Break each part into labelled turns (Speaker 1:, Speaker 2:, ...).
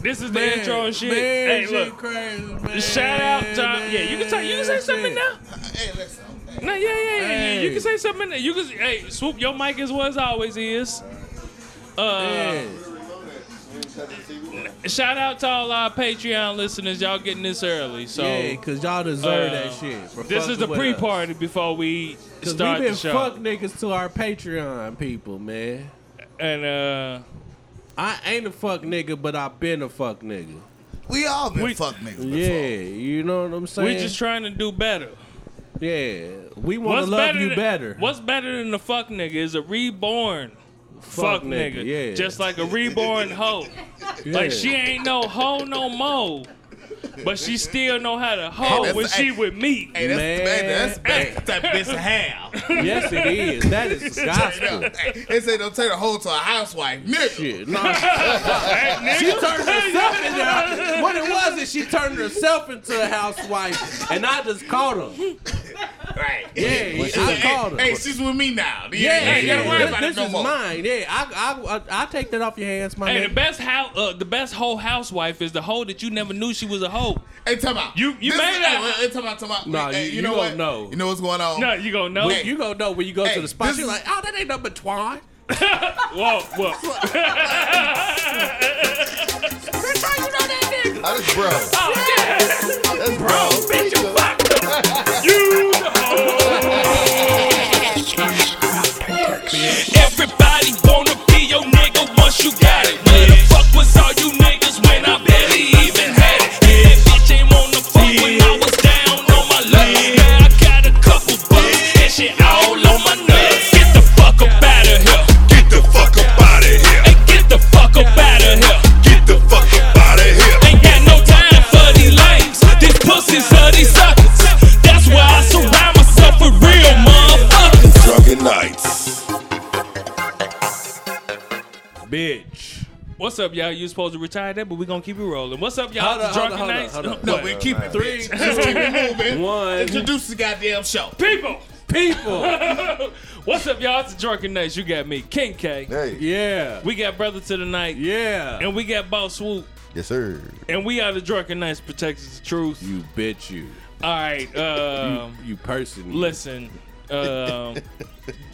Speaker 1: This is the
Speaker 2: Man,
Speaker 1: intro and shit.
Speaker 2: Man,
Speaker 1: hey,
Speaker 2: shit
Speaker 1: look.
Speaker 2: crazy, man.
Speaker 1: Shout out, Tom. Yeah, you can say you can say
Speaker 2: man,
Speaker 1: something
Speaker 2: shit.
Speaker 1: now.
Speaker 3: Hey, listen. Hey,
Speaker 1: No, yeah, yeah, yeah, yeah. You
Speaker 2: Hey.
Speaker 1: can say something. Now. You can. Hey, swoop your mic is what it always is. Uh,
Speaker 2: Yeah.
Speaker 1: shout out to all our Patreon listeners. Y'all getting this early, Uh, so
Speaker 2: yeah, cause y'all deserve
Speaker 1: uh,
Speaker 2: that shit. For
Speaker 1: this is
Speaker 2: fucking
Speaker 1: the
Speaker 2: with us.
Speaker 1: pre-party before we
Speaker 2: Cause
Speaker 1: start
Speaker 2: we been
Speaker 1: the show.
Speaker 2: fuck niggas to our Patreon people, man.
Speaker 1: And uh,
Speaker 2: I ain't a fuck nigga, but I've been a fuck nigga.
Speaker 3: We all been
Speaker 1: We-
Speaker 3: fuck niggas before.
Speaker 2: Yeah, you know what I'm saying.
Speaker 1: we just trying to do better.
Speaker 2: yeah, we want to love you
Speaker 1: than,
Speaker 2: better.
Speaker 1: What's better than the fuck nigga is a reborn fuck,
Speaker 2: Fuck
Speaker 1: nigga.
Speaker 2: nigga, yeah.
Speaker 1: Just like a reborn hoe.
Speaker 2: Yeah.
Speaker 1: Like she ain't no hoe no more. But she still know how to hoe
Speaker 3: that's-
Speaker 1: when she
Speaker 3: hey.
Speaker 1: with me.
Speaker 3: Hey, that's, man.
Speaker 2: Man.
Speaker 3: that's bad. That bitch half.
Speaker 2: Yes, it is. That is gospel.
Speaker 3: They say don't take the whole to a housewife. Nigga.
Speaker 2: Shit, nah, she turned herself into what it was is she turned herself into a housewife, and I just caught her.
Speaker 3: Right.
Speaker 2: Yeah,
Speaker 3: She
Speaker 2: I
Speaker 3: said,
Speaker 2: called her.
Speaker 3: hey, hey, she's with me now. Yeah,
Speaker 2: Yeah,
Speaker 3: yeah, you gotta worry
Speaker 2: this,
Speaker 3: about
Speaker 2: this
Speaker 3: it no
Speaker 2: is
Speaker 3: more.
Speaker 2: mine. Yeah, I, I, I, I take that off your hands, my
Speaker 1: Hey,
Speaker 2: nigga.
Speaker 1: the best how uh, the best hoe housewife is the hoe that you never knew she was a hoe.
Speaker 3: Hey, tell me.
Speaker 1: You- you
Speaker 3: this
Speaker 1: made
Speaker 3: is,
Speaker 1: that-
Speaker 3: Hey, wait, wait, tell me, tell me.
Speaker 2: Nah,
Speaker 3: hey,
Speaker 2: you-
Speaker 3: you know
Speaker 2: you
Speaker 3: what?
Speaker 2: don't know.
Speaker 3: You know what's going on?
Speaker 1: No, you gonna know.
Speaker 3: Wait.
Speaker 2: You gonna know when you go
Speaker 3: Hey,
Speaker 2: to the spot.
Speaker 3: this
Speaker 2: You're
Speaker 3: is-
Speaker 2: like, oh, that ain't nothing but twine.
Speaker 1: Whoa, whoa.
Speaker 2: That's how you know that nigga.
Speaker 4: That's bro.
Speaker 1: Oh, yeah.
Speaker 4: That's bro.
Speaker 1: Bitch, you fucked You the
Speaker 5: Everybody wanna be your nigga once you got it. Where the fuck was all you niggas when I barely even had it? Yeah, that bitch ain't wanna fuck when I was down on my luck. Now I got a couple bucks and shit all on my nuts. Get the fuck up out of here.
Speaker 6: Get the fuck up out of here.
Speaker 5: Hey, get the fuck up out of here.
Speaker 6: Get the fuck up out of here.
Speaker 5: Ain't got no time for these lames. These pussies are these suckers. That's why I surround myself with real motherfuckers.
Speaker 6: Drunken nights.
Speaker 2: Bitch.
Speaker 1: What's up, y'all? You supposed to retire that, but we gonna keep it rolling. What's up, y'all?
Speaker 2: Hold on, hold on,
Speaker 1: Drunken
Speaker 2: hold on,
Speaker 1: nights.
Speaker 2: hold on.
Speaker 3: No,
Speaker 1: What?
Speaker 3: we keep it.
Speaker 2: Three,
Speaker 3: Just keep it moving.
Speaker 2: One.
Speaker 3: Introduce the goddamn show.
Speaker 1: people.
Speaker 2: people.
Speaker 1: What's up, y'all? It's the Drunken Nights. You got me, King K.
Speaker 4: Hey.
Speaker 2: Yeah.
Speaker 1: We got Brother to the Night,
Speaker 2: Yeah.
Speaker 1: and we got Boss Swoop,
Speaker 4: Yes, sir.
Speaker 1: and we are the Drunken Nights Protectors of Truth.
Speaker 2: You bitch you.
Speaker 1: All right, um,
Speaker 2: you person.
Speaker 1: listen. Um,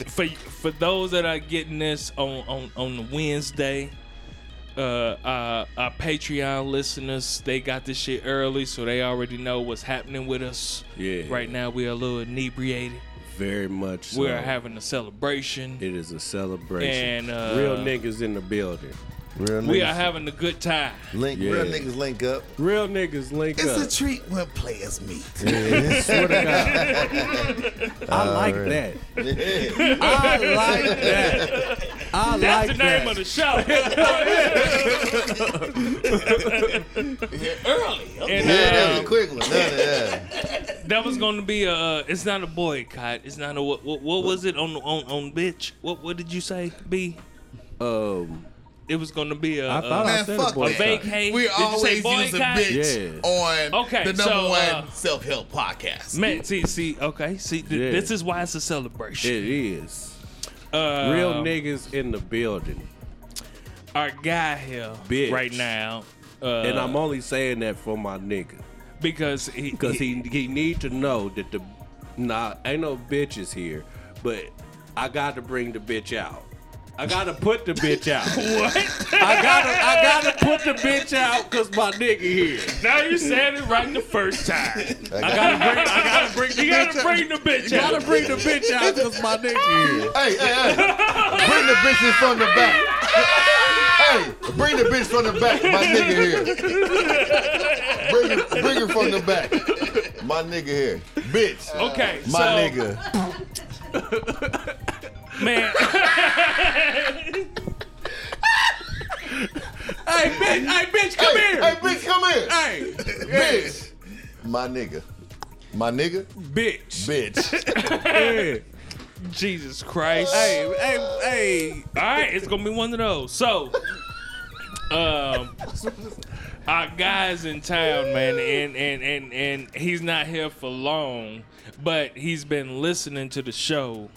Speaker 1: for for those that are getting this on on on the Wednesday, uh, our, our Patreon listeners they got this shit early, so they already know what's happening with us.
Speaker 2: Yeah.
Speaker 1: Right now we are a little inebriated.
Speaker 2: Very much so.
Speaker 1: We are having a celebration.
Speaker 2: it is a celebration.
Speaker 1: And, uh,
Speaker 2: Real niggas in the building.
Speaker 4: Real niggas.
Speaker 1: we are having a good time.
Speaker 4: link.
Speaker 2: Yeah.
Speaker 4: Real niggas link up.
Speaker 2: Real niggas link
Speaker 3: It's
Speaker 2: up.
Speaker 3: a treat when players meet.
Speaker 2: Swear to God. I like that. I like that. I
Speaker 1: That's
Speaker 2: like
Speaker 1: the name
Speaker 2: that.
Speaker 1: of the show.
Speaker 3: Early. Okay.
Speaker 1: And
Speaker 4: Yeah, that
Speaker 1: uh,
Speaker 4: was a quick one. None of that.
Speaker 1: that was going to be a. Uh, it's not a boycott. It's not a. What, what, what was it on on on bitch? What what did you say? B.
Speaker 2: um,
Speaker 1: It was going to be a.
Speaker 2: I thought
Speaker 3: Man,
Speaker 2: I said
Speaker 3: fuck
Speaker 2: a
Speaker 3: that.
Speaker 2: boy.
Speaker 1: a, a Uh, vacay.
Speaker 3: We
Speaker 1: did you
Speaker 3: always
Speaker 1: say
Speaker 3: use a
Speaker 1: boycott?
Speaker 3: bitch
Speaker 2: Yeah.
Speaker 3: on
Speaker 1: Okay,
Speaker 3: the number
Speaker 1: so,
Speaker 3: one
Speaker 1: uh,
Speaker 3: self help podcast.
Speaker 1: Man, see, see, okay, see, th-
Speaker 2: Yeah.
Speaker 1: this is why it's a celebration.
Speaker 2: It is.
Speaker 1: Uh,
Speaker 2: Real niggas in the building.
Speaker 1: our guy here,
Speaker 2: Bitch.
Speaker 1: right now, uh,
Speaker 2: And I'm only saying that for my nigga.
Speaker 1: because he,
Speaker 2: Cause he he need to know that the nah ain't no bitches here, but I got to bring the bitch out. I gotta put the bitch out.
Speaker 1: what?
Speaker 2: I gotta I gotta put the bitch out cause my nigga here.
Speaker 1: now you said it right the first time.
Speaker 4: I got
Speaker 2: I gotta bring the
Speaker 1: You
Speaker 2: bitch
Speaker 1: gotta
Speaker 2: out.
Speaker 1: bring the bitch out.
Speaker 2: gotta bring the bitch out cause my nigga here.
Speaker 4: hey, hey, hey. Bring the bitches from the back. Hey, bring the bitch from the back. My nigga here. Bring it, bring it from the back. My nigga here. Bitch.
Speaker 1: Okay,
Speaker 4: My
Speaker 1: so,
Speaker 4: nigga.
Speaker 1: man.
Speaker 2: Hey bitch, hey bitch, come
Speaker 4: hey,
Speaker 2: here.
Speaker 4: hey, bitch, come here.
Speaker 2: Hey,
Speaker 4: Bitch. My nigga. My nigga.
Speaker 2: bitch.
Speaker 4: Bitch.
Speaker 2: Yeah.
Speaker 1: Jesus Christ.
Speaker 2: Hey, hey, hey.
Speaker 1: All right, it's gonna be one of those. So, um, our guy's in town, man, and and and and he's not here for long, but he's been listening to the show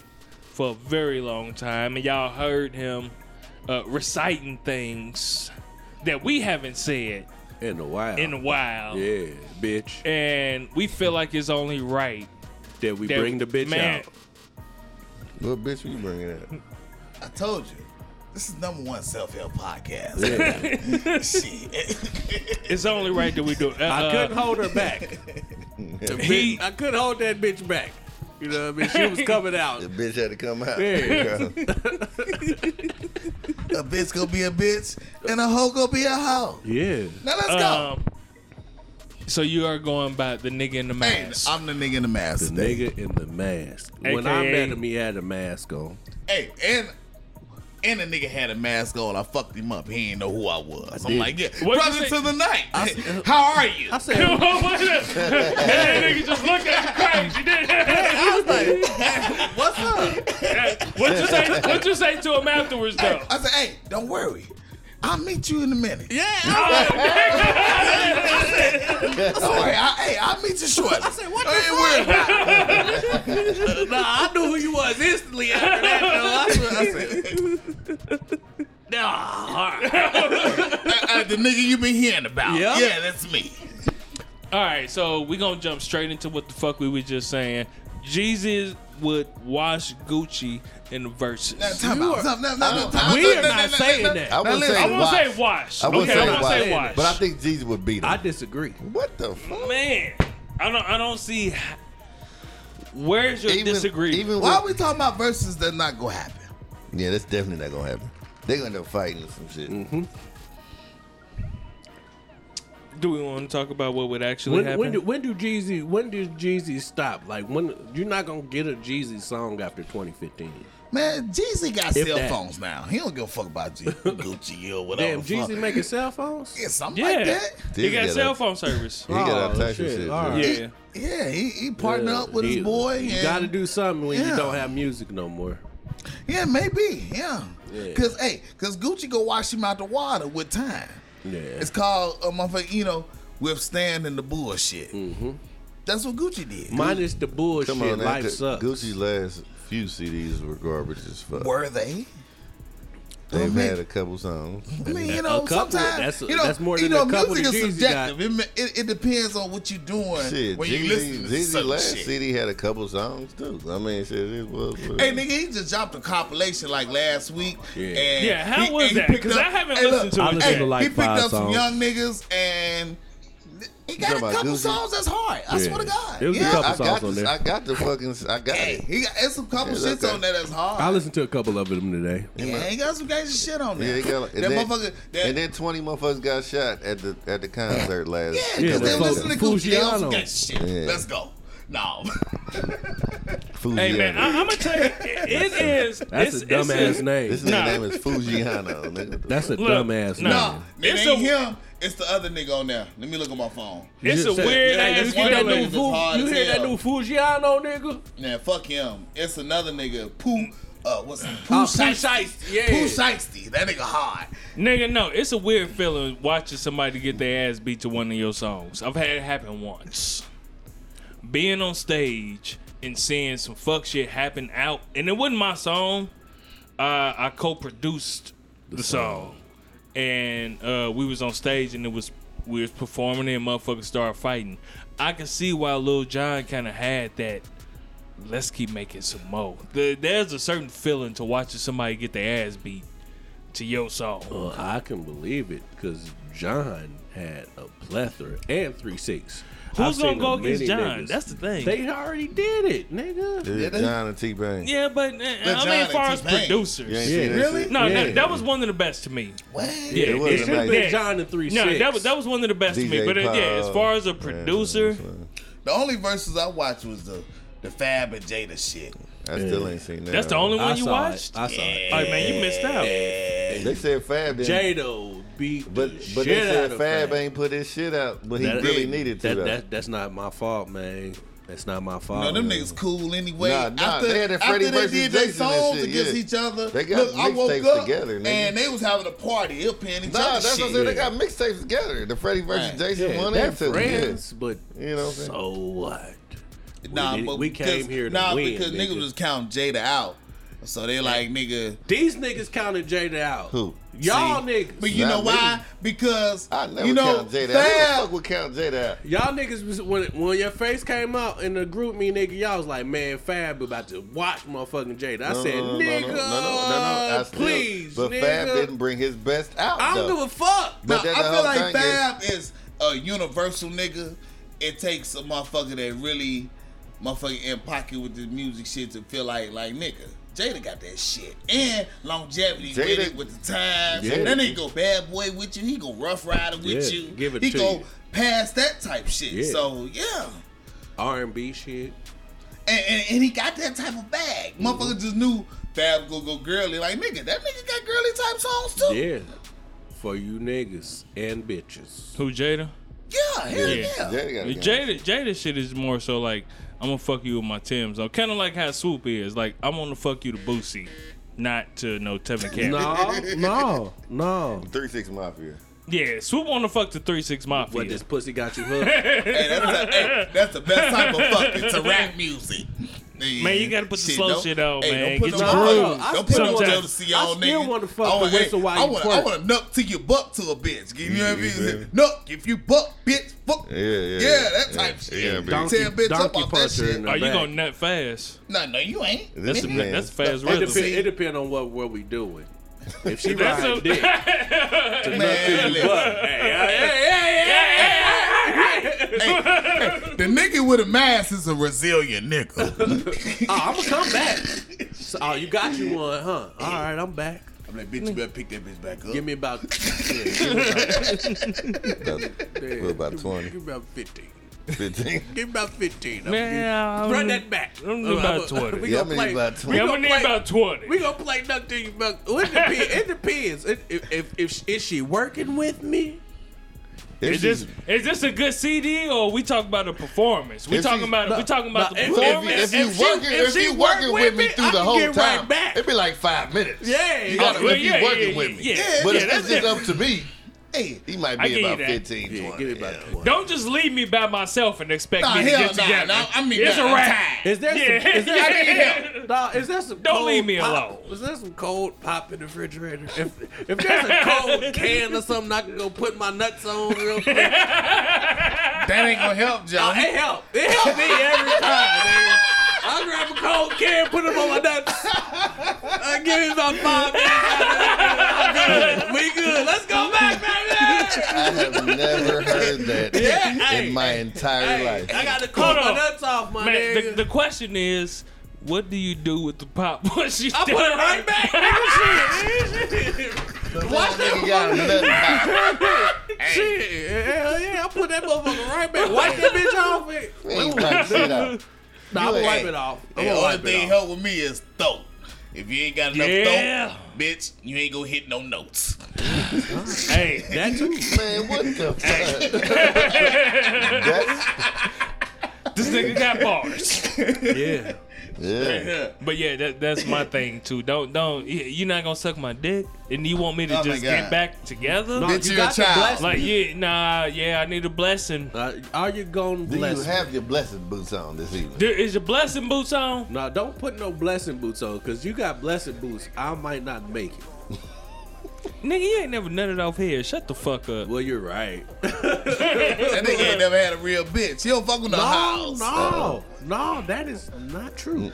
Speaker 1: for a very long time, and y'all heard him uh, reciting things that we haven't said
Speaker 2: in a while.
Speaker 1: in a while.
Speaker 2: Yeah, bitch.
Speaker 1: And we feel like it's only right
Speaker 2: That we
Speaker 1: that
Speaker 2: bring the bitch
Speaker 1: man,
Speaker 2: out.
Speaker 4: Little bitch, we bringing that.
Speaker 3: I told you. This is number one self help podcast. Shit.
Speaker 1: It's only right that we do. it. Uh,
Speaker 2: I
Speaker 1: uh,
Speaker 2: couldn't hold her back. The
Speaker 1: He-
Speaker 2: bitch- I couldn't hold that bitch back. You know what I mean? She was coming out.
Speaker 4: The bitch had to come out.
Speaker 2: Yeah.
Speaker 4: Girl.
Speaker 3: a bitch gonna be a bitch, and a hoe gonna be a hoe.
Speaker 2: Yeah.
Speaker 3: Now let's go.
Speaker 1: um, so you are going by the nigga in the
Speaker 3: Hey,
Speaker 1: mask.
Speaker 3: I'm the nigga in the mask.
Speaker 2: The
Speaker 3: today.
Speaker 2: nigga in the mask. When I
Speaker 1: AKA
Speaker 2: met him, he had a mask on.
Speaker 3: Hey, and and the nigga had a mask on. I fucked him up. He didn't know who I was. I'm
Speaker 2: did.
Speaker 3: like, yeah,
Speaker 1: What you
Speaker 3: brother
Speaker 1: say-
Speaker 3: to the night. How are you?
Speaker 2: I said,
Speaker 1: What the- that nigga just looked at you crazy. didn't
Speaker 2: "What's up?"
Speaker 1: he? what you say? What you say to him afterwards, though?
Speaker 3: I said, hey, don't worry. I'll meet you in a minute. Yeah. Don't worry. I, hey, I'll meet you shortly. I said, what the fuck?
Speaker 2: Nah, I knew who you was instantly after that. Though. I, swear- I said,
Speaker 3: Uh, the nigga you been hearing about.
Speaker 2: Yeah.
Speaker 3: Yeah, that's me.
Speaker 1: All right, so we gonna jump straight into what the fuck we was just saying. Jesus would wash Gucci in the verses.
Speaker 3: Now, time out. Time- now- now- now- time-
Speaker 2: we
Speaker 3: now-
Speaker 2: are
Speaker 3: now-
Speaker 2: not
Speaker 3: now-
Speaker 2: saying
Speaker 3: now-
Speaker 2: that.
Speaker 4: I wouldn't
Speaker 3: listen,
Speaker 4: say
Speaker 1: I won't
Speaker 4: wash.
Speaker 1: say wash.
Speaker 4: I wouldn't
Speaker 1: okay,
Speaker 4: say
Speaker 1: I won't
Speaker 4: wash,
Speaker 1: say wash.
Speaker 4: But I think Jesus would beat him.
Speaker 2: I disagree.
Speaker 4: what the fuck?
Speaker 1: man, I don't. I don't see. h- Where's your disagreement?
Speaker 4: Even
Speaker 3: Why are
Speaker 4: with,
Speaker 3: we talking about verses that not gonna happen?
Speaker 4: yeah, that's definitely not gonna happen. They gonna end up fighting or some shit.
Speaker 2: Mm-hmm.
Speaker 1: do we want to talk about what would actually
Speaker 2: When,
Speaker 1: happen?
Speaker 2: when do when do Jeezy when did Jeezy stop? Like when you're not gonna get a Jeezy song after 2015.
Speaker 3: Man, Jeezy got
Speaker 2: If
Speaker 3: cell
Speaker 2: that.
Speaker 3: phones now. He don't give a fuck about G- Gucci or
Speaker 2: Damn,
Speaker 3: whatever. the fuck.
Speaker 2: Jeezy making cell phones.
Speaker 3: Yeah, something
Speaker 1: yeah,
Speaker 3: like that.
Speaker 1: he got
Speaker 4: Jeezy
Speaker 1: cell
Speaker 4: a-
Speaker 1: phone service.
Speaker 4: He got all
Speaker 2: Oh,
Speaker 4: types of
Speaker 2: shit,
Speaker 4: shit.
Speaker 2: all
Speaker 4: bro.
Speaker 2: right.
Speaker 1: yeah,
Speaker 3: Yeah, he, he partnered up with
Speaker 2: Yeah.
Speaker 3: his boy.
Speaker 2: You
Speaker 3: and-
Speaker 2: gotta do something when
Speaker 3: Yeah.
Speaker 2: you don't have music no more.
Speaker 3: Yeah, maybe. Yeah.
Speaker 2: Yeah.
Speaker 3: Cause hey, cause Gucci go wash him out the water with time.
Speaker 2: Yeah.
Speaker 3: It's called a motherfucker, you know, withstanding the bullshit. Mm-hmm. That's what Gucci did.
Speaker 2: Minus the bullshit,
Speaker 4: Come on, that-
Speaker 2: life
Speaker 4: that-
Speaker 2: sucks.
Speaker 4: Gucci's last few CDs were garbage as fuck.
Speaker 3: Were they?
Speaker 4: They've
Speaker 3: man.
Speaker 4: had a couple songs.
Speaker 3: I mean, you
Speaker 2: A
Speaker 3: know,
Speaker 2: couple-
Speaker 3: sometimes
Speaker 2: that's-
Speaker 3: you know,
Speaker 2: that's more
Speaker 3: you
Speaker 2: than a
Speaker 3: know,
Speaker 2: couple
Speaker 3: music
Speaker 2: that
Speaker 3: is
Speaker 2: Jeezy got.
Speaker 3: subjective. It, ma- it, it depends on what you're doing
Speaker 4: Shit,
Speaker 3: when
Speaker 4: Jeezy,
Speaker 3: you listen to
Speaker 4: Jeezy
Speaker 3: certain
Speaker 4: last
Speaker 3: shit.
Speaker 4: CD had a couple songs too. I mean, shit, it was. what
Speaker 3: Hey
Speaker 4: it-
Speaker 3: nigga, he just dropped a compilation like last week.
Speaker 4: Oh,
Speaker 2: Yeah.
Speaker 3: and
Speaker 1: Yeah, how
Speaker 3: he-
Speaker 1: was
Speaker 3: and he
Speaker 1: that?
Speaker 3: picked
Speaker 1: 'Cause
Speaker 3: up-
Speaker 1: I haven't
Speaker 3: hey, look,
Speaker 1: listened to
Speaker 2: I
Speaker 1: it
Speaker 2: listened
Speaker 1: yet.
Speaker 2: to like
Speaker 3: he picked
Speaker 2: five
Speaker 3: up some
Speaker 2: songs.
Speaker 3: young niggas and th- he got a
Speaker 4: talking about
Speaker 3: couple
Speaker 4: Gucci?
Speaker 3: songs that's hard. I swear to God.
Speaker 2: There was a
Speaker 3: yeah.
Speaker 2: couple
Speaker 4: I
Speaker 2: songs
Speaker 4: got
Speaker 2: on
Speaker 4: this.
Speaker 2: there.
Speaker 4: I got the fucking. I got
Speaker 3: Hey,
Speaker 4: it.
Speaker 3: he got it's a couple
Speaker 4: Yeah,
Speaker 3: shits
Speaker 4: okay.
Speaker 3: on there that's hard.
Speaker 2: I listened to a couple of them today.
Speaker 3: yeah, he got some crazy shit on
Speaker 4: Yeah,
Speaker 3: there.
Speaker 4: they got like,
Speaker 3: that
Speaker 4: and, then,
Speaker 3: motherfucker. That,
Speaker 4: and then twenty motherfuckers got shot at the at the concert last.
Speaker 3: yeah,
Speaker 4: couple
Speaker 2: Yeah,
Speaker 3: yeah,
Speaker 2: that
Speaker 3: they
Speaker 4: days
Speaker 3: listen
Speaker 4: ago.
Speaker 3: to
Speaker 2: full
Speaker 3: Gucci. They on some
Speaker 2: Fujiano.
Speaker 3: crazy shit.
Speaker 4: Yeah.
Speaker 3: Let's go. No,
Speaker 1: hey man,
Speaker 4: Fujiano.
Speaker 1: I, I'm gonna tell you, it, it is.
Speaker 2: That's
Speaker 1: it's,
Speaker 2: a dumbass
Speaker 1: it's a-
Speaker 2: name.
Speaker 4: This nigga
Speaker 1: Nah.
Speaker 4: name is Fujiano. nigga.
Speaker 2: That's a
Speaker 1: Look,
Speaker 2: dumbass
Speaker 1: nah.
Speaker 2: name.
Speaker 3: no, it
Speaker 1: It's
Speaker 3: ain't
Speaker 1: a-
Speaker 3: him. It's the other nigga on there. Let me look at my phone.
Speaker 1: It's a
Speaker 2: You said-
Speaker 1: weird
Speaker 3: Yeah,
Speaker 1: ass
Speaker 3: it's one
Speaker 1: name.
Speaker 3: of them. It's hard as hell.
Speaker 2: Fujiano nigga?
Speaker 3: Nah, fuck him. It's another nigga. Pooh. Uh, what's his
Speaker 2: Oh,
Speaker 3: Pooh
Speaker 2: Pooh
Speaker 3: Shiesty.
Speaker 2: Shiesty, yeah.
Speaker 3: Pooh Shiesty. That nigga hard.
Speaker 1: Nigga, no, it's a weird feeling watching somebody get their ass beat to one of your songs. I've had it happen once. Being on stage and seeing some fuck shit happen out, and it wasn't my song. Uh, I co-produced the, song, and uh, we was on stage and it was we was performing and motherfuckers started fighting. I can see why Lil John kind of had that. Let's keep making some more. The, there's a certain feeling to watching somebody get their ass beat to your song.
Speaker 2: Well, Uh, I can believe it because John had a plethora and three six.
Speaker 1: Who's gonna go against John? That's the thing.
Speaker 2: They already did it, nigga.
Speaker 4: This is John and T Pain.
Speaker 1: yeah, but uh, I
Speaker 3: John
Speaker 1: mean,
Speaker 3: and
Speaker 1: as far as
Speaker 3: T-Pain.
Speaker 1: producers,
Speaker 4: You ain't
Speaker 2: Yeah.
Speaker 4: seen that
Speaker 2: Really?
Speaker 4: shit?
Speaker 1: no,
Speaker 2: Yeah.
Speaker 1: that, that was one of the best to me.
Speaker 3: What?
Speaker 1: Yeah,
Speaker 4: it
Speaker 2: It
Speaker 4: was
Speaker 2: should
Speaker 4: a
Speaker 2: have
Speaker 4: nice-
Speaker 1: yeah.
Speaker 2: been John and three
Speaker 1: No,
Speaker 2: six.
Speaker 1: that was that was one of the best to me.
Speaker 4: DJ
Speaker 1: But uh, yeah, as
Speaker 4: Paul.
Speaker 1: far as a
Speaker 4: Yeah,
Speaker 1: producer,
Speaker 4: that's what-
Speaker 3: The only verses I watched was the the Fab and Jada shit.
Speaker 4: I still ain't seen that.
Speaker 1: that's the
Speaker 4: one.
Speaker 1: only one
Speaker 2: I
Speaker 1: you
Speaker 2: saw
Speaker 1: watched.
Speaker 2: it. I saw it.
Speaker 1: Oh man, you missed out.
Speaker 4: They said Fab didn't.
Speaker 2: Jado beat the
Speaker 4: but
Speaker 2: shit
Speaker 4: but they
Speaker 2: out
Speaker 4: said
Speaker 2: of
Speaker 4: Fab ain't put his shit out, but he
Speaker 2: That-
Speaker 4: really needed to.
Speaker 2: That,
Speaker 4: though.
Speaker 2: that, that's not my fault, man. That's not my fault.
Speaker 3: No, them niggas cool anyway.
Speaker 4: Nah, nah,
Speaker 3: after
Speaker 4: they had that
Speaker 3: after
Speaker 4: Freddie
Speaker 3: they
Speaker 4: versus
Speaker 3: did their
Speaker 4: Jason and
Speaker 3: songs
Speaker 4: shit,
Speaker 3: against
Speaker 4: yeah.
Speaker 3: each other,
Speaker 4: They got
Speaker 3: look, I woke
Speaker 4: mixtapes
Speaker 3: up
Speaker 4: together, nigga.
Speaker 3: and they was having a party, up in each
Speaker 4: Nah,
Speaker 3: other
Speaker 4: that's
Speaker 3: shit.
Speaker 4: what I'm saying. They
Speaker 2: Yeah.
Speaker 4: got mixtapes together. The Freddie versus
Speaker 3: Right.
Speaker 4: Jason
Speaker 2: Yeah,
Speaker 4: one
Speaker 2: they're
Speaker 4: and two.
Speaker 2: friends, but
Speaker 4: You know what I'm saying?
Speaker 2: so what?
Speaker 3: Nah,
Speaker 2: did-
Speaker 3: but
Speaker 2: we
Speaker 3: because-
Speaker 2: came here to
Speaker 3: nah,
Speaker 2: win,
Speaker 3: because
Speaker 2: nigga.
Speaker 3: niggas was counting Jada out. So they like, nigga,
Speaker 2: These niggas counted Jada out.
Speaker 4: Who?
Speaker 2: Y'all
Speaker 3: see?
Speaker 2: niggas.
Speaker 3: But you
Speaker 4: Not
Speaker 3: know why? Because
Speaker 4: I never
Speaker 3: you know,
Speaker 4: count Jada.
Speaker 3: Fab-
Speaker 4: Who the fuck would count Jada?
Speaker 2: Y'all niggas was, when when your face came out in the group me nigga, y'all was like, man, Fab about to watch motherfucking Jada. I said, nigga,
Speaker 4: I still-
Speaker 2: please,
Speaker 4: but
Speaker 2: nigga.
Speaker 4: Fab didn't bring his best out.
Speaker 2: I don't
Speaker 4: though.
Speaker 2: give a fuck.
Speaker 4: But
Speaker 3: No,
Speaker 4: that the
Speaker 3: I feel
Speaker 4: whole
Speaker 3: like
Speaker 4: thing is-
Speaker 3: Fab is, a universal nigga. It takes a motherfucker that really motherfucking in pocket with the music shit to feel like like nigga. Jada got that shit and longevity with
Speaker 4: Jada-
Speaker 3: it with the times.
Speaker 4: Jada-
Speaker 3: Then he go bad boy with you. He go rough rider with
Speaker 2: Yeah,
Speaker 3: you.
Speaker 2: give it
Speaker 3: he
Speaker 2: to
Speaker 3: go
Speaker 2: you.
Speaker 3: past that type shit.
Speaker 2: Yeah.
Speaker 3: So yeah.
Speaker 2: R and B shit.
Speaker 3: And, and, and he got that type of bag. Motherfucker
Speaker 2: Mm-hmm.
Speaker 3: just knew Fab go go girly. Like nigga, that nigga got girly type songs too.
Speaker 2: Yeah. For you niggas and bitches.
Speaker 1: Who Jada?
Speaker 3: Yeah, hell
Speaker 1: Yeah.
Speaker 3: yeah.
Speaker 4: Jada got a count.
Speaker 1: Jada Jada shit is more so like I'm gonna fuck you with my Tim's. I'm kind of like how Swoop is. Like I'm gonna fuck you to Boosie, not to no Tevin Campbell.
Speaker 2: No, no, no.
Speaker 4: Three Six Mafia.
Speaker 1: Yeah, Swoop wanna fuck the Three Six Mafia.
Speaker 2: What this pussy got you hooked?
Speaker 3: Hey, that's, the, hey, that's the best type of fucking to rap music.
Speaker 1: Man, you gotta put the slow
Speaker 3: don't-
Speaker 1: shit on, man.
Speaker 3: Don't put
Speaker 1: Get
Speaker 3: no,
Speaker 1: your
Speaker 3: no,
Speaker 2: groove. I
Speaker 3: Don't put no
Speaker 1: still
Speaker 3: jealousy
Speaker 2: wanna-
Speaker 3: on,
Speaker 2: I still
Speaker 3: nigga.
Speaker 2: wanna fuck
Speaker 3: I
Speaker 2: the
Speaker 3: wanna-
Speaker 2: whistle
Speaker 3: hey,
Speaker 2: while
Speaker 3: I
Speaker 2: you
Speaker 3: wanna,
Speaker 2: twerk.
Speaker 3: I wanna nuck to your buck to a bitch. You know what I mean?
Speaker 4: Yeah, baby.
Speaker 3: Nuck if you buck, bitch. Fuck.
Speaker 4: Yeah, yeah,
Speaker 3: Yeah,
Speaker 4: yeah.
Speaker 3: that type shit.
Speaker 4: Yeah, baby.
Speaker 3: Tear a bitch up
Speaker 2: donkey
Speaker 3: off that
Speaker 2: puncher
Speaker 3: shit.
Speaker 2: in the
Speaker 1: Are you
Speaker 2: back.
Speaker 1: gonna nut fast?
Speaker 3: No, no, you ain't.
Speaker 1: That's
Speaker 4: This
Speaker 1: a,
Speaker 4: man.
Speaker 1: that's a fast
Speaker 2: It
Speaker 1: rhythm.
Speaker 2: depend, it depend on what what we doing. If she
Speaker 1: That's
Speaker 2: riding
Speaker 1: a-
Speaker 2: dick, to
Speaker 3: Man,
Speaker 2: nothing
Speaker 3: listen.
Speaker 2: but. Hey, hey, hey, hey, hey.
Speaker 3: The nigga with a mask is a resilient nigga.
Speaker 2: Oh, I'm gonna come back. So, oh, you got you one, huh? All right, I'm back.
Speaker 3: I'm like, bitch, you better pick that bitch back up.
Speaker 2: Give me about, yeah, give me
Speaker 4: We're about 20,
Speaker 2: give me about fifteen.
Speaker 4: 15.
Speaker 2: Give me about fifteen. I'm-
Speaker 1: Man,
Speaker 2: Run that back.
Speaker 1: I'm about
Speaker 2: Uh, uh,
Speaker 1: 20.
Speaker 2: We
Speaker 4: Yeah,
Speaker 2: gonna
Speaker 4: I'm
Speaker 2: play.
Speaker 4: about
Speaker 1: Yeah,
Speaker 2: We
Speaker 1: I'm gonna
Speaker 4: 20.
Speaker 2: gonna
Speaker 1: need
Speaker 2: play.
Speaker 1: about twenty.
Speaker 2: We gonna play duck to you, buck. It depends. It depends. It, if, if if is she working with me?
Speaker 1: Is
Speaker 4: If
Speaker 1: this
Speaker 4: she's-
Speaker 1: is this a good CD or we talking about a performance? We
Speaker 4: If
Speaker 1: talking
Speaker 4: she's-
Speaker 1: about we talking about
Speaker 2: no,
Speaker 1: the
Speaker 2: if-
Speaker 4: If, you-
Speaker 1: performance.
Speaker 4: if you
Speaker 2: If she-
Speaker 4: working,
Speaker 2: if
Speaker 4: if,
Speaker 2: she
Speaker 4: you
Speaker 2: work
Speaker 4: working with
Speaker 2: with
Speaker 4: me
Speaker 2: me,
Speaker 4: through
Speaker 2: I
Speaker 4: the
Speaker 2: can
Speaker 4: whole
Speaker 2: get right
Speaker 4: time,
Speaker 2: back.
Speaker 4: it'd be like five minutes.
Speaker 2: Yeah,
Speaker 4: You
Speaker 2: yeah.
Speaker 4: gotta,
Speaker 1: Well,
Speaker 4: if you
Speaker 1: yeah,
Speaker 4: working
Speaker 1: yeah,
Speaker 4: with
Speaker 1: yeah,
Speaker 4: me,
Speaker 1: yeah,
Speaker 4: but
Speaker 1: yeah,
Speaker 4: if
Speaker 1: that's
Speaker 4: it's just up to me, hey, he might
Speaker 1: I
Speaker 4: be
Speaker 1: give you
Speaker 4: about
Speaker 1: that.
Speaker 4: 15,
Speaker 2: Yeah,
Speaker 4: 20.
Speaker 2: give me about
Speaker 4: yeah.
Speaker 2: 20.
Speaker 1: Don't just leave me by myself and expect
Speaker 3: Nah,
Speaker 1: me to
Speaker 3: hell
Speaker 1: get
Speaker 3: nah,
Speaker 1: together.
Speaker 3: nah, I mean,
Speaker 1: it's
Speaker 3: nah,
Speaker 1: a
Speaker 3: I'm
Speaker 1: wrap.
Speaker 2: Is there
Speaker 1: Yeah.
Speaker 2: some? Is there,
Speaker 1: I need help.
Speaker 2: Nah, is there some?
Speaker 1: Don't
Speaker 2: cold
Speaker 1: leave me
Speaker 2: pop-
Speaker 1: alone.
Speaker 2: Is there some cold pop in the refrigerator? If, if there's a cold can or something, I can go put my nuts on real quick.
Speaker 3: That ain't gonna help,
Speaker 2: Oh,
Speaker 3: Joe.
Speaker 2: it help. It help me every time. Nigga. I grab a cold can, put them on my nuts. I give him about five minutes. I'm good. We good. Let's go back, baby.
Speaker 4: I have never heard that
Speaker 2: Yeah, hey,
Speaker 4: in my entire
Speaker 2: Hey,
Speaker 4: life.
Speaker 2: I got to cool
Speaker 1: Hold
Speaker 2: my
Speaker 1: on.
Speaker 2: nuts off, my
Speaker 1: Man,
Speaker 2: nigga.
Speaker 1: the, the question is, what do you do with the pop once you
Speaker 2: I put it right back. Nigga, shit. Watch that
Speaker 4: Nigga got nothing about it.
Speaker 2: Shit, hell yeah, I put that motherfucker right back. Wipe that bitch off it.
Speaker 4: He ain't wipe shit out.
Speaker 2: Nah, I'm
Speaker 4: You
Speaker 2: gonna wipe
Speaker 4: ain't.
Speaker 2: it off. I'm
Speaker 3: The
Speaker 2: gonna
Speaker 3: only
Speaker 2: wipe
Speaker 3: thing
Speaker 2: it off.
Speaker 3: help with me is throat. If you ain't got enough
Speaker 1: Yeah.
Speaker 3: throat, bitch, you ain't gonna hit no notes.
Speaker 1: Hey,
Speaker 2: That too.
Speaker 4: Man, what the fuck? That's,
Speaker 1: this nigga got bars.
Speaker 2: Yeah.
Speaker 4: yeah.
Speaker 1: But yeah, that, that's my thing too. Don't don't. y- You not gonna suck my dick, and you want me to
Speaker 3: Oh my
Speaker 1: just
Speaker 3: God.
Speaker 1: get back together?
Speaker 3: Bitch,
Speaker 2: you
Speaker 3: you a
Speaker 2: got the
Speaker 3: child.
Speaker 2: blessing.
Speaker 1: Like yeah, nah, yeah. I need a blessing.
Speaker 2: Uh, are you gonna
Speaker 4: Do
Speaker 2: bless?
Speaker 4: you have your blessed boots on this evening?
Speaker 1: There, is your blessing boots on?
Speaker 2: nah, don't put no blessing boots on, cause you got blessing boots. I might not make it.
Speaker 1: Nigga, you ain't never nutted off here. Shut the fuck up.
Speaker 2: Well, you're right.
Speaker 3: That nigga ain't never had a real bitch. He don't fuck with no,
Speaker 2: No,
Speaker 3: house.
Speaker 2: no, no. That is not true.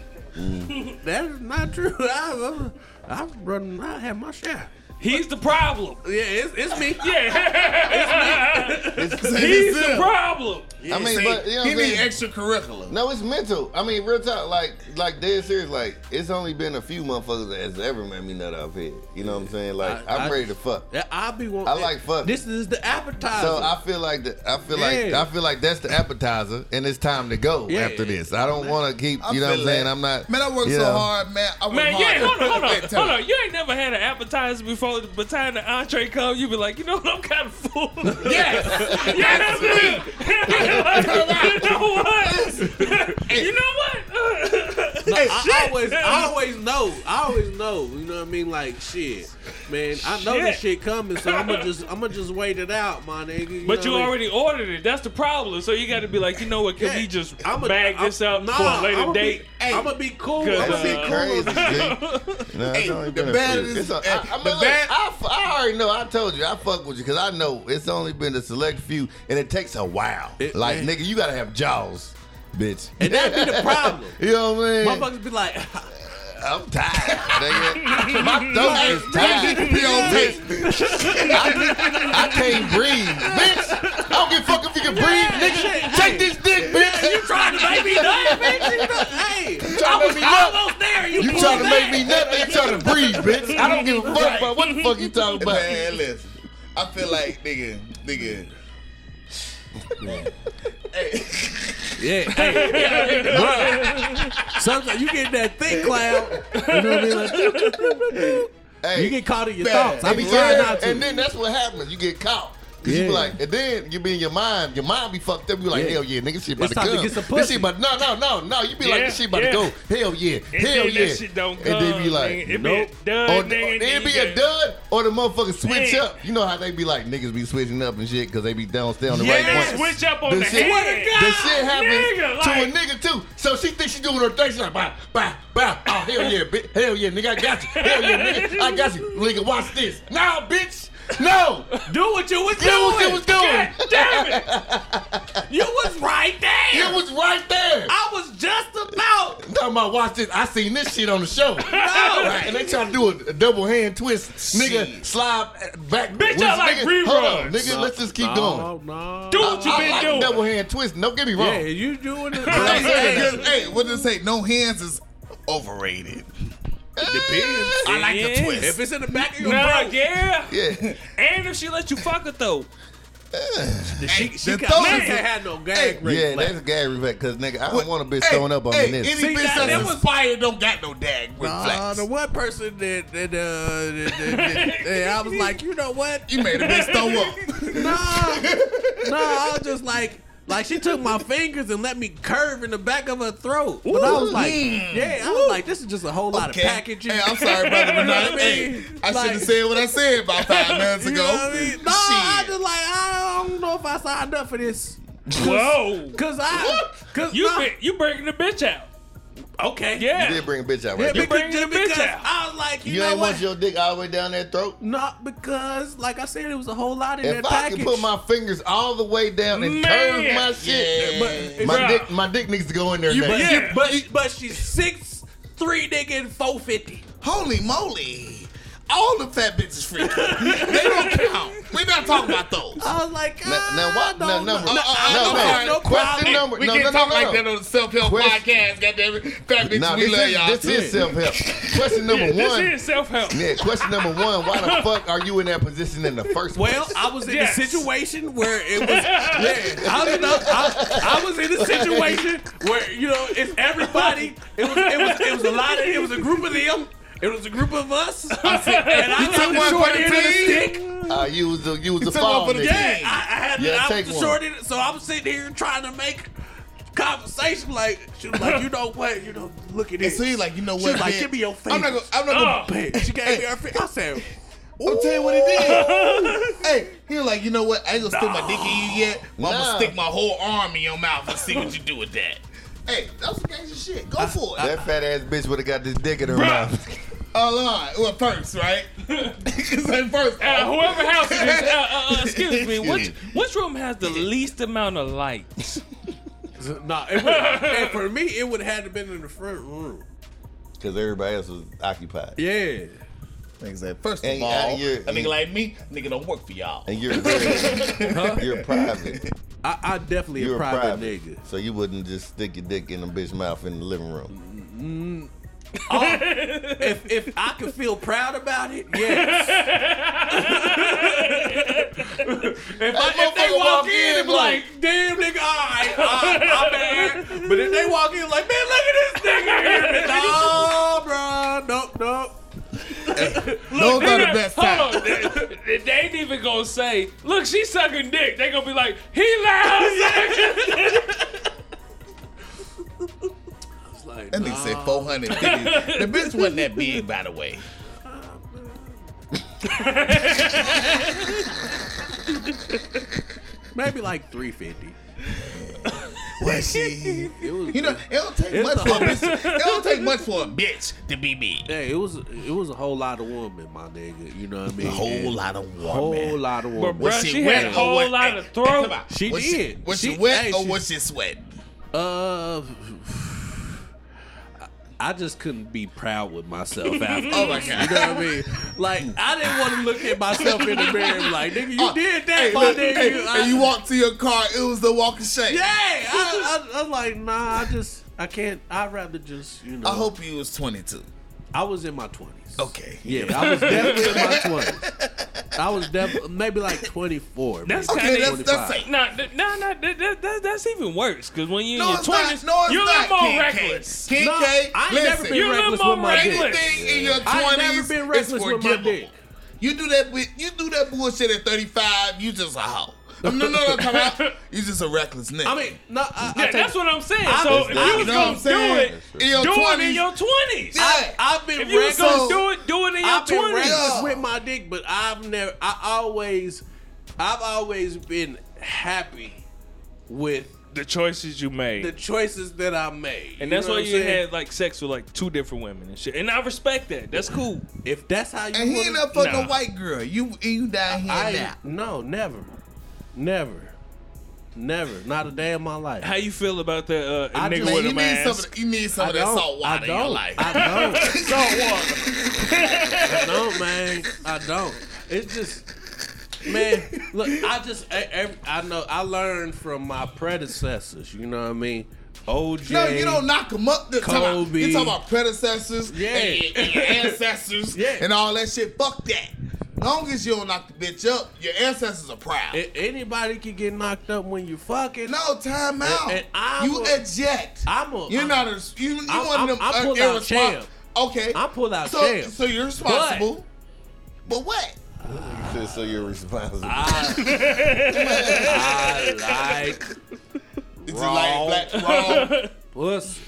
Speaker 2: that is not true. I, I, I run. I have my share.
Speaker 1: He's the problem.
Speaker 2: Yeah, it's, it's me.
Speaker 1: He's the problem.
Speaker 4: I mean,
Speaker 3: See,
Speaker 4: but you know what
Speaker 3: he need
Speaker 4: I'm saying?
Speaker 3: extracurricular.
Speaker 4: No, it's mental. I mean, real talk, like, like dead serious. Like, it's only been a few motherfuckers that's ever made me nut off here. You know what I'm saying? Like,
Speaker 2: I-
Speaker 4: I, am
Speaker 2: I-
Speaker 4: ready to fuck.
Speaker 2: Yeah, I be want.
Speaker 4: I like fuck.
Speaker 2: This is the appetizer.
Speaker 4: So I feel like the, I feel like
Speaker 2: Yeah.
Speaker 4: I feel like that's the appetizer, and it's time to go
Speaker 2: Yeah.
Speaker 4: after this. I don't want to keep.
Speaker 3: I
Speaker 4: You know what I'm
Speaker 3: feel
Speaker 4: saying?
Speaker 3: that.
Speaker 4: I'm not.
Speaker 3: Man, I work
Speaker 4: you
Speaker 3: so
Speaker 4: know.
Speaker 3: hard, man. I work
Speaker 1: Man,
Speaker 3: hard.
Speaker 1: yeah, hold on, hold on,
Speaker 3: That time.
Speaker 1: hold on. You ain't never had an appetizer before. By the time the entree come, you be like, you know what? I'm kind of full. yes, yes, you know what? you know what?
Speaker 2: I always, I always know. I always know. You know what I mean? Like shit. man. I know this
Speaker 1: Shit.
Speaker 2: shit coming, so I'm gonna just I'm gonna just wait it out, my nigga.
Speaker 1: But
Speaker 2: know
Speaker 1: you
Speaker 2: what I mean?
Speaker 1: already ordered it. That's the problem. So you got to be like, you know what? Can
Speaker 2: Yeah.
Speaker 1: we just
Speaker 2: I'ma-
Speaker 1: bag
Speaker 2: I'm-
Speaker 1: this up
Speaker 2: nah,
Speaker 1: for a later
Speaker 2: I'ma be-
Speaker 1: date?
Speaker 2: Hey, I'm gonna be cool.
Speaker 1: Cause,
Speaker 2: I'm gonna be
Speaker 1: uh,
Speaker 2: cool.
Speaker 4: Crazy, G. Nah,
Speaker 3: Hey,
Speaker 4: it's only
Speaker 3: the
Speaker 4: been a
Speaker 3: bad
Speaker 4: few-
Speaker 3: is-
Speaker 4: it's a-
Speaker 3: hey,
Speaker 4: I- I mean,
Speaker 3: the
Speaker 4: look,
Speaker 3: bad-
Speaker 4: I f- I already know. I told you. I fuck with you because I know it's only been a select few, and it takes a while.
Speaker 2: It-
Speaker 4: like,
Speaker 2: man.
Speaker 4: nigga, you gotta have jaws, bitch.
Speaker 2: And that be the problem.
Speaker 4: You know what I mean?
Speaker 2: Motherfuckers be like,
Speaker 4: I'm tired, nigga. My throat is tired. I, I can't breathe, bitch. I don't give a fuck if you can breathe, nigga. Take this dick, bitch.
Speaker 2: you trying to make me nut, bitch? You know- Hey,
Speaker 4: trying
Speaker 2: I
Speaker 4: to
Speaker 2: was
Speaker 4: make me nut.
Speaker 2: almost there. You,
Speaker 4: You
Speaker 2: pulled
Speaker 4: trying to make
Speaker 2: back.
Speaker 4: me nothing? You trying to breathe, bitch? I don't give a fuck about what the fuck you talking about.
Speaker 3: Man, listen. I feel like nigga, nigga.
Speaker 2: Yeah, hey, bruh. Sometimes you get that thick cloud. You know what I mean? Like, bloop, bloop, bloop, bloop, bloop.
Speaker 4: Hey,
Speaker 2: you get caught in your
Speaker 3: man,
Speaker 2: thoughts. I
Speaker 4: and
Speaker 2: be
Speaker 4: then-
Speaker 2: trying not to.
Speaker 4: And then that's what happens. You get caught. 'Cause you
Speaker 2: Yeah.
Speaker 4: be like, and then you be in your mind. Your mind be fucked up. You be like,
Speaker 2: Yeah.
Speaker 4: hell yeah, nigga, shit about
Speaker 2: It's
Speaker 4: to
Speaker 2: time
Speaker 4: come.
Speaker 2: to get some
Speaker 4: This
Speaker 2: pussy.
Speaker 4: shit about no, no, no, no. You be like,
Speaker 1: Yeah,
Speaker 4: this shit about
Speaker 1: yeah.
Speaker 4: to go. Hell yeah,
Speaker 1: And
Speaker 4: hell
Speaker 1: then
Speaker 4: yeah.
Speaker 1: that shit don't
Speaker 4: and then
Speaker 1: come,
Speaker 4: be like,
Speaker 1: nigga. It be a
Speaker 4: nope.
Speaker 1: dud,
Speaker 4: or,
Speaker 1: nigga,
Speaker 4: or
Speaker 1: and
Speaker 4: then
Speaker 1: then
Speaker 4: be
Speaker 1: you
Speaker 4: a
Speaker 1: got-
Speaker 4: dud, or the motherfucker switch
Speaker 1: Yeah.
Speaker 4: up. You know how they be like, niggas be switching up and shit because they be downstairs on the
Speaker 1: Yeah,
Speaker 4: right point.
Speaker 1: switch up on
Speaker 4: This
Speaker 1: the
Speaker 4: shit-
Speaker 1: head.
Speaker 4: This shit happens
Speaker 1: Nigga,
Speaker 4: to
Speaker 1: like-
Speaker 4: a nigga too. So she thinks she doing her thing. She's like, bah, bah, bah. Oh hell yeah, bitch. Hell yeah, nigga, I got you. Hell yeah, nigga, I got you. Nigga, watch this. No, bitch. No.
Speaker 2: do what you was
Speaker 4: You was, you
Speaker 2: doing.
Speaker 4: was doing.
Speaker 1: God damn it!
Speaker 2: You was right there.
Speaker 4: It was right there.
Speaker 2: I was just about.
Speaker 4: I'm talking about watch this. I seen this shit on the show.
Speaker 2: No.
Speaker 4: And they try to do a, a double hand twist, nigga.
Speaker 3: Shit.
Speaker 4: Slide back.
Speaker 1: Bitch, y'all
Speaker 4: nigga,
Speaker 1: like
Speaker 4: Hold on,
Speaker 1: reruns.
Speaker 4: nigga. Let's just keep going.
Speaker 2: Oh, No, no.
Speaker 1: Do what you
Speaker 4: I
Speaker 1: been
Speaker 4: like
Speaker 1: doing.
Speaker 4: double hand twist. Don't get me wrong.
Speaker 2: Yeah, you doing it.
Speaker 3: Hey,
Speaker 2: Hey, hey,
Speaker 3: hey, hey, what did it say? No hands is overrated.
Speaker 2: depends.
Speaker 3: I like
Speaker 1: Yeah.
Speaker 3: the twist.
Speaker 2: If it's in the back of your
Speaker 1: Nah,
Speaker 2: throat,
Speaker 1: yeah.
Speaker 4: yeah.
Speaker 1: And if she let you fuck her though,
Speaker 2: she, she
Speaker 3: the
Speaker 2: got,
Speaker 3: throat
Speaker 2: she
Speaker 3: is-
Speaker 2: can't have no gag reflex.
Speaker 4: Yeah, that's a gag reflex because nigga, I don't want a bitch
Speaker 3: Hey,
Speaker 4: throwing up on
Speaker 3: hey,
Speaker 4: me. This.
Speaker 3: Any
Speaker 2: See,
Speaker 3: bitch
Speaker 2: that-
Speaker 3: that's
Speaker 2: that was-
Speaker 3: inspired don't got no dag
Speaker 2: Nah,
Speaker 3: reflex.
Speaker 2: the one person that that, uh, that, that, that- that- I was like, you know what?
Speaker 3: you made a bitch throw up.
Speaker 2: Nah, nah. I was just like, like she took my fingers and let me curve in the back of her throat. But I was like, yeah, I was like, this is just a whole lot
Speaker 3: Okay.
Speaker 2: of packaging.
Speaker 3: Hey, I'm sorry, brother, but
Speaker 2: You know
Speaker 3: not,
Speaker 2: what I
Speaker 3: hey,
Speaker 2: mean?
Speaker 3: I should
Speaker 2: Like-
Speaker 3: have said what I said about five minutes
Speaker 2: You
Speaker 3: ago.
Speaker 2: know what I mean? No, I
Speaker 3: Shit.
Speaker 2: just like I don't know if I signed up for this.
Speaker 1: whoa,
Speaker 2: Cause I, cause
Speaker 1: you
Speaker 2: nah,
Speaker 1: been, you breaking the bitch out.
Speaker 2: okay,
Speaker 1: Yeah.
Speaker 4: You did bring a bitch out
Speaker 2: yeah
Speaker 4: right there.
Speaker 2: because,
Speaker 1: bringing the bitch
Speaker 2: because
Speaker 1: out.
Speaker 2: I was like, you,
Speaker 4: You,
Speaker 2: know
Speaker 4: ain't
Speaker 2: what?
Speaker 4: want your dick all the way down that throat.
Speaker 2: Not because, like I said, it was a whole lot in
Speaker 4: If
Speaker 2: that
Speaker 4: I
Speaker 2: package.
Speaker 4: could put my fingers all the way down
Speaker 1: Man.
Speaker 4: and curve my shit,
Speaker 2: Yeah.
Speaker 4: my
Speaker 1: Bruh.
Speaker 4: dick, my dick needs to go in there.
Speaker 2: You-
Speaker 4: now.
Speaker 2: but,
Speaker 1: Yeah.
Speaker 2: you- but but she's six three nigga and four fifty.
Speaker 3: Holy moly. All the fat bitches freaky. they don't count. We're not talking about those.
Speaker 2: I was like,
Speaker 4: Now,
Speaker 2: ah,
Speaker 4: now what?
Speaker 2: No,
Speaker 4: Now, number,
Speaker 2: no,
Speaker 4: no,
Speaker 2: I
Speaker 4: no,
Speaker 2: don't have no
Speaker 4: question
Speaker 2: problem.
Speaker 4: number.
Speaker 3: we
Speaker 4: no,
Speaker 3: can't
Speaker 4: no, no,
Speaker 3: talk
Speaker 4: no.
Speaker 3: like that on the self help
Speaker 4: Question-
Speaker 3: podcast. Goddamn it, fat bitches,
Speaker 4: Nah,
Speaker 3: we
Speaker 4: this
Speaker 3: love
Speaker 4: is,
Speaker 3: y'all.
Speaker 4: this is self help. Question number
Speaker 1: Yeah, this
Speaker 4: one.
Speaker 1: is self help.
Speaker 4: yeah, question number one. Why the fuck are you in that position in the first
Speaker 2: Well,
Speaker 4: place?
Speaker 2: I was in
Speaker 1: Yes.
Speaker 2: a situation where it was. Yeah, I, was in a, I, I was in a situation where you know it's everybody. It was it was it was a lot of it was a group of them. It was a group of us. I said, and I took the
Speaker 3: one
Speaker 2: short
Speaker 3: for the
Speaker 2: end of the
Speaker 3: team?
Speaker 2: stick.
Speaker 4: I used the use the
Speaker 3: took one
Speaker 4: fall.
Speaker 3: for the
Speaker 4: nigga.
Speaker 2: Yeah, I, I had
Speaker 4: Yeah,
Speaker 2: I
Speaker 4: take
Speaker 2: was the
Speaker 4: one.
Speaker 2: short end. So I'm sitting here trying to make conversation. Like she was like, you know what? You know, look at
Speaker 3: And
Speaker 2: this.
Speaker 3: so you like, you know
Speaker 2: She
Speaker 3: what?
Speaker 2: was like,
Speaker 3: man?
Speaker 2: give me your face.
Speaker 3: I'm not gonna. I'm not gonna.
Speaker 2: Bang. She gave me her face. I said,
Speaker 3: I'll tell you what he did. hey, he was like, you know what? I ain't gonna stick my dick in you yet. but I'm
Speaker 4: Nah.
Speaker 3: gonna stick my whole arm in your mouth and see what you do with that. Hey, that's some gangster shit. Go for it.
Speaker 4: That fat ass bitch would have got this dick in her mouth.
Speaker 3: Hold on. Well, first, right? Because like first,
Speaker 1: Uh, whoever house it is, uh, uh, uh, excuse me, which which room has the least amount of lights?
Speaker 2: nah. It would, and for me, it would have had to been in the front room.
Speaker 4: Because everybody else was occupied.
Speaker 2: Yeah.
Speaker 3: Nigga said, first of
Speaker 4: And-
Speaker 3: all,
Speaker 4: and you're-
Speaker 3: a nigga like me, nigga don't work for y'all.
Speaker 4: And you're very, you're private.
Speaker 2: I, I definitely
Speaker 4: You're
Speaker 2: a private, nigga.
Speaker 4: So you wouldn't just stick your dick in a bitch mouth in the living room.
Speaker 2: If if I could feel proud about it, yes.
Speaker 1: If,
Speaker 2: But if they
Speaker 4: motherfucker
Speaker 2: walk
Speaker 4: walk
Speaker 2: in
Speaker 4: in
Speaker 2: and be like, damn nigga, alright, alright, I'm there. But if they walk in like, man, look at this nigga here. No, bro, nope, nope.
Speaker 3: Those are the best
Speaker 1: hold
Speaker 3: times.
Speaker 1: on, they, they ain't even gonna say, look, she sucking dick. They gonna be like, he loud.
Speaker 2: It's like,
Speaker 3: That nigga said 450. the bitch wasn't that big, by the way.
Speaker 2: Maybe like three fifty.
Speaker 3: Well, she,
Speaker 2: It was.
Speaker 3: you know, it don't take much for a bitch. It don't take much for a bitch to be me.
Speaker 2: Hey, it was it was a whole lot of woman, my nigga. You know what I mean?
Speaker 3: A whole
Speaker 2: And
Speaker 3: lot of woman.
Speaker 2: whole lot of
Speaker 1: But
Speaker 2: woman.
Speaker 1: bruh, she, had a
Speaker 3: or
Speaker 1: whole
Speaker 3: what?
Speaker 1: lot
Speaker 3: Hey,
Speaker 1: of throat.
Speaker 3: about-
Speaker 2: She
Speaker 3: was She,
Speaker 2: did.
Speaker 3: was she,
Speaker 2: She-
Speaker 3: wet
Speaker 2: hey,
Speaker 3: or
Speaker 2: she-
Speaker 3: was she sweating?
Speaker 2: Uh, I just couldn't be proud with myself after.
Speaker 3: Oh my God.
Speaker 2: You know what I mean? Like I didn't want to look at myself in the mirror and be like, nigga, you did that,
Speaker 3: Uh, Hey,
Speaker 2: my
Speaker 3: look,
Speaker 2: nigga.
Speaker 3: hey,
Speaker 2: I-
Speaker 3: and you walked to your car. It was the walk of shame.
Speaker 2: Yeah, I, I, I'm like, nah, I just, I can't. I'd rather just, you know.
Speaker 3: I hope you was 22.
Speaker 2: I was in my twenties.
Speaker 3: Okay.
Speaker 2: Yeah, I was definitely in my twenties. I was definitely maybe like 24.
Speaker 1: That's
Speaker 2: maybe.
Speaker 3: Okay,
Speaker 1: Kinda
Speaker 3: that's
Speaker 2: 25.
Speaker 3: that's safe.
Speaker 1: No, th- no, no, th- th- that- that's even worse. Cause when you're
Speaker 3: No,
Speaker 1: in your
Speaker 3: it's not.
Speaker 1: twenties,
Speaker 3: No, it's
Speaker 1: you're a
Speaker 3: not.
Speaker 1: little more
Speaker 3: King K.
Speaker 1: reckless.
Speaker 3: King
Speaker 2: No, I
Speaker 3: K,
Speaker 2: ain't
Speaker 3: listen,
Speaker 2: never been
Speaker 1: You're a little
Speaker 2: reckless
Speaker 1: more
Speaker 2: with my dick.
Speaker 1: reckless.
Speaker 3: anything in your 20s
Speaker 2: I ain't never been reckless
Speaker 3: is
Speaker 2: with my
Speaker 3: forgivable.
Speaker 2: dick.
Speaker 3: You do that, with- you do that bullshit at 35, you just a hoe. No, no, no, come out. You just a reckless nigga.
Speaker 2: I mean, no, I, I
Speaker 1: Yeah,
Speaker 2: take-
Speaker 1: that's what I'm saying.
Speaker 2: I-
Speaker 1: so
Speaker 2: that's
Speaker 1: if
Speaker 2: not-
Speaker 1: you
Speaker 3: You
Speaker 1: was
Speaker 3: know what I'm
Speaker 1: gonna do
Speaker 3: saying?
Speaker 1: it,
Speaker 3: In your
Speaker 1: do it
Speaker 3: 20s.
Speaker 1: in your twenties.
Speaker 3: Yeah.
Speaker 2: I, I've been
Speaker 1: If you was
Speaker 2: reckless.
Speaker 1: gonna do it, do it in your
Speaker 2: I've been
Speaker 1: twenties.
Speaker 2: reckless with my dick, but I've never. I always, I've always been happy with
Speaker 1: The choices you made.
Speaker 2: the choices that I made.
Speaker 1: and that's
Speaker 2: know
Speaker 1: why
Speaker 2: what I'm
Speaker 1: you
Speaker 2: saying?
Speaker 1: had like sex with like two different women and shit. And I respect that. That's cool.
Speaker 2: If that's how you.
Speaker 3: and he
Speaker 2: wanna-
Speaker 3: ain't up fucking
Speaker 1: Nah.
Speaker 3: a white girl. You you down here
Speaker 2: I
Speaker 3: now.
Speaker 2: no, never, never, never, not a day of my life.
Speaker 1: How you feel about the uh,
Speaker 2: I
Speaker 1: nigga
Speaker 2: just-
Speaker 3: Man,
Speaker 1: with a
Speaker 3: you, need some of
Speaker 1: mask?
Speaker 3: the, you need some
Speaker 2: I
Speaker 3: of that
Speaker 2: don't.
Speaker 3: salt
Speaker 2: I
Speaker 3: water in your
Speaker 2: don't.
Speaker 3: life.
Speaker 2: I don't.
Speaker 3: salt water.
Speaker 2: I don't, man. I don't. It's just, man. Look, I just, I, every, I know, I learned from my predecessors. You know what I mean? OJ.
Speaker 3: No, you don't knock them up. You're talking, about,
Speaker 2: Kobe.
Speaker 3: you talking about predecessors
Speaker 2: Yeah.
Speaker 3: and, and- and your ancestors
Speaker 2: Yeah.
Speaker 3: and all that shit. Fuck that. Long as you don't knock the bitch up, your ancestors are proud.
Speaker 2: A- anybody can get knocked up when you fucking.
Speaker 3: no, time out.
Speaker 2: And- and I
Speaker 3: you
Speaker 2: will-
Speaker 3: eject.
Speaker 2: I'm a.
Speaker 3: You're
Speaker 2: I'm-
Speaker 3: not a. You, you
Speaker 2: I'm-
Speaker 3: one
Speaker 2: I'm-
Speaker 3: of them
Speaker 2: I
Speaker 3: uh,
Speaker 2: pulled out
Speaker 3: irresponsible.
Speaker 2: champ.
Speaker 3: Okay.
Speaker 2: I pulled out
Speaker 3: so,
Speaker 2: champ.
Speaker 3: So you're responsible. But, what?
Speaker 4: You said so you're responsible.
Speaker 2: I like
Speaker 3: Is it like black wrong?
Speaker 2: pussy.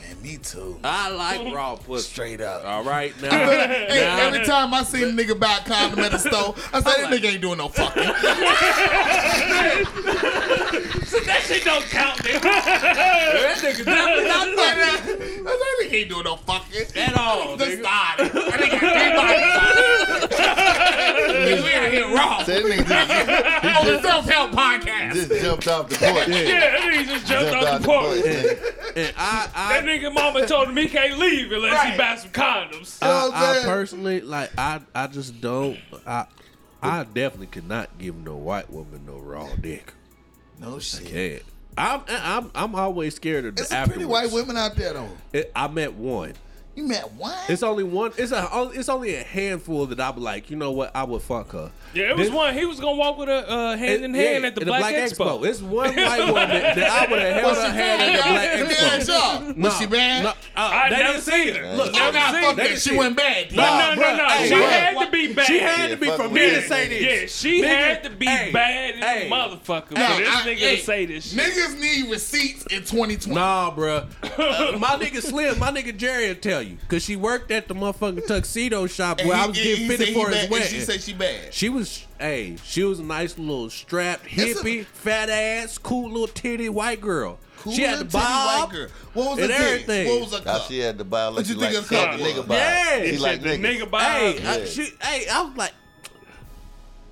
Speaker 3: Man, me too.
Speaker 2: I like raw pussy.
Speaker 3: Straight up.
Speaker 2: All right now.
Speaker 3: hey,
Speaker 2: now-
Speaker 3: every time I see a nigga buy a condom at the store, I say that nigga ain't doing no fucking.
Speaker 1: That shit don't count, nigga.
Speaker 2: that nigga definitely not
Speaker 3: I said that nigga ain't doing no fucking.
Speaker 2: at all.
Speaker 3: Just
Speaker 2: Nigga.
Speaker 3: died. That nigga ain't doing no fucking. We out here raw.
Speaker 4: That nigga
Speaker 3: On the self help podcast.
Speaker 4: just, just jumped off the porch.
Speaker 1: Yeah, that nigga just jumped
Speaker 4: Jumped
Speaker 1: off
Speaker 4: off
Speaker 1: the porch.
Speaker 4: nigga.
Speaker 2: And I, I,
Speaker 1: That nigga mama told him he can't leave unless he
Speaker 3: Right.
Speaker 1: buy some condoms.
Speaker 3: know what I'm
Speaker 2: I, I
Speaker 3: saying?
Speaker 2: personally like I I just don't I I definitely could not give no white woman no raw dick.
Speaker 3: No shit.
Speaker 2: Yeah. I'm I'm I'm always scared of the
Speaker 3: There's some pretty white
Speaker 2: afterwards.
Speaker 3: women out there though.
Speaker 2: It- I met one.
Speaker 3: You met one?
Speaker 2: It's only one. It's a. It's only a handful that I'm like. You know what? I would fuck her.
Speaker 1: Yeah, it was
Speaker 2: This-
Speaker 1: one. He was gonna walk with a uh, hand in hand
Speaker 2: yeah,
Speaker 1: at the, Black, Expo.
Speaker 2: It's one white woman that I would have held
Speaker 3: Was
Speaker 2: her
Speaker 3: she
Speaker 2: hand at the
Speaker 3: bad? Let
Speaker 2: Black
Speaker 3: me ask
Speaker 2: Expo.
Speaker 3: y'all. Was
Speaker 2: Nah,
Speaker 3: she bad?
Speaker 2: nah, uh,
Speaker 1: I
Speaker 2: they
Speaker 1: never
Speaker 2: didn't
Speaker 1: seen her.
Speaker 2: Look,
Speaker 1: Never
Speaker 3: I got
Speaker 1: seen
Speaker 3: fucked
Speaker 1: her.
Speaker 3: up. She went bad.
Speaker 1: No, no, no, no.
Speaker 2: bruh,
Speaker 1: she
Speaker 2: hey,
Speaker 1: had
Speaker 3: bruh.
Speaker 1: to be bad.
Speaker 2: She had to be
Speaker 4: Yeah,
Speaker 2: for
Speaker 4: fuck
Speaker 2: me to
Speaker 4: with
Speaker 2: say
Speaker 4: that.
Speaker 2: this.
Speaker 1: Yeah, she
Speaker 2: Nigga,
Speaker 1: had to be
Speaker 2: hey,
Speaker 1: bad as
Speaker 2: hey.
Speaker 1: a motherfucker
Speaker 3: No,
Speaker 1: for this
Speaker 3: I-
Speaker 1: nigga
Speaker 3: hey,
Speaker 1: to say this shit.
Speaker 3: Niggas need receipts in 2020.
Speaker 2: Nah, bruh. Uh, my nigga Slim, my nigga Jerry will tell you. Because she worked at the motherfucking tuxedo shop
Speaker 3: And
Speaker 2: where I
Speaker 3: he-
Speaker 2: was
Speaker 3: and
Speaker 2: getting
Speaker 3: he
Speaker 2: fitted
Speaker 3: said
Speaker 2: for
Speaker 3: he bad,
Speaker 2: his
Speaker 3: and She
Speaker 2: wedding.
Speaker 3: said she bad.
Speaker 2: She was, hey, she was a nice little strapped,
Speaker 3: It's a-
Speaker 2: hippie, fat ass, cool little titty white girl.
Speaker 3: Cool
Speaker 2: she had the
Speaker 3: little titty
Speaker 2: bob.
Speaker 3: white girl. What was
Speaker 2: and
Speaker 3: the
Speaker 2: everything.
Speaker 3: everything? What was a
Speaker 4: Now
Speaker 3: cup?
Speaker 4: she had to buy like
Speaker 3: What you think
Speaker 4: she like,
Speaker 3: a
Speaker 4: she had
Speaker 3: cup
Speaker 4: the
Speaker 3: was?
Speaker 4: nigga buy.
Speaker 2: Yeah.
Speaker 4: She
Speaker 2: She
Speaker 4: like
Speaker 1: the
Speaker 4: niggas.
Speaker 1: nigga by
Speaker 2: Hey,
Speaker 1: her.
Speaker 2: I,
Speaker 4: Yeah.
Speaker 2: she, hey, I was like,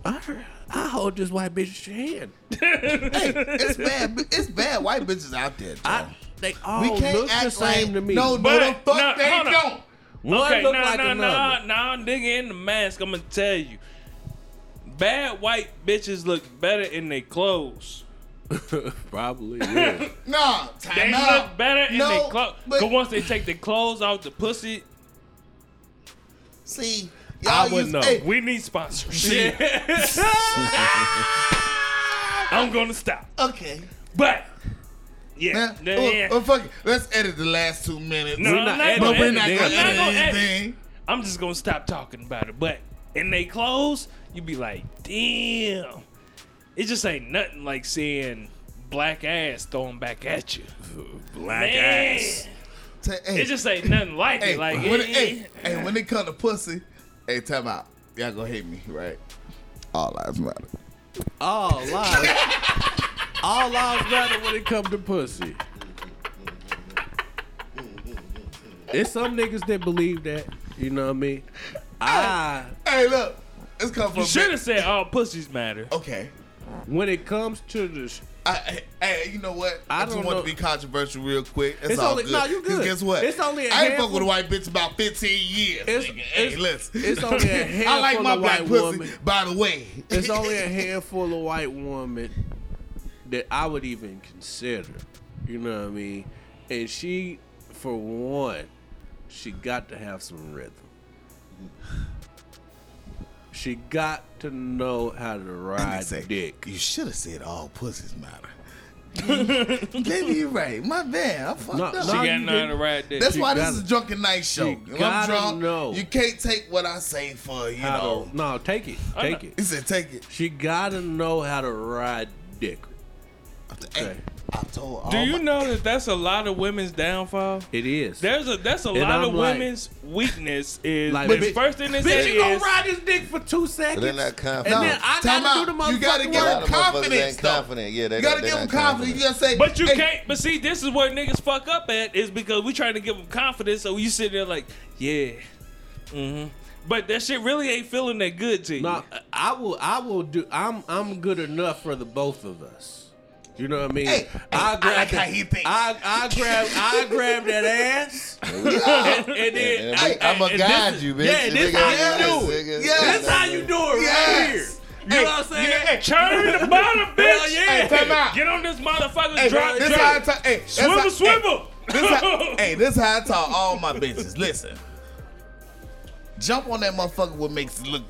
Speaker 2: I heard, I hold this white bitch's hand.
Speaker 3: hey, it's bad. It's bad. White bitches out there. dog.
Speaker 2: I, they all
Speaker 3: we can't
Speaker 2: look
Speaker 3: act
Speaker 2: the same
Speaker 3: like
Speaker 2: to me.
Speaker 3: no,
Speaker 1: But-
Speaker 3: no, the fuck
Speaker 1: nah,
Speaker 3: they
Speaker 1: hold on.
Speaker 3: don't.
Speaker 2: One
Speaker 1: Okay,
Speaker 2: look
Speaker 1: nah,
Speaker 2: like
Speaker 1: nah,
Speaker 2: another.
Speaker 1: nah, nah, nigga in the mask. I'm gonna tell you, bad white bitches look better in their clothes.
Speaker 2: Probably, yeah.
Speaker 3: Nah, time
Speaker 1: They
Speaker 3: out.
Speaker 1: look better in
Speaker 3: no,
Speaker 1: their clothes.
Speaker 3: But
Speaker 1: Cause once they take their clothes off the pussy,
Speaker 3: see, y'all
Speaker 2: wouldn't
Speaker 3: use,
Speaker 2: know.
Speaker 3: Hey,
Speaker 1: we need sponsorship. I'm gonna stop.
Speaker 3: okay.
Speaker 1: But yeah,
Speaker 3: Now,
Speaker 1: yeah,
Speaker 3: well,
Speaker 1: yeah.
Speaker 3: well, fuck it. Let's edit the last two minutes.
Speaker 1: No,
Speaker 2: oh, not
Speaker 1: I'm
Speaker 2: editing.
Speaker 1: gonna
Speaker 3: but we're not
Speaker 1: edit. I'm
Speaker 3: gonna
Speaker 1: not
Speaker 3: edit
Speaker 1: gonna edit.
Speaker 3: anything.
Speaker 1: I'm just gonna stop talking about it. But in they clothes, you be like, damn. It just ain't nothing like seeing black ass thrown back at you. Black
Speaker 2: ass.
Speaker 3: Ta- hey,
Speaker 1: It just ain't nothing like
Speaker 3: hey,
Speaker 1: it. Like,
Speaker 3: when
Speaker 1: eh,
Speaker 3: it, hey, hey, when it come to pussy, hey, time out. y'all gonna hate me, right? All lives matter.
Speaker 2: All lives. all lives matter when it comes to pussy. It's some niggas that believe that. You know what I mean? I
Speaker 3: Hey, look, it's come from.
Speaker 1: You should have said all pussies matter.
Speaker 3: Okay.
Speaker 2: when it comes to this
Speaker 3: I, I, hey, you know what?
Speaker 2: I
Speaker 3: I, just
Speaker 2: don't
Speaker 3: want
Speaker 2: know.
Speaker 3: to be controversial real quick. That's
Speaker 2: It's
Speaker 3: all
Speaker 2: only-
Speaker 3: good.
Speaker 2: nah, you
Speaker 3: 'Cause
Speaker 2: good.
Speaker 3: Guess what?
Speaker 2: It's only a
Speaker 3: I ain't
Speaker 2: handful-
Speaker 3: fuck with a white bitch about 15 years.
Speaker 2: It's-
Speaker 3: nigga. hey,
Speaker 2: it's-
Speaker 3: listen.
Speaker 2: it's only a handful
Speaker 3: I like my
Speaker 2: of
Speaker 3: black
Speaker 2: white
Speaker 3: pussy,
Speaker 2: women.
Speaker 3: by the way.
Speaker 2: It's only a handful of white women that I would even consider. You know what I mean? And she, for one, she got to have some rhythm. She got to know how to
Speaker 3: I
Speaker 2: ride
Speaker 3: say,
Speaker 2: dick.
Speaker 3: You should have said all pussies matter. Maybe you're right. My bad. I'm fucked
Speaker 2: No,
Speaker 3: up.
Speaker 2: no,
Speaker 1: She
Speaker 2: you
Speaker 1: got nothing to
Speaker 2: didn't.
Speaker 1: ride that.
Speaker 3: That's
Speaker 1: She-
Speaker 3: why
Speaker 2: gotta-
Speaker 3: this is a drunken night show.
Speaker 2: you
Speaker 3: When I'm
Speaker 2: gotta
Speaker 3: drunk,
Speaker 2: know.
Speaker 3: you can't take what I say for, you
Speaker 2: How
Speaker 3: know.
Speaker 2: to, no, take it. Take
Speaker 3: He
Speaker 2: it.
Speaker 3: said, take it.
Speaker 2: She got to know how to ride dick.
Speaker 3: I said, hey, I told all
Speaker 1: Do
Speaker 3: my-
Speaker 1: you know that that's a lot of women's downfall?
Speaker 2: It is.
Speaker 1: There's a that's a
Speaker 2: And
Speaker 1: lot
Speaker 2: I'm
Speaker 1: of
Speaker 2: like-
Speaker 1: women's weakness is
Speaker 2: Like,
Speaker 1: the
Speaker 2: bitch-
Speaker 1: first thing they
Speaker 2: Bitch,
Speaker 1: say
Speaker 2: you gonna
Speaker 1: is
Speaker 2: ride this dick for two seconds?
Speaker 4: They're not confident.
Speaker 2: And then I
Speaker 3: Time
Speaker 2: gotta do the
Speaker 3: out.
Speaker 2: motherfucking
Speaker 3: You gotta
Speaker 4: a
Speaker 3: give
Speaker 4: lot
Speaker 2: work.
Speaker 3: them
Speaker 4: of motherfuckers
Speaker 3: confidence.
Speaker 4: ain't
Speaker 3: though.
Speaker 4: confident. Yeah, they
Speaker 3: You gotta
Speaker 4: they
Speaker 3: give
Speaker 4: not
Speaker 3: them confidence. You gotta say,
Speaker 1: But you
Speaker 3: hey,
Speaker 1: can't. But see, this is where niggas fuck up at is because we trying to give them confidence. So you sit there like, yeah, hmm but that shit really ain't feeling that good to you.
Speaker 2: No, I will. I will do. I'm. I'm good enough for the both of us. You know what I mean?
Speaker 3: Hey,
Speaker 2: I
Speaker 3: I like how he think.
Speaker 2: I, I grab. I grab that ass, and, and then
Speaker 4: And
Speaker 2: I,
Speaker 4: I'm- I'ma
Speaker 2: and
Speaker 4: guide
Speaker 2: this is-
Speaker 4: you, bitch.
Speaker 2: Yeah,
Speaker 4: You
Speaker 2: this
Speaker 4: nigga
Speaker 2: how
Speaker 4: ain't
Speaker 2: you do
Speaker 4: honest,
Speaker 2: it.
Speaker 4: nigga.
Speaker 3: Yeah.
Speaker 2: This how you do it right
Speaker 3: Yes.
Speaker 2: here. You know what I'm saying?
Speaker 1: Turn the bottom,
Speaker 2: Hell
Speaker 1: bitch.
Speaker 2: yeah.
Speaker 3: time out.
Speaker 1: Get on this motherfucker.
Speaker 3: Hey,
Speaker 1: drop,
Speaker 3: this how I
Speaker 1: drop.
Speaker 3: talk. Hey, that's
Speaker 1: Swivel,
Speaker 3: how-
Speaker 1: swivel.
Speaker 3: Hey, this how, hey, this how I talk all my bitches. Listen, jump on that motherfucker. What makes it look,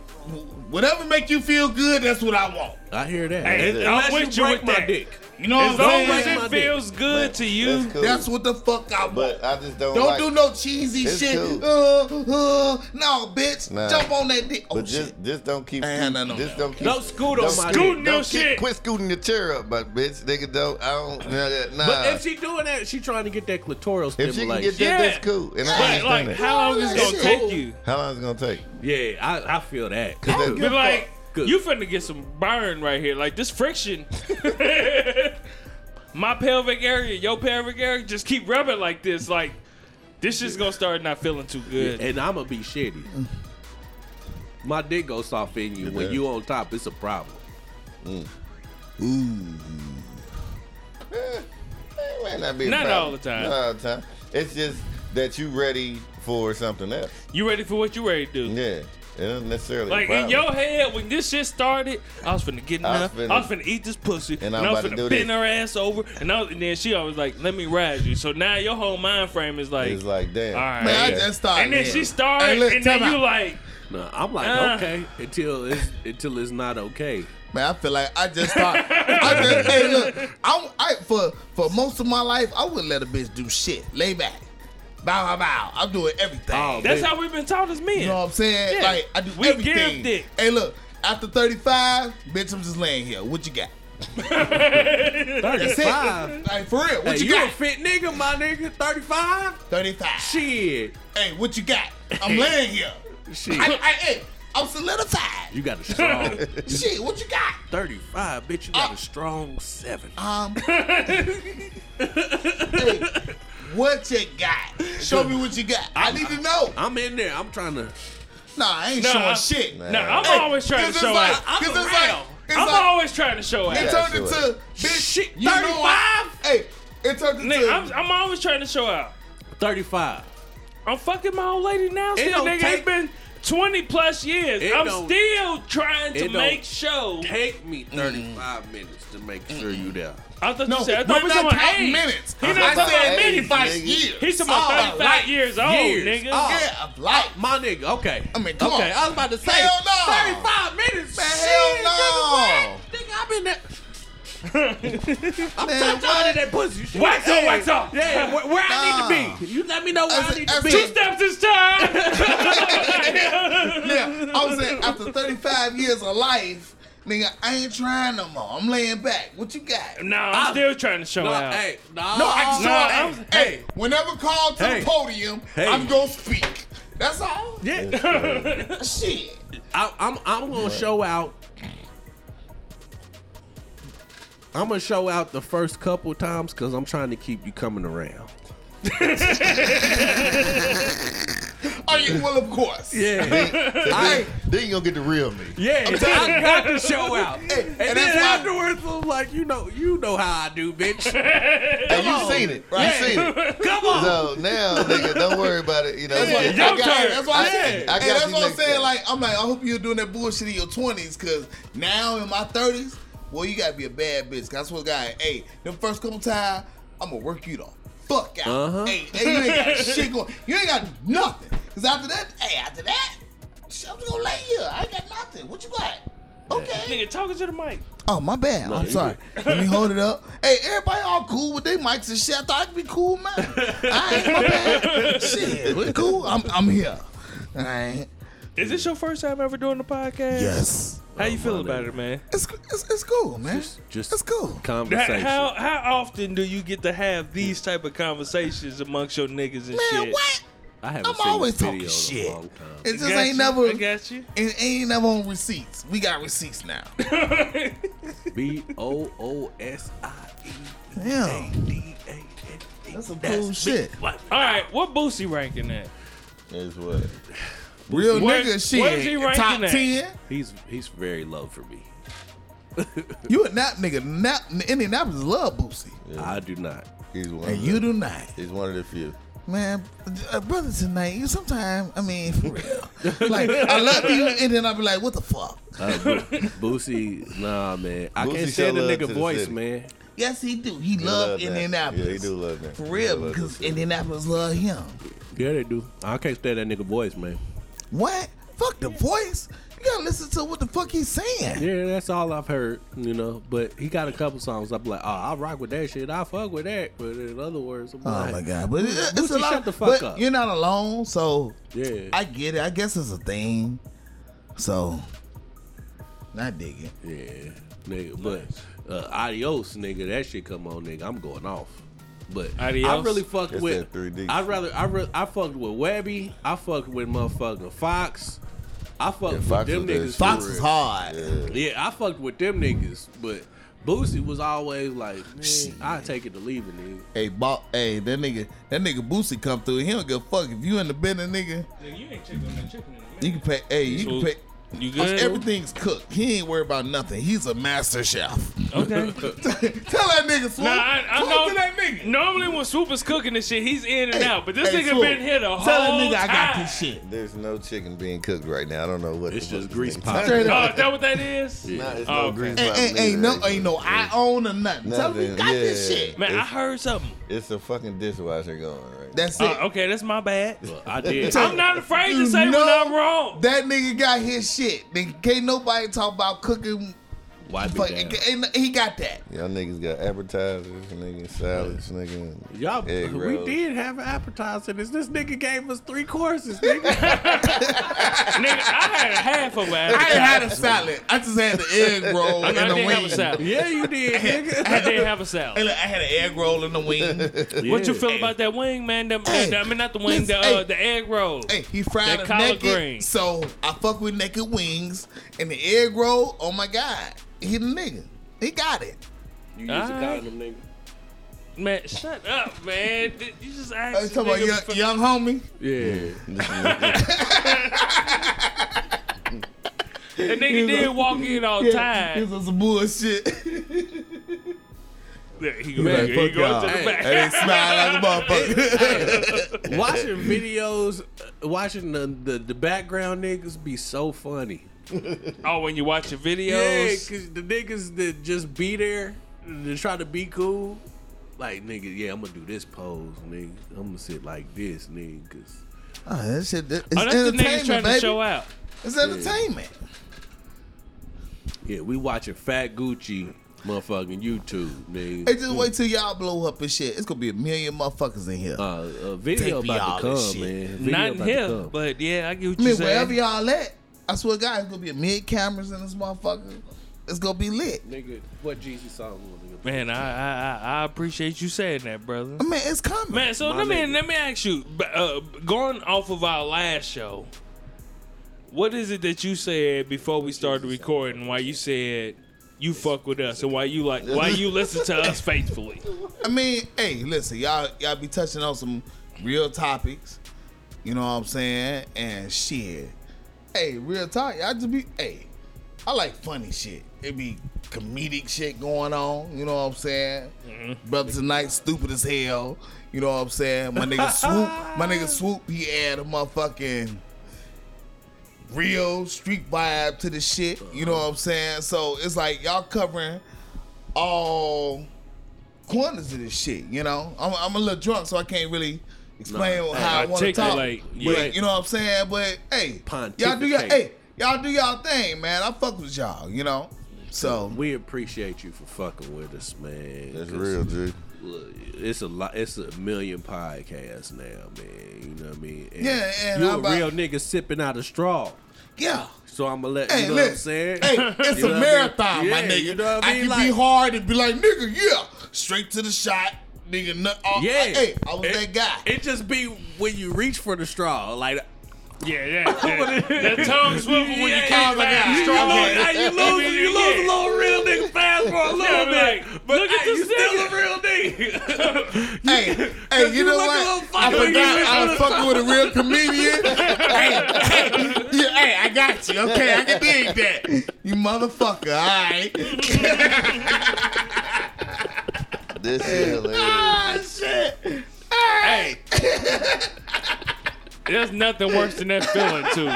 Speaker 3: whatever make you feel good, that's what I want.
Speaker 2: I hear that.
Speaker 1: Hey,
Speaker 4: it.
Speaker 1: I'm
Speaker 2: Unless
Speaker 1: with
Speaker 2: you
Speaker 1: you
Speaker 2: break
Speaker 1: with
Speaker 2: my
Speaker 1: that.
Speaker 2: dick.
Speaker 3: You know
Speaker 1: As
Speaker 3: what I'm
Speaker 1: long
Speaker 2: Break
Speaker 1: as
Speaker 3: saying?
Speaker 2: my
Speaker 1: it feels good to
Speaker 4: That's
Speaker 1: you,
Speaker 4: cool.
Speaker 3: That's what the fuck I want.
Speaker 4: But I just don't.
Speaker 3: don't
Speaker 4: like,
Speaker 3: do no cheesy
Speaker 4: It's
Speaker 3: shit.
Speaker 4: cool.
Speaker 3: Uh, uh, no, bitch.
Speaker 4: Nah.
Speaker 3: Jump on that dick. Oh
Speaker 4: But
Speaker 3: shit.
Speaker 4: just, just don't keep.
Speaker 3: I ain't had nothing on
Speaker 4: Just
Speaker 3: that.
Speaker 4: don't keep.
Speaker 2: Don't scoot on
Speaker 4: don't
Speaker 2: my
Speaker 1: scooting
Speaker 2: dick.
Speaker 1: your
Speaker 4: keep-
Speaker 1: shit.
Speaker 4: Quit scooting your chair up, but bitch, nigga, don't. I don't. Nah, that- nah.
Speaker 2: But if she doing that, she trying to get that clitoral
Speaker 4: If she
Speaker 2: stimulation.
Speaker 4: can get that,
Speaker 1: Yeah.
Speaker 4: that's cool. And I
Speaker 1: but like,
Speaker 4: understand that.
Speaker 1: how long is it gonna
Speaker 3: Shit.
Speaker 1: take you?
Speaker 4: How long is it gonna take?
Speaker 2: yeah, I, I feel that.
Speaker 4: Cause
Speaker 1: But
Speaker 4: that,
Speaker 1: like,
Speaker 2: Good.
Speaker 1: you finna get some burn right here. Like this friction. My pelvic area, your pelvic area, just keep rubbing like this. Like this shit's gonna start not feeling too good.
Speaker 2: and I'ma be shitty. My dick goes soft in you when
Speaker 4: does.
Speaker 2: you on top. It's a problem.
Speaker 4: it might not be a
Speaker 1: Not
Speaker 4: problem.
Speaker 1: all the time.
Speaker 4: Not all the time. It's just that you ready for something else.
Speaker 1: You ready for what you ready to do?
Speaker 4: Yeah, it isn't necessarily. a
Speaker 1: Like in
Speaker 4: problem.
Speaker 1: your head, when this shit started, I was finna get
Speaker 4: I was
Speaker 1: enough. I was finna,
Speaker 4: finna-
Speaker 1: eat this pussy,
Speaker 4: And
Speaker 1: and,
Speaker 4: I'm
Speaker 1: I was
Speaker 4: about to
Speaker 1: finna
Speaker 4: do
Speaker 1: bend
Speaker 4: this.
Speaker 1: her ass over, and, I was, and then she always like, "Let me ride you." So now your whole mind frame is like,
Speaker 4: it's like damn.
Speaker 1: "All right,"
Speaker 3: Man, I
Speaker 4: yeah.
Speaker 3: just started.
Speaker 1: and then
Speaker 3: man.
Speaker 1: she started,
Speaker 3: Hey, listen,
Speaker 1: and then
Speaker 3: time
Speaker 1: you
Speaker 3: out.
Speaker 1: like,
Speaker 2: No, I'm like
Speaker 3: Uh.
Speaker 1: Ah.
Speaker 2: okay until it's until it's not okay.
Speaker 3: Man, I feel like I just thought. I just, hey, look, I, I for for most of my life, I wouldn't let a bitch do shit. Lay back, bow bow bow. I'm doing everything.
Speaker 2: Oh,
Speaker 1: "That's
Speaker 2: Bitch.
Speaker 1: how we've been taught as men."
Speaker 3: you know what I'm saying?
Speaker 1: Yeah.
Speaker 3: Like I do
Speaker 1: We give
Speaker 3: everything.
Speaker 1: dick.
Speaker 3: Hey, look, after 35, bitch, I'm just laying here. What you got? That's it.
Speaker 2: Thirty-five.
Speaker 3: Like for real,
Speaker 2: Hey,
Speaker 3: what you
Speaker 2: you a
Speaker 3: got?
Speaker 2: fit nigga, my nigga. Thirty-five.
Speaker 3: 35.
Speaker 2: Shit,
Speaker 3: Hey, what you got? I'm laying here.
Speaker 2: shit.
Speaker 3: I, I, hey, I'm solidified.
Speaker 2: you got a strong
Speaker 3: Shit, what you got?
Speaker 2: thirty-five, bitch. You got
Speaker 3: Ah.
Speaker 2: a strong seven.
Speaker 3: Um. hey, what you got? Show me what you got. I need to know.
Speaker 2: I'm in there. I'm trying to.
Speaker 3: Nah, I ain't
Speaker 1: Nah,
Speaker 3: showing
Speaker 1: I-
Speaker 3: shit.
Speaker 1: Nah, I'm
Speaker 3: Hey,
Speaker 1: always trying to
Speaker 3: this is
Speaker 1: show
Speaker 3: like-
Speaker 1: out.
Speaker 3: this is
Speaker 2: I'm
Speaker 3: like-
Speaker 2: around.
Speaker 3: it's
Speaker 1: I'm
Speaker 3: like-
Speaker 1: always trying to show out.
Speaker 3: It
Speaker 4: Yeah,
Speaker 3: turned
Speaker 4: sure.
Speaker 3: into bitch.
Speaker 2: Shit,
Speaker 3: you know I-
Speaker 2: 35?
Speaker 3: Hey, it turned into.
Speaker 1: Nigga, I'm, I'm always trying to show out.
Speaker 2: Thirty-five.
Speaker 1: I'm fucking my old lady now. Still,
Speaker 2: don't
Speaker 1: nigga,
Speaker 2: take-
Speaker 1: it's been 20 plus years.
Speaker 2: It
Speaker 1: I'm
Speaker 2: don't-
Speaker 1: still trying
Speaker 2: it
Speaker 1: to
Speaker 2: don't
Speaker 1: make sure.
Speaker 2: Take me thirty-five minutes to make sure you there.
Speaker 1: I thought
Speaker 3: no,
Speaker 1: you said, I
Speaker 3: we're
Speaker 1: thought we
Speaker 3: not
Speaker 1: talking about
Speaker 3: counting
Speaker 1: age.
Speaker 3: minutes.
Speaker 1: He
Speaker 3: I
Speaker 1: not
Speaker 3: said
Speaker 1: talking about minutes.
Speaker 3: 85
Speaker 4: nigga.
Speaker 3: years.
Speaker 1: He's talking about
Speaker 3: Oh,
Speaker 1: 35
Speaker 3: like,
Speaker 1: years old,
Speaker 2: years.
Speaker 1: nigga.
Speaker 2: Oh.
Speaker 3: Yeah, of life.
Speaker 2: My nigga, okay.
Speaker 3: I mean, come
Speaker 2: okay,
Speaker 3: on.
Speaker 2: I was about to say
Speaker 3: Hell no.
Speaker 2: 35 minutes, man.
Speaker 3: Hell
Speaker 2: Shit,
Speaker 3: no.
Speaker 2: nigga, what? Nigga, I've been there. I'm
Speaker 3: Man,
Speaker 2: man, tired of that pussy shit.
Speaker 1: Wax on, wax on.
Speaker 2: Yeah, where, where I need
Speaker 3: Nah.
Speaker 2: to be. You let me know where I,
Speaker 3: As a-
Speaker 2: need to
Speaker 3: as
Speaker 2: be.
Speaker 1: Two steps this time.
Speaker 3: Yeah, I was saying after 35 years of life, nigga, I ain't trying no more. I'm laying back. What you got?
Speaker 1: no, I'm still trying to show
Speaker 2: Nah,
Speaker 1: out.
Speaker 2: hey, nah.
Speaker 3: No, I
Speaker 1: No,
Speaker 3: saw
Speaker 1: I
Speaker 3: that.
Speaker 1: was-
Speaker 3: hey, whenever called to
Speaker 2: Hey.
Speaker 3: the podium,
Speaker 2: Hey.
Speaker 3: I'm gonna speak. That's all.
Speaker 1: Yeah.
Speaker 3: Shit.
Speaker 2: I, I'm I'm gonna show out. I'm gonna show out the first couple times because I'm trying to keep you coming around.
Speaker 3: Are you? Oh, Well, of course.
Speaker 2: Yeah,
Speaker 4: Then, then you gonna get the real me.
Speaker 2: yeah. I got to show out, and,
Speaker 3: and
Speaker 2: then
Speaker 3: that's why-
Speaker 2: afterwards I'm like, you know, you know how I do, bitch.
Speaker 4: And you seen it. You seen it.
Speaker 2: Come on.
Speaker 4: So now, nigga, don't worry about it. You know,
Speaker 3: That's why-
Speaker 4: but-
Speaker 3: I got-
Speaker 1: turn.
Speaker 3: That's why I
Speaker 4: I-
Speaker 3: said.
Speaker 4: I
Speaker 3: and
Speaker 4: got
Speaker 3: that's
Speaker 4: you
Speaker 3: what I'm
Speaker 4: next
Speaker 3: saying.
Speaker 4: time.
Speaker 3: Like, I'm like, I hope you're doing that bullshit in your 20s, cause now in my 30s, well, you gotta be a bad bitch. Cause I swear to God, hey, the first couple time, I'm gonna work you the fuck out.
Speaker 2: Uh-huh.
Speaker 3: Hey, hey, you ain't got shit going. You ain't got nothing. Cause after that, hey, after that, shit, I'm just gonna lay here. I ain't got nothing. What you got? Okay.
Speaker 1: Nigga, talking to the mic.
Speaker 3: Oh my bad. I'm
Speaker 2: you
Speaker 3: sorry. Let me hold it up. Hey, everybody all cool with their mics and shit. I thought I'd be cool, man. I ain't my bad. Shit, we cool. I'm I'm here. All right.
Speaker 1: Is this your first time ever doing the podcast?
Speaker 3: Yes.
Speaker 1: How you feel about it, man?
Speaker 3: It's it's, it's cool, man.
Speaker 2: just
Speaker 3: it's cool.
Speaker 1: How,
Speaker 2: conversation.
Speaker 1: how how often do you get to have these type of conversations amongst your niggas and
Speaker 3: Man,
Speaker 1: shit?
Speaker 3: what?
Speaker 2: I haven't
Speaker 3: I'm
Speaker 2: seen
Speaker 3: always
Speaker 2: this video
Speaker 3: talking
Speaker 2: in
Speaker 3: shit.
Speaker 2: a long time.
Speaker 3: It just
Speaker 1: Got
Speaker 3: ain't
Speaker 1: you.
Speaker 3: never
Speaker 1: I got you.
Speaker 3: it ain't never on receipts. We got receipts now.
Speaker 2: B O O S I E
Speaker 3: Damn.
Speaker 2: D A N E.
Speaker 3: That's some cool shit.
Speaker 1: All right, what Boosie ranking at?
Speaker 4: Is what?
Speaker 3: Real
Speaker 1: Where-
Speaker 3: nigga
Speaker 1: where's he
Speaker 3: shit.
Speaker 1: ranking
Speaker 3: Top
Speaker 1: at?
Speaker 3: ten.
Speaker 2: He's he's very low for me.
Speaker 3: You a nap nigga. Nap Indianapolis love Boosie.
Speaker 2: I do not.
Speaker 4: He's one.
Speaker 3: And
Speaker 4: of
Speaker 3: you
Speaker 4: the,
Speaker 3: do not.
Speaker 4: He's one of the few.
Speaker 3: Man, a brother tonight, you sometimes, I mean, for real. like, I love you, and then I'll be like, what the fuck?
Speaker 2: Uh, Bo- Boosie, nah, man. I
Speaker 4: Boosie
Speaker 2: can't
Speaker 4: show
Speaker 2: stand the
Speaker 4: love to
Speaker 2: nigga
Speaker 4: the
Speaker 2: voice,
Speaker 4: city.
Speaker 2: man.
Speaker 3: Yes, he do. He,
Speaker 4: He
Speaker 3: love,
Speaker 4: love that.
Speaker 3: Indianapolis.
Speaker 4: Yeah, he do love that.
Speaker 3: For
Speaker 4: He
Speaker 3: real,
Speaker 4: love
Speaker 3: because
Speaker 4: that shit.
Speaker 3: Indianapolis love him.
Speaker 2: Yeah, they do. I can't stand that nigga voice, man.
Speaker 3: What? Fuck the voice. You gotta listen to what the fuck he's saying.
Speaker 2: Yeah, that's all I've heard, you know. But he got a couple songs. I'm like, oh, I rock with that shit. I fuck with that. But in other words, I'm
Speaker 3: Oh
Speaker 2: like,
Speaker 3: my god! But it, it's a
Speaker 2: Boosie,
Speaker 3: lot.
Speaker 2: shut the fuck
Speaker 3: but
Speaker 2: up.
Speaker 3: You're not alone, so
Speaker 2: Yeah.
Speaker 3: I get it. I guess it's a thing. So, I dig it.
Speaker 2: Yeah, nigga. But uh, adios, nigga. That shit come on, nigga. I'm going off. But I
Speaker 1: Adios?
Speaker 2: really fucked
Speaker 4: That's
Speaker 2: with.
Speaker 4: that 3D.
Speaker 2: I rather I re- I fucked with Webby. I fucked with motherfucking Fox. I fucked with
Speaker 4: Fox
Speaker 2: them
Speaker 4: was that
Speaker 2: niggas.
Speaker 4: shit.
Speaker 2: for
Speaker 3: Fox is
Speaker 2: real.
Speaker 3: hard.
Speaker 2: Yeah, I fucked with them niggas. But Boosie was always like, man, I take it to leave it, nigga.
Speaker 3: Hey, Bob, hey, that nigga, that nigga Boosie come through. He don't give a fuck if you in the business, nigga.
Speaker 1: You ain't checking that chicken
Speaker 3: You can pay. Hey, you can pay.
Speaker 1: You good?
Speaker 3: Everything's cooked. He ain't worried about nothing. He's a master chef.
Speaker 1: Okay.
Speaker 3: Tell that nigga, Swoop.
Speaker 1: Nah, I, I
Speaker 3: Talk
Speaker 1: know.
Speaker 3: to that nigga.
Speaker 1: Normally when Swoop is cooking and shit, he's in and out. But this
Speaker 3: Hey,
Speaker 1: nigga
Speaker 3: Swoop,
Speaker 1: been here the
Speaker 3: Tell
Speaker 1: whole
Speaker 3: that nigga
Speaker 1: time.
Speaker 3: I got this shit.
Speaker 4: There's no chicken being cooked right now. I don't know what.
Speaker 2: It's
Speaker 4: the
Speaker 2: just
Speaker 4: fuck this
Speaker 2: grease
Speaker 4: nigga-
Speaker 2: pop.
Speaker 3: Straight
Speaker 1: Oh,
Speaker 3: up.
Speaker 1: is that what that is?
Speaker 4: Nah, it's
Speaker 1: Oh,
Speaker 4: no
Speaker 1: okay.
Speaker 3: Ain't,
Speaker 4: grease pop
Speaker 3: ain't,
Speaker 4: neither.
Speaker 3: ain't no, ain't no. I own or nothing. Tell him you
Speaker 4: Nothing.
Speaker 3: got this
Speaker 4: Yeah.
Speaker 3: shit.
Speaker 1: Man, I
Speaker 4: It's-
Speaker 1: heard something.
Speaker 4: It's a fucking dishwasher going right.
Speaker 3: That's it.
Speaker 1: Uh, okay, that's my bad.
Speaker 2: But I did.
Speaker 1: I'm not afraid to say when
Speaker 3: know
Speaker 1: I'm wrong.
Speaker 3: That nigga got his shit. Nigga, can't nobody talk about cooking.
Speaker 2: Wipe
Speaker 3: Fuck,
Speaker 2: it down.
Speaker 3: ain't- he got that.
Speaker 4: now. Y'all niggas got appetizers, nigga, salads, nigga.
Speaker 2: Y'all,
Speaker 4: egg
Speaker 2: we
Speaker 4: rolls.
Speaker 2: did have an appetizer. This this nigga gave us three courses, nigga.
Speaker 1: Nigga, I had half of an
Speaker 3: I
Speaker 1: appetizer.
Speaker 3: ain't had a salad. I just had the egg roll
Speaker 1: I
Speaker 3: and the
Speaker 1: didn't have a
Speaker 3: wing.
Speaker 1: salad.
Speaker 2: yeah, you did, nigga.
Speaker 1: I didn't have a salad.
Speaker 3: Hey, look, I had an egg roll and the wing.
Speaker 1: What you feel about that wing, man? That,
Speaker 3: Hey,
Speaker 1: that- I mean, not the wing, the, uh,
Speaker 3: listen, hey.
Speaker 1: the egg roll.
Speaker 3: hey, he fried
Speaker 1: That
Speaker 3: us
Speaker 1: collard
Speaker 3: naked.
Speaker 1: green.
Speaker 3: So I fuck with naked wings and the egg roll. Oh my god, he the nigga. He got it.
Speaker 2: You
Speaker 1: used to call
Speaker 2: them nigga.
Speaker 1: Man, shut up, man. Did- You just
Speaker 3: I was
Speaker 1: asked.
Speaker 3: talking
Speaker 1: nigga
Speaker 3: about
Speaker 1: for-
Speaker 3: young, young homie.
Speaker 2: Yeah.
Speaker 1: That nigga did walk in all
Speaker 3: This
Speaker 1: time.
Speaker 3: was some bullshit.
Speaker 1: Yeah, He go
Speaker 2: Man,
Speaker 1: back. He
Speaker 2: fuck
Speaker 1: go to the
Speaker 2: y'all.
Speaker 1: back.
Speaker 3: and he smiled like a motherfucker.
Speaker 2: watching videos, uh, watching the, the the background niggas be so funny.
Speaker 1: Oh, when you watch your
Speaker 2: Yeah,
Speaker 1: videos.
Speaker 2: cause the niggas that just be there, to try to be cool, like nigga, yeah, I'm gonna do this pose, nigga. I'm gonna sit like this, nigga. 'cause
Speaker 3: oh, that shit. That, it's
Speaker 1: Oh, that's the niggas trying
Speaker 3: entertainment,
Speaker 1: to
Speaker 3: baby.
Speaker 1: show out.
Speaker 3: It's entertainment.
Speaker 2: yeah, we watching Fat Gucci, motherfucking YouTube, nigga.
Speaker 3: Hey, just wait till y'all blow up and shit. It's gonna be a million motherfuckers in here.
Speaker 2: uh, a video
Speaker 3: Take me
Speaker 2: about to
Speaker 3: all this
Speaker 2: come,
Speaker 3: shit.
Speaker 2: man. Video
Speaker 1: Not in
Speaker 2: about to
Speaker 1: here,
Speaker 2: come.
Speaker 1: but yeah, I get what
Speaker 3: I
Speaker 1: you
Speaker 3: mean,
Speaker 1: saying.
Speaker 3: wherever y'all at, I swear to God, it's gonna be a million cameras in this motherfucker. It's gonna be lit.
Speaker 2: nigga, what Jeezy song was nigga?
Speaker 1: Man, I, I I- I appreciate you saying that, brother.
Speaker 3: I mean, it's coming.
Speaker 1: Man, so
Speaker 2: My
Speaker 1: let me
Speaker 2: nigga.
Speaker 1: let me ask you, b- uh, going off of our last show, What is it that you said before we started recording? Why you said you fuck with us and why you like why you listen to us faithfully?
Speaker 3: I mean, hey, listen, y'all y'all be touching on some real topics. You know what I'm saying? And shit. Hey, real talk. I just be hey, I like funny shit. It be comedic shit going on, you know what I'm saying? Brothers tonight stupid as hell. You know what I'm saying? My nigga swoop, my nigga swoop, he add a motherfucking real street vibe to the shit. You know what I'm saying? So it's like y'all covering all corners of this shit. You know, I'm, I'm a little drunk, so I can't really explain how I want to talk.
Speaker 1: Articulate,
Speaker 3: But,
Speaker 1: yeah.
Speaker 3: You know what I'm saying? But hey, y'all do y'all
Speaker 2: Pontificate.
Speaker 3: hey y'all do y'all thing, man. I fuck with y'all. You know, so
Speaker 2: We appreciate you for fucking with us, man.
Speaker 4: That's
Speaker 2: 'cause
Speaker 4: real, G.
Speaker 2: It's a lot. It's a million podcasts now, man. You know what I mean? And
Speaker 3: Yeah, and
Speaker 2: you
Speaker 3: I'm
Speaker 2: a
Speaker 3: about-
Speaker 2: real nigga sipping out of straw.
Speaker 3: yeah.
Speaker 2: So I'ma let
Speaker 3: Hey,
Speaker 2: you know what I'm
Speaker 3: listen.
Speaker 2: saying.
Speaker 3: Hey, it's
Speaker 2: You know
Speaker 3: a
Speaker 2: what I mean?
Speaker 3: marathon, my
Speaker 2: Yeah,
Speaker 3: nigga.
Speaker 2: you know what I
Speaker 3: I,
Speaker 2: mean?
Speaker 3: can
Speaker 2: Like-
Speaker 3: be hard and be like, nigga, yeah, straight to the shot, nigga. Nut, oh,
Speaker 2: Yeah.
Speaker 3: hey, I was
Speaker 2: It-
Speaker 3: that guy.
Speaker 2: It just be when you reach for the straw, like
Speaker 1: Yeah, that, that, that tongue swivel when you
Speaker 2: Yeah,
Speaker 1: call
Speaker 2: yeah,
Speaker 1: back.
Speaker 2: you
Speaker 1: Strong
Speaker 2: lose-
Speaker 1: hand.
Speaker 2: hey, you lose, you lose a little real nigga fast for a little
Speaker 1: Yeah,
Speaker 2: bit,
Speaker 1: like,
Speaker 2: but
Speaker 1: look
Speaker 2: hey,
Speaker 1: at the
Speaker 2: you still
Speaker 1: signal.
Speaker 2: a real nigga.
Speaker 3: Hey, hey, you
Speaker 2: you
Speaker 3: know
Speaker 2: look a little
Speaker 3: what? I
Speaker 2: fucking
Speaker 3: forgot
Speaker 2: weird.
Speaker 3: I was fucking with a real comedian. hey, hey, yeah, hey, I got you. Okay, I can dig that. You motherfucker, alright.
Speaker 4: This is hilarious.
Speaker 3: Ah, shit.
Speaker 1: Hey, there's nothing worse than that feeling too.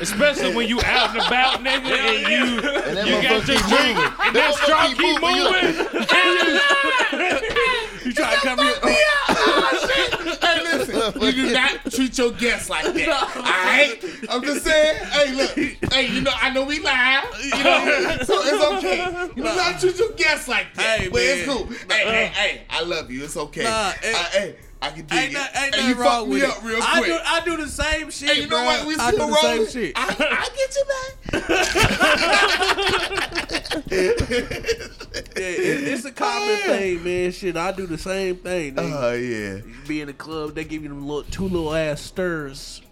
Speaker 1: Especially when you out and about, nigga, and you
Speaker 4: And that
Speaker 1: you
Speaker 4: motherfucker
Speaker 1: got your
Speaker 4: keep
Speaker 1: drink
Speaker 4: moving.
Speaker 1: and that straw keep moving.
Speaker 2: you try to cover your
Speaker 3: Hey, listen, you do not treat your guests like that. Alright? I'm just saying, hey, look, hey, you know, I know we live, you know, so it's okay. You do not treat your guests like that.
Speaker 2: Hey,
Speaker 3: but it's
Speaker 2: man.
Speaker 3: cool. Hey, hey, hey, I love you. It's okay.
Speaker 2: Nah, it-
Speaker 3: I, hey, I can dig
Speaker 2: ain't,
Speaker 3: it.
Speaker 2: no- ain't
Speaker 3: Hey,
Speaker 2: nothing
Speaker 3: you
Speaker 2: wrong
Speaker 3: fucked
Speaker 2: with
Speaker 3: me
Speaker 2: it.
Speaker 3: up real
Speaker 2: I
Speaker 3: quick.
Speaker 2: do, I do the same shit.
Speaker 3: Hey, you know
Speaker 2: bruh.
Speaker 3: what? We
Speaker 2: I do
Speaker 3: still
Speaker 2: the same
Speaker 3: rolling.
Speaker 2: shit.
Speaker 3: I, I get you, man.
Speaker 2: Yeah, it- it's a common thing, man. Shit, I do the same thing. They
Speaker 3: Oh yeah.
Speaker 2: be in the club, they give you them little two little ass stirs.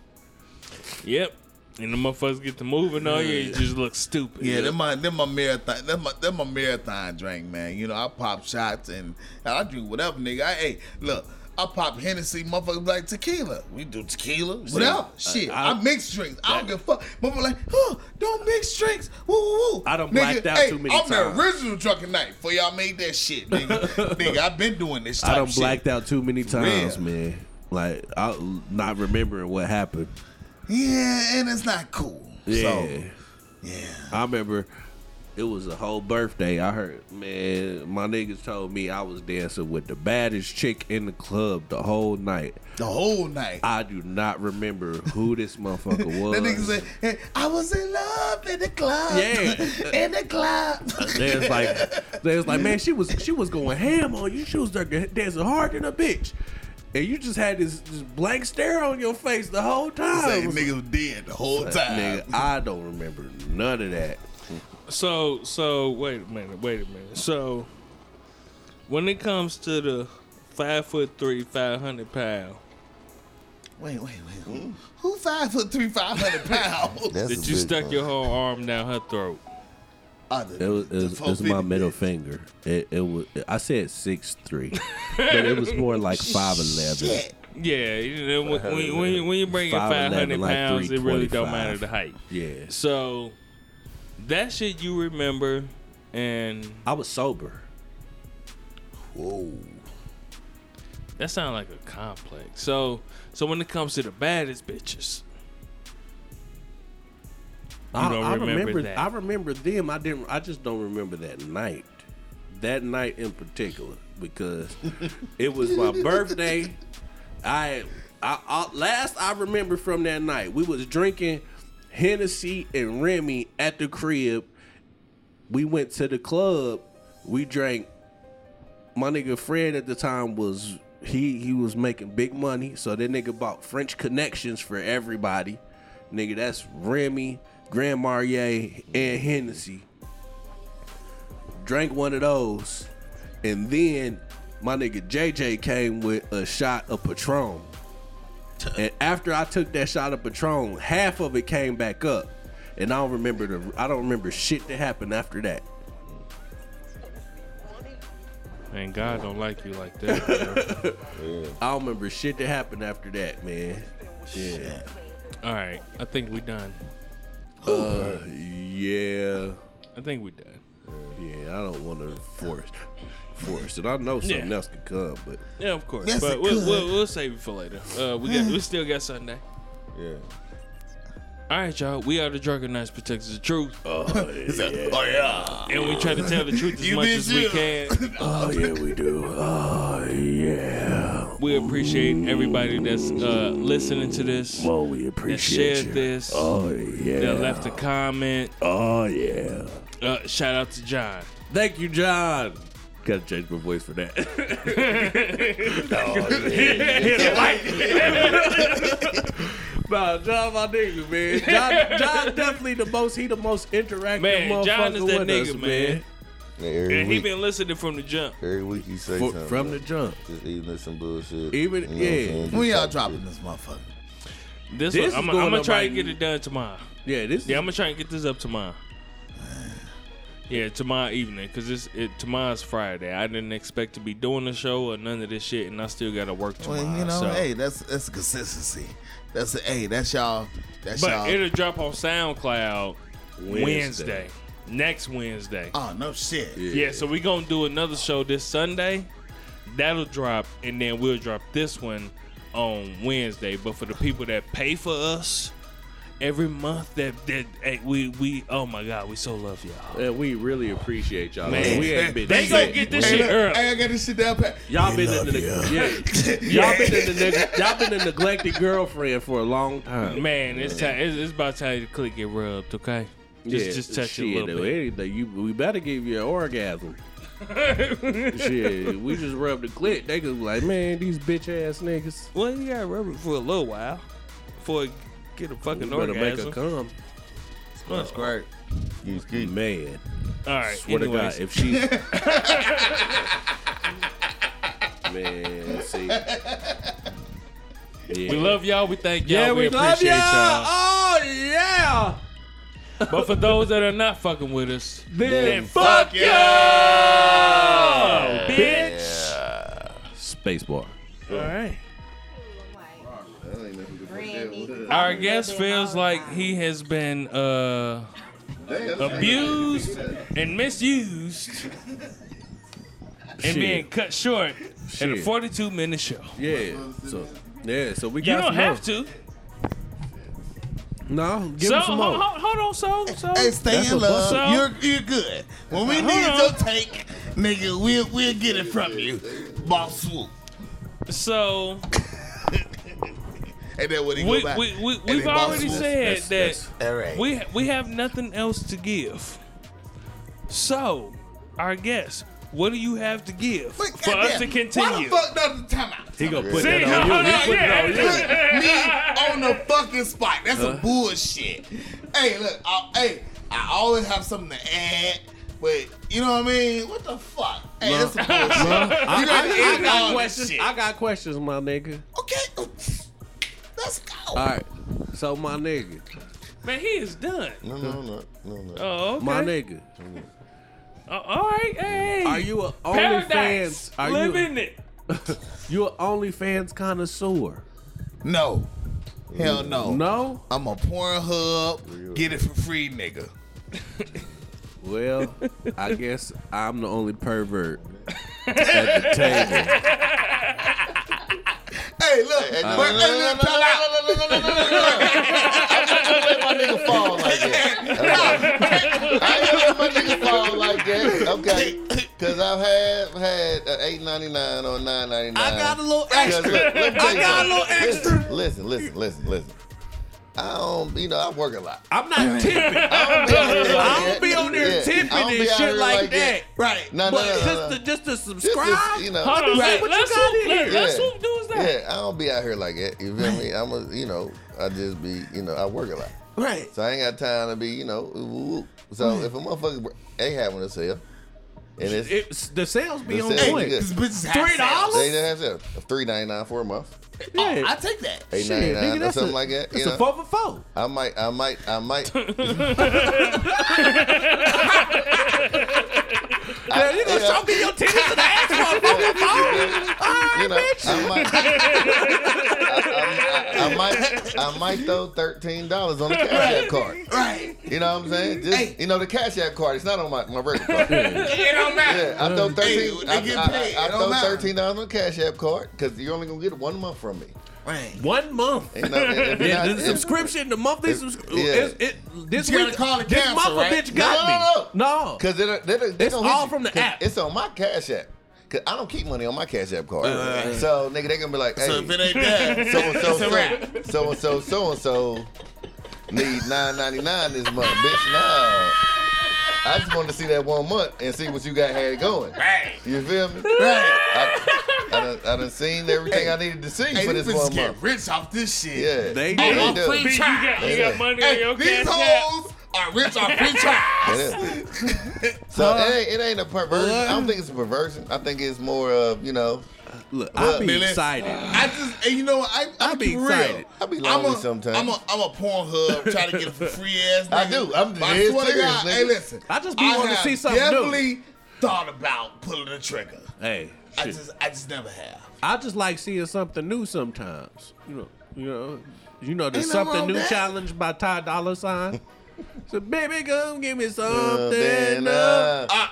Speaker 1: Yep. And the motherfuckers get to moving on you, you just look stupid.
Speaker 3: Yeah, them my them my marathon them my, them my marathon drink, man. You know, I pop shots and and I drink whatever, nigga. I hey, look, I pop Hennessy, motherfuckers like tequila. We do tequila, whatever. Shit, I, mix drinks. I don't give a fuck. Motherfucker like, huh? Don't mix drinks. Woo woo woo.
Speaker 2: I done
Speaker 3: nigga,
Speaker 2: blacked out
Speaker 3: hey,
Speaker 2: too many
Speaker 3: I'm
Speaker 2: times.
Speaker 3: the original drunken night. Before y'all made that shit, nigga. nigga, I've been doing this. Type
Speaker 2: I done
Speaker 3: shit.
Speaker 2: blacked out too many times,
Speaker 3: real.
Speaker 2: man. Like I not remembering what happened.
Speaker 3: Yeah, and it's not cool.
Speaker 2: Yeah.
Speaker 3: So, yeah.
Speaker 2: I remember it was a whole birthday. I heard, man, my niggas told me I was dancing with the baddest chick in the club the whole night.
Speaker 3: The whole night.
Speaker 2: I do not remember who this motherfucker was.
Speaker 3: That nigga said, "Hey, I was in love in the club.
Speaker 2: Yeah.
Speaker 3: in the club.
Speaker 2: They was like, they was like, man, she was she was going ham on you. She was there dancing harder than a bitch, and you just had this, this blank stare on your face the whole time.
Speaker 3: Say nigga was dead the whole
Speaker 2: Like,
Speaker 3: time.
Speaker 2: nigga, I don't remember none of that.
Speaker 1: So so wait a minute, wait a minute. So when it comes to the five foot three, five hundred pound,
Speaker 3: Wait, wait, wait. Who five foot three, five hundred pounds?
Speaker 4: That's
Speaker 1: that
Speaker 4: a
Speaker 1: you
Speaker 4: big
Speaker 1: stuck
Speaker 4: one.
Speaker 1: your whole arm down her throat.
Speaker 3: Oh, the-
Speaker 2: It was, it
Speaker 3: the
Speaker 2: was, it was my
Speaker 3: 450.
Speaker 2: middle finger. It, it was I said six three, but it was more like five eleven.
Speaker 3: Shit.
Speaker 1: Yeah, you know, when, when, when, you- when you bring in
Speaker 2: 5'11",
Speaker 1: 500
Speaker 2: like
Speaker 1: pounds, it really don't
Speaker 2: 325.
Speaker 1: matter the height.
Speaker 2: Yeah,
Speaker 1: So that shit you remember, and
Speaker 2: I was sober.
Speaker 3: Whoa.
Speaker 1: that sounds like a complex. So so when it comes to the baddest bitches,
Speaker 2: I,
Speaker 1: don't
Speaker 2: I
Speaker 1: remember that.
Speaker 2: I remember them. I didn't. I just don't remember that night. That night in particular, because it was my birthday. I, I, I last I remember from that night, we was drinking Hennessy and Remy at the crib. We went to the club. We drank. My nigga Fred at the time was he he was making big money, so that nigga bought French connections for everybody. Nigga, that's Remy, Grand Marnier, and Hennessy. Drank one of those, and then my nigga JJ came with a shot of Patron. And after I took that shot of Patron, half of it came back up, and I don't remember the I don't remember shit that happened after that.
Speaker 1: Man, God don't like you like that. bro.
Speaker 2: I don't remember shit that happened after that, man. Yeah,
Speaker 1: All right, I think we done.
Speaker 2: yeah,
Speaker 1: I think we done.
Speaker 2: yeah. I don't want to force force it. I know something
Speaker 1: Yeah.
Speaker 2: else could come, but
Speaker 1: Yeah, of course.
Speaker 3: Yes,
Speaker 1: but
Speaker 3: it
Speaker 1: we'll,
Speaker 3: could.
Speaker 1: we'll, we'll save it for later. Uh, we got we still got Sunday.
Speaker 4: Yeah.
Speaker 1: All right, y'all. We are the Drunken Knights Protectors of the Truth,
Speaker 3: Oh yeah.
Speaker 1: and we try to tell the truth as
Speaker 3: You
Speaker 1: much
Speaker 3: did
Speaker 1: as we
Speaker 3: you.
Speaker 1: can.
Speaker 2: oh yeah, we do. Oh yeah.
Speaker 1: We appreciate everybody that's uh, listening to this,
Speaker 2: Oh, we
Speaker 1: that
Speaker 2: appreciate
Speaker 1: shared this,
Speaker 2: Oh yeah.
Speaker 1: that left a comment.
Speaker 2: Oh yeah.
Speaker 1: Uh, shout out to John.
Speaker 2: Thank you, John. Gotta change my voice for that. Oh, nah, John, my nigga, man. John, John definitely the most. He the most interactive
Speaker 1: Man,
Speaker 2: motherfucker
Speaker 1: John is that
Speaker 2: with
Speaker 1: nigga,
Speaker 2: us,
Speaker 1: man.
Speaker 2: man.
Speaker 4: And every,
Speaker 1: And he
Speaker 4: week,
Speaker 1: been listening from the jump.
Speaker 4: every week he say
Speaker 2: For-
Speaker 4: something.
Speaker 2: from the jump.
Speaker 4: Just even some bullshit.
Speaker 2: Even-
Speaker 4: what I'm
Speaker 2: yeah.
Speaker 4: saying? Just
Speaker 3: When y'all
Speaker 4: talk
Speaker 3: dropping
Speaker 4: shit.
Speaker 3: this motherfucker?
Speaker 1: This,
Speaker 2: This is
Speaker 1: I'm,
Speaker 2: going
Speaker 1: I'm gonna
Speaker 2: up
Speaker 1: try
Speaker 2: right
Speaker 1: to get
Speaker 2: now.
Speaker 1: it done tomorrow.
Speaker 2: Yeah, this.
Speaker 1: Yeah, I'm gonna try and get this up tomorrow. Yeah, tomorrow evening, cause it's it, tomorrow's Friday. I didn't expect to be doing the show or none of this shit, and I still gotta work tomorrow.
Speaker 3: Well, you know,
Speaker 1: so.
Speaker 3: hey, that's that's consistency. That's hey, that's y'all. That's
Speaker 1: but
Speaker 3: y'all.
Speaker 1: it'll drop on SoundCloud Wednesday,
Speaker 2: Wednesday.
Speaker 1: next Wednesday.
Speaker 3: oh no shit.
Speaker 1: yeah. so we gonna do another show this Sunday. That'll drop, and then we'll drop this one on Wednesday. But for the people that pay for us every month, that that hey, we we oh my god, we so love y'all.
Speaker 2: Yeah, we really appreciate y'all.
Speaker 1: Man.
Speaker 2: we ain't been.
Speaker 1: They gonna get this
Speaker 3: Hey,
Speaker 1: shit
Speaker 3: look,
Speaker 1: early.
Speaker 3: hey, I got this shit down pat.
Speaker 2: Y'all been in the yeah. Y'all been in the neg- y'all been a neglected girlfriend for a long time.
Speaker 1: Man, it's time. It's, it's about time to click get rubbed. Okay, just just touch it a
Speaker 2: shit,
Speaker 1: little bit.
Speaker 2: Anything you, we better give you an orgasm. shit, we just rub the clit. They could be like, man, these bitch ass niggas.
Speaker 1: Well, you gotta rub it for a little while before it get a
Speaker 2: You
Speaker 1: fucking
Speaker 2: better make her
Speaker 1: orgasm.
Speaker 2: come.
Speaker 1: That's great.
Speaker 4: You skeet.
Speaker 2: Man,
Speaker 1: All right.
Speaker 2: swear to God,
Speaker 1: anyways.
Speaker 2: if she. man, see. Yeah.
Speaker 1: we love y'all. We thank y'all.
Speaker 2: Yeah,
Speaker 1: we,
Speaker 2: we, love
Speaker 1: appreciate
Speaker 2: y'all.
Speaker 1: y'all.
Speaker 2: Oh yeah.
Speaker 1: But for those that are not fucking with us,
Speaker 2: Then
Speaker 1: fuck y'all, bitch.
Speaker 2: spacebar.
Speaker 1: All right.
Speaker 7: Brandy.
Speaker 1: Our guest feels like he has been uh, abused and misused and
Speaker 2: Shit.
Speaker 1: being cut short at a
Speaker 2: Shit.
Speaker 1: 42 minute show.
Speaker 2: Yeah. So yeah. So we
Speaker 1: You
Speaker 2: got.
Speaker 1: don't
Speaker 2: some
Speaker 1: have
Speaker 2: more.
Speaker 1: to.
Speaker 2: No, give
Speaker 1: So
Speaker 2: him some
Speaker 1: hold,
Speaker 2: more.
Speaker 1: hold, hold on, so so.
Speaker 3: Hey, stay
Speaker 2: That's
Speaker 3: in
Speaker 2: a
Speaker 3: love.
Speaker 1: bust.
Speaker 3: You're you're good. When we
Speaker 1: Hold
Speaker 3: need
Speaker 1: on.
Speaker 3: your take, nigga, we'll we'll get it from you, boss swoop.
Speaker 1: So
Speaker 3: And then when he
Speaker 1: we,
Speaker 3: go back,
Speaker 1: we, we
Speaker 3: and
Speaker 1: we've
Speaker 3: then Boss
Speaker 1: already
Speaker 3: Swoop-
Speaker 1: said
Speaker 2: that's-
Speaker 1: that
Speaker 2: that's-
Speaker 3: All right.
Speaker 1: we we have nothing else to give. So our guest, what do you have to give
Speaker 3: But
Speaker 1: for us to
Speaker 3: goddamn, Why
Speaker 1: continue?
Speaker 3: the fuck doesn't time out?
Speaker 2: He gonna put
Speaker 1: See,
Speaker 2: that
Speaker 1: no,
Speaker 2: on you.
Speaker 1: no,
Speaker 2: He put
Speaker 1: yeah. Uh-huh.
Speaker 2: it on you.
Speaker 3: me on the fucking spot. That's some bullshit. Hey, look, I, hey, I always have something to add, but you know what I mean? What the fuck? Hey, that's some bullshit.
Speaker 2: I,
Speaker 3: You gotta
Speaker 2: I- I
Speaker 3: end all
Speaker 2: got
Speaker 3: this
Speaker 2: questions.
Speaker 3: shit.
Speaker 2: I got questions, my nigga.
Speaker 3: Okay, let's go.
Speaker 2: All right. So my nigga,
Speaker 1: Man, he is done.
Speaker 4: No, no, no, no, no.
Speaker 1: Oh, okay.
Speaker 2: my nigga,
Speaker 1: Uh, all right, hey.
Speaker 2: are you a
Speaker 1: Paradise.
Speaker 2: OnlyFans? Are
Speaker 1: Live
Speaker 2: you
Speaker 1: in it.
Speaker 2: you a OnlyFans connoisseur?
Speaker 3: No, hell no.
Speaker 2: No.
Speaker 3: I'm a Pornhub, get it for free, nigga.
Speaker 2: Well, I guess I'm the only pervert at the table.
Speaker 3: Hey, look, but, hey, look, time out.
Speaker 4: my nigga fall like that. I ain't gonna let my nigga fall like that. Okay, because I've had had a eight ninety nine or nine ninety nine.
Speaker 2: I got a little
Speaker 4: Cause
Speaker 2: extra.
Speaker 4: look, let me tell you
Speaker 2: I got a little
Speaker 4: something.
Speaker 2: extra.
Speaker 4: Listen, listen, listen, listen. I don't, you know, I work a lot.
Speaker 2: I'm not tipping.
Speaker 4: I don't be out here,
Speaker 2: I don't be on there
Speaker 4: Yeah,
Speaker 2: tipping
Speaker 4: I don't be
Speaker 2: and
Speaker 4: out
Speaker 2: shit
Speaker 4: here
Speaker 2: like, that.
Speaker 3: Right.
Speaker 4: No, no,
Speaker 2: but
Speaker 4: no, no, no.
Speaker 2: just to just to
Speaker 4: Just-
Speaker 2: subscribe.
Speaker 4: just, you know,
Speaker 1: Hold on, let,
Speaker 2: Right. What you
Speaker 1: let's
Speaker 2: got
Speaker 1: swoop,
Speaker 2: in
Speaker 1: let,
Speaker 2: here?
Speaker 1: let's swoop dudes that.
Speaker 4: Yeah, I don't be out here like that. You feel me? I'm a, you know, I just be, you know, I work a lot.
Speaker 2: Right. Hmm.
Speaker 4: So I ain't got time to be, you know, ooh, ooh, ooh. so if a motherfucker ain't having a sale, And it's
Speaker 2: It's, the sales be
Speaker 4: The
Speaker 2: on
Speaker 4: sales
Speaker 2: point.
Speaker 4: be good.
Speaker 3: This bitch is high
Speaker 2: Three
Speaker 3: sales.
Speaker 2: dollars?
Speaker 4: they didn't have sales. Three ninety nine for a month.
Speaker 2: Yeah.
Speaker 3: I take that.
Speaker 4: Eight
Speaker 2: Shit,
Speaker 4: ninety
Speaker 2: nigga,
Speaker 4: nine or
Speaker 2: that's
Speaker 4: something
Speaker 2: a-
Speaker 4: like that.
Speaker 2: It's
Speaker 4: You
Speaker 2: a
Speaker 4: know?
Speaker 2: four for four.
Speaker 4: I might, I might, I might.
Speaker 2: Yeah, you gonna
Speaker 4: yeah.
Speaker 2: show me your titties and ass, motherfucker?
Speaker 4: you know, I might, I, I- I- I might, I might throw thirteen dollars on the Cash App card.
Speaker 3: Right.
Speaker 4: You know what I'm saying? Just
Speaker 3: Hey.
Speaker 4: you know the Cash App card. It's not on my my regular card. Yeah,
Speaker 3: It don't matter.
Speaker 4: I throw
Speaker 3: Hey,
Speaker 4: thirteen.
Speaker 3: they
Speaker 4: I,
Speaker 3: get
Speaker 4: I- I-
Speaker 3: paid.
Speaker 4: I
Speaker 3: It don't
Speaker 4: throw
Speaker 3: matter.
Speaker 4: thirteen dollars on the Cash App card because you're only gonna get one month from me.
Speaker 3: Right.
Speaker 2: One month.
Speaker 4: You know, if you're
Speaker 2: Yeah,
Speaker 4: not-
Speaker 2: the
Speaker 4: if-
Speaker 2: subscription, the monthly
Speaker 4: it-
Speaker 2: subscription.
Speaker 4: yeah.
Speaker 2: this
Speaker 3: You gotta
Speaker 2: week,
Speaker 3: call it
Speaker 2: this
Speaker 3: cancel,
Speaker 2: month,
Speaker 3: right?
Speaker 2: a bitch got
Speaker 4: No,
Speaker 2: me. No,
Speaker 4: Because they, don't- they, don't- they
Speaker 2: It's
Speaker 4: don't hit
Speaker 2: all
Speaker 4: you.
Speaker 2: from the
Speaker 4: 'Cause
Speaker 2: app.
Speaker 4: It's on my Cash App. Cause I don't keep money on my Cash App
Speaker 2: Uh,
Speaker 4: card. so nigga, they gonna be like, hey,
Speaker 3: So if it ain't there,
Speaker 4: so and so
Speaker 3: It's a wrap.
Speaker 4: so and so so and so need nine ninety nine this month, bitch. Nah. I just wanted to see that one month and see what you got had going.
Speaker 3: right.
Speaker 4: You feel me?
Speaker 3: Right.
Speaker 4: I, I, done, I done seen everything I needed to see
Speaker 3: Hey,
Speaker 4: for
Speaker 3: these
Speaker 4: this
Speaker 3: bitches
Speaker 4: one
Speaker 3: get
Speaker 4: month.
Speaker 3: rich off this shit.
Speaker 4: Yeah,
Speaker 2: They
Speaker 4: They
Speaker 2: do.
Speaker 4: do.
Speaker 1: You got, you got money on
Speaker 3: Hey,
Speaker 1: your
Speaker 3: these
Speaker 1: cash app.
Speaker 3: hoes are rich off free trials.
Speaker 4: Yeah. So it, ain't, it ain't a perversion. I don't think it's a perversion. I think it's more of you know.
Speaker 2: look, I'll be
Speaker 3: Billy?
Speaker 2: excited.
Speaker 3: I just, and you know, what? I, I'm
Speaker 2: I be
Speaker 3: real.
Speaker 2: excited.
Speaker 4: I be
Speaker 3: I'm
Speaker 4: lonely
Speaker 3: a,
Speaker 4: sometimes.
Speaker 3: I'm a, I'm a Pornhub trying to get a free ass. Nigga.
Speaker 4: I do. I'm
Speaker 3: But I
Speaker 4: dead
Speaker 3: swear to
Speaker 4: serious,
Speaker 3: God,
Speaker 4: nigga.
Speaker 3: hey, listen.
Speaker 2: I just be wanting to
Speaker 3: have
Speaker 2: see something new.
Speaker 3: definitely thought about pulling the trigger.
Speaker 2: Hey,
Speaker 3: I
Speaker 2: shit.
Speaker 3: just, I just never have.
Speaker 2: I just like seeing something new sometimes. You know, you know, you know.
Speaker 3: Ain't
Speaker 2: There's
Speaker 3: no
Speaker 2: something
Speaker 3: wrong
Speaker 2: new
Speaker 3: with that.
Speaker 2: challenge by Ty Dolla Sign. so baby, come give me
Speaker 4: Something
Speaker 2: something. up. Oh,
Speaker 4: uh,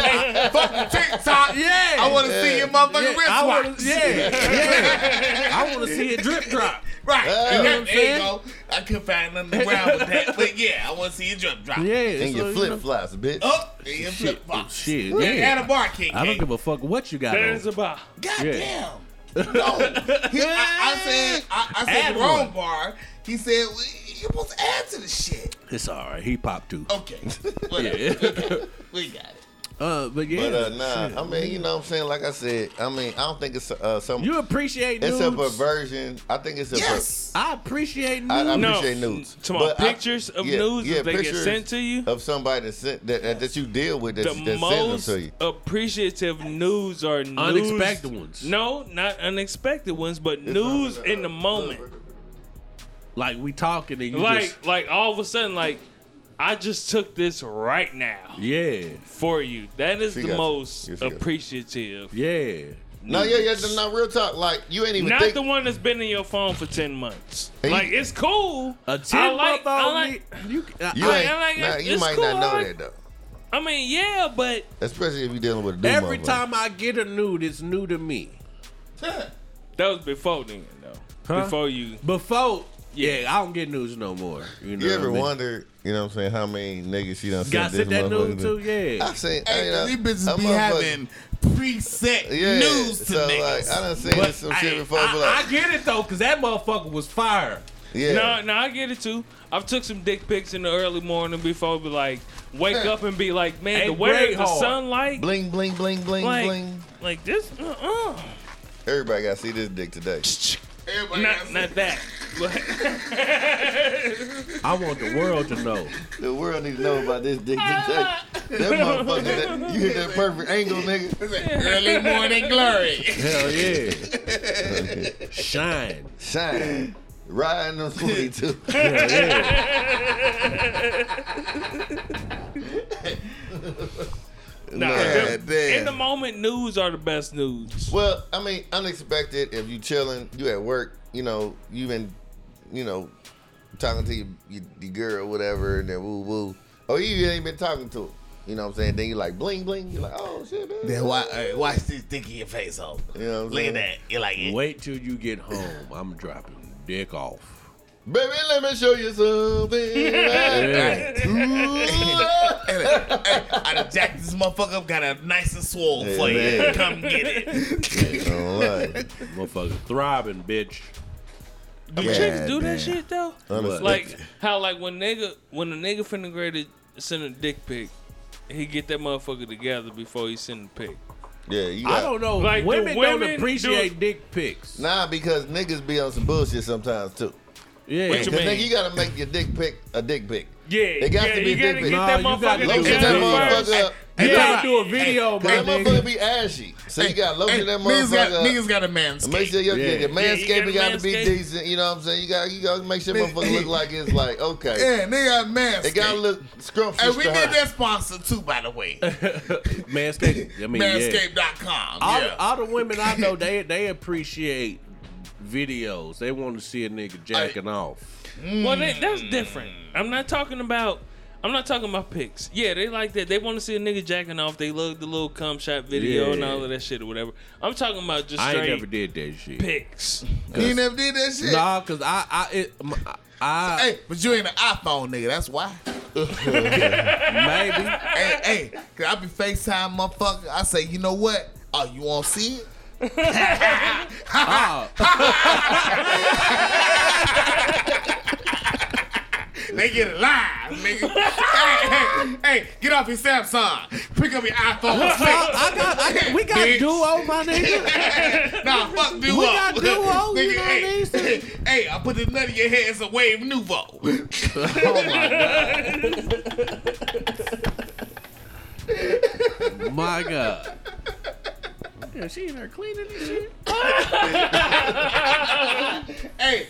Speaker 3: Uh,
Speaker 2: TikTok. Yeah.
Speaker 3: I want to see your motherfucking
Speaker 2: yeah, I
Speaker 3: wristwatch.
Speaker 2: wanna, yeah, yeah. I want to see it drip drop.
Speaker 3: Right. You
Speaker 4: Yeah.
Speaker 3: know
Speaker 4: You know
Speaker 2: what I'm
Speaker 3: there you
Speaker 2: saying?
Speaker 3: go. I couldn't find nothing around with that. But yeah, I want to see you drip drop.
Speaker 2: Yeah,
Speaker 4: and
Speaker 2: so,
Speaker 4: your
Speaker 2: you know, Oh,
Speaker 4: flip flops, bitch.
Speaker 3: Up and your flip flops.
Speaker 2: Shit,
Speaker 3: And
Speaker 2: yeah.
Speaker 3: add a bar kick.
Speaker 2: I don't give a fuck what you got
Speaker 1: There's
Speaker 2: on.
Speaker 1: a bar.
Speaker 3: God
Speaker 2: Yeah.
Speaker 3: damn. No. He, I, I said, I, I said
Speaker 2: Add
Speaker 3: the wrong
Speaker 2: one.
Speaker 3: bar. He said, well, you're supposed to add to the shit.
Speaker 2: It's all right. He popped too.
Speaker 3: Okay. Whatever. We got it.
Speaker 2: Uh, but yeah,
Speaker 4: But uh, nah, I mean, you know what I'm saying? Like I said, I mean, I don't think it's uh, some.
Speaker 2: you appreciate
Speaker 4: it's
Speaker 2: nudes.
Speaker 4: a perversion. I think it's a. per-
Speaker 3: Yes.
Speaker 2: I appreciate nudes.
Speaker 4: I, I
Speaker 1: No,
Speaker 4: appreciate nudes.
Speaker 1: to my
Speaker 4: But I-
Speaker 1: pictures of nudes if they get
Speaker 4: pictures
Speaker 1: sent to you?
Speaker 4: Of somebody that, sent, that, that, that you deal with that,
Speaker 1: The
Speaker 4: that sends
Speaker 1: most
Speaker 4: them to you.
Speaker 1: appreciative news are news.
Speaker 2: Unexpected ones.
Speaker 1: No, not unexpected ones, but news in the moment.
Speaker 2: Like we talking and you
Speaker 1: Like,
Speaker 2: just
Speaker 1: like all of a sudden, like I just took this right now
Speaker 2: yeah,
Speaker 1: for you. That is
Speaker 4: She got
Speaker 1: the
Speaker 4: you.
Speaker 1: most
Speaker 4: Yeah, she got you.
Speaker 1: appreciative.
Speaker 2: yeah.
Speaker 4: No, yeah, yeah, no, real talk. Like, you ain't even
Speaker 1: Not
Speaker 4: think.
Speaker 1: the one that's been in your phone for ten months.
Speaker 4: Hey,
Speaker 1: like it's cool.
Speaker 2: A
Speaker 1: I
Speaker 2: ten
Speaker 1: like,
Speaker 2: month
Speaker 1: I
Speaker 2: on
Speaker 1: like.
Speaker 2: me. You, I-
Speaker 4: you
Speaker 1: I-
Speaker 4: ain't,
Speaker 1: I like it.
Speaker 4: nah, you
Speaker 1: It's
Speaker 4: might
Speaker 1: cool,
Speaker 4: not know
Speaker 1: I-
Speaker 4: that, though.
Speaker 1: I mean, yeah, but
Speaker 4: Especially if you're dealing with a dude.
Speaker 2: every
Speaker 4: motherfucker.
Speaker 2: time I get a nude, it's new to me.
Speaker 1: that was before then, though.
Speaker 2: Huh?
Speaker 1: Before you,
Speaker 2: Before, yeah, I don't get nudes no more. You know,
Speaker 4: You
Speaker 2: what I
Speaker 4: ever
Speaker 2: mean?
Speaker 4: wonder, you know what I'm saying, how many niggas she done
Speaker 2: Got sent
Speaker 4: sent this
Speaker 2: that nude
Speaker 4: motherfucker
Speaker 2: too,
Speaker 4: to?
Speaker 2: yeah.
Speaker 4: I seen,
Speaker 3: Hey,
Speaker 4: you know,
Speaker 3: these
Speaker 4: a
Speaker 3: bitches be
Speaker 4: motherfucker-
Speaker 3: having preset
Speaker 4: yeah,
Speaker 3: news to
Speaker 4: so,
Speaker 3: niggas.
Speaker 4: Like, I done seen
Speaker 2: But
Speaker 4: some
Speaker 2: I,
Speaker 4: shit before,
Speaker 2: I-
Speaker 4: but like,
Speaker 2: I get it though, cause that motherfucker was fire.
Speaker 4: yeah.
Speaker 1: No, no, I get it too. I've took some dick pics in the early morning before, be like, wake up and be like, man, the
Speaker 2: Ain't
Speaker 1: way
Speaker 2: great
Speaker 1: the
Speaker 2: hard.
Speaker 1: sunlight,
Speaker 4: Bling, bling, bling, bling,
Speaker 1: like,
Speaker 4: bling.
Speaker 1: like this, uh,
Speaker 4: Everybody got to see this dick today.
Speaker 1: uh
Speaker 3: Everybody else-
Speaker 1: not, not that. But
Speaker 2: I want the world to know.
Speaker 4: The world needs to know about this dick today. That motherfucker, that, you hit that perfect angle, nigga.
Speaker 3: Listen, Early morning glory.
Speaker 2: Hell yeah, shine.
Speaker 4: Shine. Riding them 42.
Speaker 1: nah,
Speaker 4: Yeah,
Speaker 1: the- in
Speaker 4: damn.
Speaker 1: the moment, news are the best news.
Speaker 4: Well, I mean, unexpected. If you chilling, you at work, you know, you been, you know, talking to your, your, your girl, whatever, and then woo woo. Or you ain't been talking to her. You know what I'm saying? Then you like bling bling. You're like, oh shit, man.
Speaker 3: Then why, uh, watch this dick in your face, hole.
Speaker 4: You know what I'm
Speaker 3: Look at
Speaker 4: saying?
Speaker 3: that. You're like, yeah.
Speaker 2: Wait till you get home. I'm dropping dick off.
Speaker 4: Baby, let me show you something.
Speaker 2: Yeah.
Speaker 3: I done jacked this motherfucker up, got a nice and swole for you.
Speaker 4: man.
Speaker 3: Come get it.
Speaker 4: All right.
Speaker 2: Motherfucker thriving, bitch.
Speaker 1: Do
Speaker 4: Yeah,
Speaker 1: chicks do
Speaker 4: man.
Speaker 1: that shit though?
Speaker 4: Unexpected.
Speaker 1: Like how, like when nigga, when a nigga finna grade to send a dick pic, he get that motherfucker together before he send the pic.
Speaker 4: yeah, you got.
Speaker 2: I don't know.
Speaker 1: Like, do
Speaker 2: women,
Speaker 1: women
Speaker 2: don't appreciate
Speaker 1: do-
Speaker 2: dick pics.
Speaker 4: Nah, because niggas be on some bullshit sometimes too.
Speaker 2: Yeah.
Speaker 1: What you
Speaker 4: The thing,
Speaker 1: mean?
Speaker 4: you gotta make your dick pic a dick pic.
Speaker 1: Yeah,
Speaker 4: It got
Speaker 1: yeah,
Speaker 4: to be
Speaker 1: you gotta get
Speaker 4: dick pic.
Speaker 1: that
Speaker 2: Nah, you
Speaker 1: motherfucker
Speaker 2: gotta
Speaker 1: in
Speaker 2: look
Speaker 1: the
Speaker 4: at that
Speaker 1: camera
Speaker 4: motherfucker
Speaker 1: first.
Speaker 4: up.
Speaker 2: You
Speaker 1: Yeah.
Speaker 2: gotta do a video,
Speaker 4: Cause that
Speaker 2: my
Speaker 4: motherfucker
Speaker 2: nigga.
Speaker 4: be ashy. So
Speaker 3: Hey,
Speaker 4: you gotta lotion
Speaker 3: hey,
Speaker 4: that
Speaker 3: niggas got,
Speaker 4: motherfucker
Speaker 3: niggas
Speaker 4: up.
Speaker 3: got a
Speaker 4: And
Speaker 3: manscape.
Speaker 4: Make sure your,
Speaker 2: Yeah.
Speaker 4: your
Speaker 1: Yeah, you
Speaker 4: manscaping
Speaker 1: gotta
Speaker 4: got to be
Speaker 1: manscape.
Speaker 4: decent. You know what I'm saying? You got you gotta make sure motherfucker look like it's like okay.
Speaker 3: Yeah, they got manscaped.
Speaker 4: It gotta look
Speaker 3: Hey,
Speaker 4: scrumptious.
Speaker 3: we
Speaker 4: to
Speaker 3: need
Speaker 4: her.
Speaker 3: that sponsor too, by the way.
Speaker 2: Manscaped. I mean, yeah.
Speaker 3: Manscaped.com.
Speaker 2: All,
Speaker 3: yeah.
Speaker 2: all the women I know, they they appreciate videos. They want to see a nigga jacking off.
Speaker 1: Well, that, that's
Speaker 2: Mm.
Speaker 1: different. I'm not talking about. I'm not talking about pics. Yeah, they like that. They want to see a nigga jacking off. They love the little cum shot video and all
Speaker 2: Yeah.
Speaker 1: of that shit or whatever. I'm talking about just
Speaker 2: I ain't
Speaker 1: straight
Speaker 2: never did that shit.
Speaker 1: pics.
Speaker 3: you ain't never did that shit.
Speaker 2: Nah, cause I I it, my- I
Speaker 3: Hey, but you ain't an iPhone nigga. That's why.
Speaker 2: maybe
Speaker 3: hey, hey, cause I be FaceTime motherfucker. I say, you know what? Oh, you want to see it?
Speaker 2: oh,
Speaker 3: They get it live, nigga. hey, hey, hey, get off your Samsung. Pick up your iPhone.
Speaker 2: I, I got I, we got
Speaker 3: Bitch.
Speaker 2: duo, my nigga.
Speaker 3: nah, fuck Duo.
Speaker 2: We got Duo, you know what
Speaker 3: hey,
Speaker 2: I mean?
Speaker 3: hey, I put the nut in your head. It's a wave nouveau.
Speaker 2: My God. Yeah, she in there cleaning this shit.
Speaker 3: hey,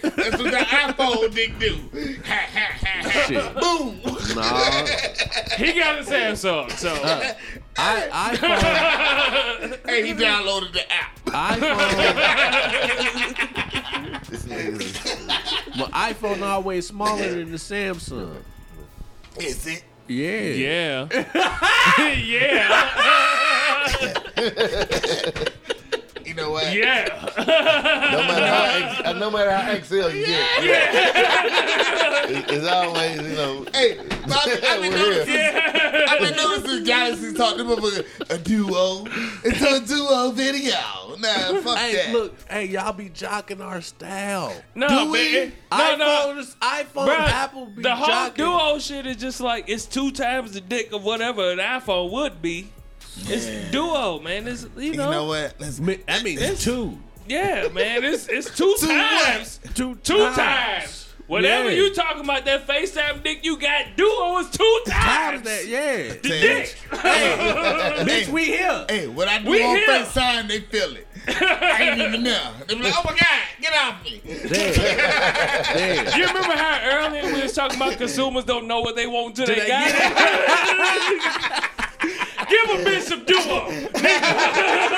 Speaker 3: that's what the iPhone dick do. Ha, ha, ha, ha.
Speaker 2: Shit.
Speaker 3: Boom.
Speaker 2: Nah,
Speaker 1: He got his Samsung, so
Speaker 2: I iPhone.
Speaker 3: Hey, he downloaded the app.
Speaker 2: iPhone. My iPhone always smaller than the Samsung.
Speaker 3: Is it?
Speaker 2: Yeah.
Speaker 1: yeah, yeah,
Speaker 3: You know what?
Speaker 1: yeah.
Speaker 4: No matter how ex- uh, no matter how XL you get, It's- it's always you know.
Speaker 3: Hey, but I've been, I've been
Speaker 4: We're here.
Speaker 3: noticing, I've been noticing Galaxy talk to motherfucker a duo. It's a duo video. Nah, fuck
Speaker 2: Hey,
Speaker 3: that.
Speaker 2: look, hey, y'all be jocking our style.
Speaker 1: No,
Speaker 3: Do we?
Speaker 1: man. No,
Speaker 2: iPhone,
Speaker 1: no.
Speaker 2: this iPhone,
Speaker 1: Bruh,
Speaker 2: Apple be
Speaker 1: the whole
Speaker 2: jocking.
Speaker 1: duo shit is just like it's two times the dick of whatever an iPhone would be. It's duo, man. It's you
Speaker 3: you
Speaker 1: know,
Speaker 3: know what? Let's
Speaker 2: Mi- I mean, it's two,
Speaker 1: yeah, man. It's it's two,
Speaker 3: Two what?
Speaker 1: times.
Speaker 2: two,
Speaker 1: Two times. Whatever
Speaker 2: Yeah.
Speaker 1: you talking about, that FaceTime dick you got duo is two times.
Speaker 2: times that, yeah.
Speaker 1: The dick.
Speaker 3: Hey,
Speaker 2: Bitch, we here.
Speaker 3: Hey, what I do
Speaker 1: We
Speaker 3: on
Speaker 1: here.
Speaker 3: FaceTime, they feel it. I ain't even know. They be like, oh my God, get off me.
Speaker 2: Damn. Damn.
Speaker 1: You remember how earlier we was talking about consumers don't know what they want until they,
Speaker 2: they
Speaker 1: got it? Give a bitch some duo.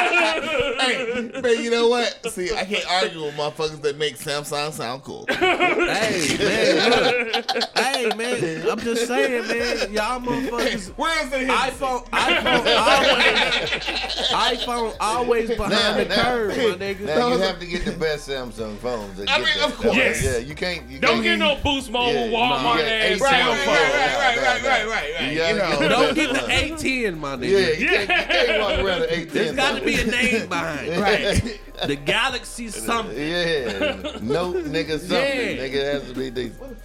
Speaker 3: Hey, but you know what? See, I can't argue with motherfuckers that make Samsung sound cool.
Speaker 2: Hey, man, look. Hey, man, I'm just saying, man, y'all motherfuckers
Speaker 3: Where's the hit?
Speaker 2: iPhone, iPhone, always, iPhone always behind
Speaker 4: Now,
Speaker 2: the
Speaker 4: now,
Speaker 2: curve, my nigga.
Speaker 4: Now you have to get the best Samsung phones. to
Speaker 3: I
Speaker 4: get
Speaker 3: mean,
Speaker 4: that.
Speaker 3: of course.
Speaker 1: Yes.
Speaker 4: Yeah, you can't. You
Speaker 1: Don't get
Speaker 4: can't
Speaker 1: no Boost Mobile,
Speaker 4: Yeah,
Speaker 1: Walmart
Speaker 4: you
Speaker 1: ass
Speaker 4: got AT&T.
Speaker 3: Right,
Speaker 1: right,
Speaker 3: right, right, right, right, right, right, right. You
Speaker 4: You gotta get the
Speaker 3: know,
Speaker 2: Don't
Speaker 4: best
Speaker 2: get the
Speaker 4: one.
Speaker 2: A10, my
Speaker 4: Yeah,
Speaker 2: nigga.
Speaker 4: you can't, you can't walk around an 18.
Speaker 2: There's got to be a name behind it.
Speaker 3: right.
Speaker 2: The Galaxy something.
Speaker 4: Yeah, no nigga something.
Speaker 2: Yeah.
Speaker 4: Nigga has to be decent.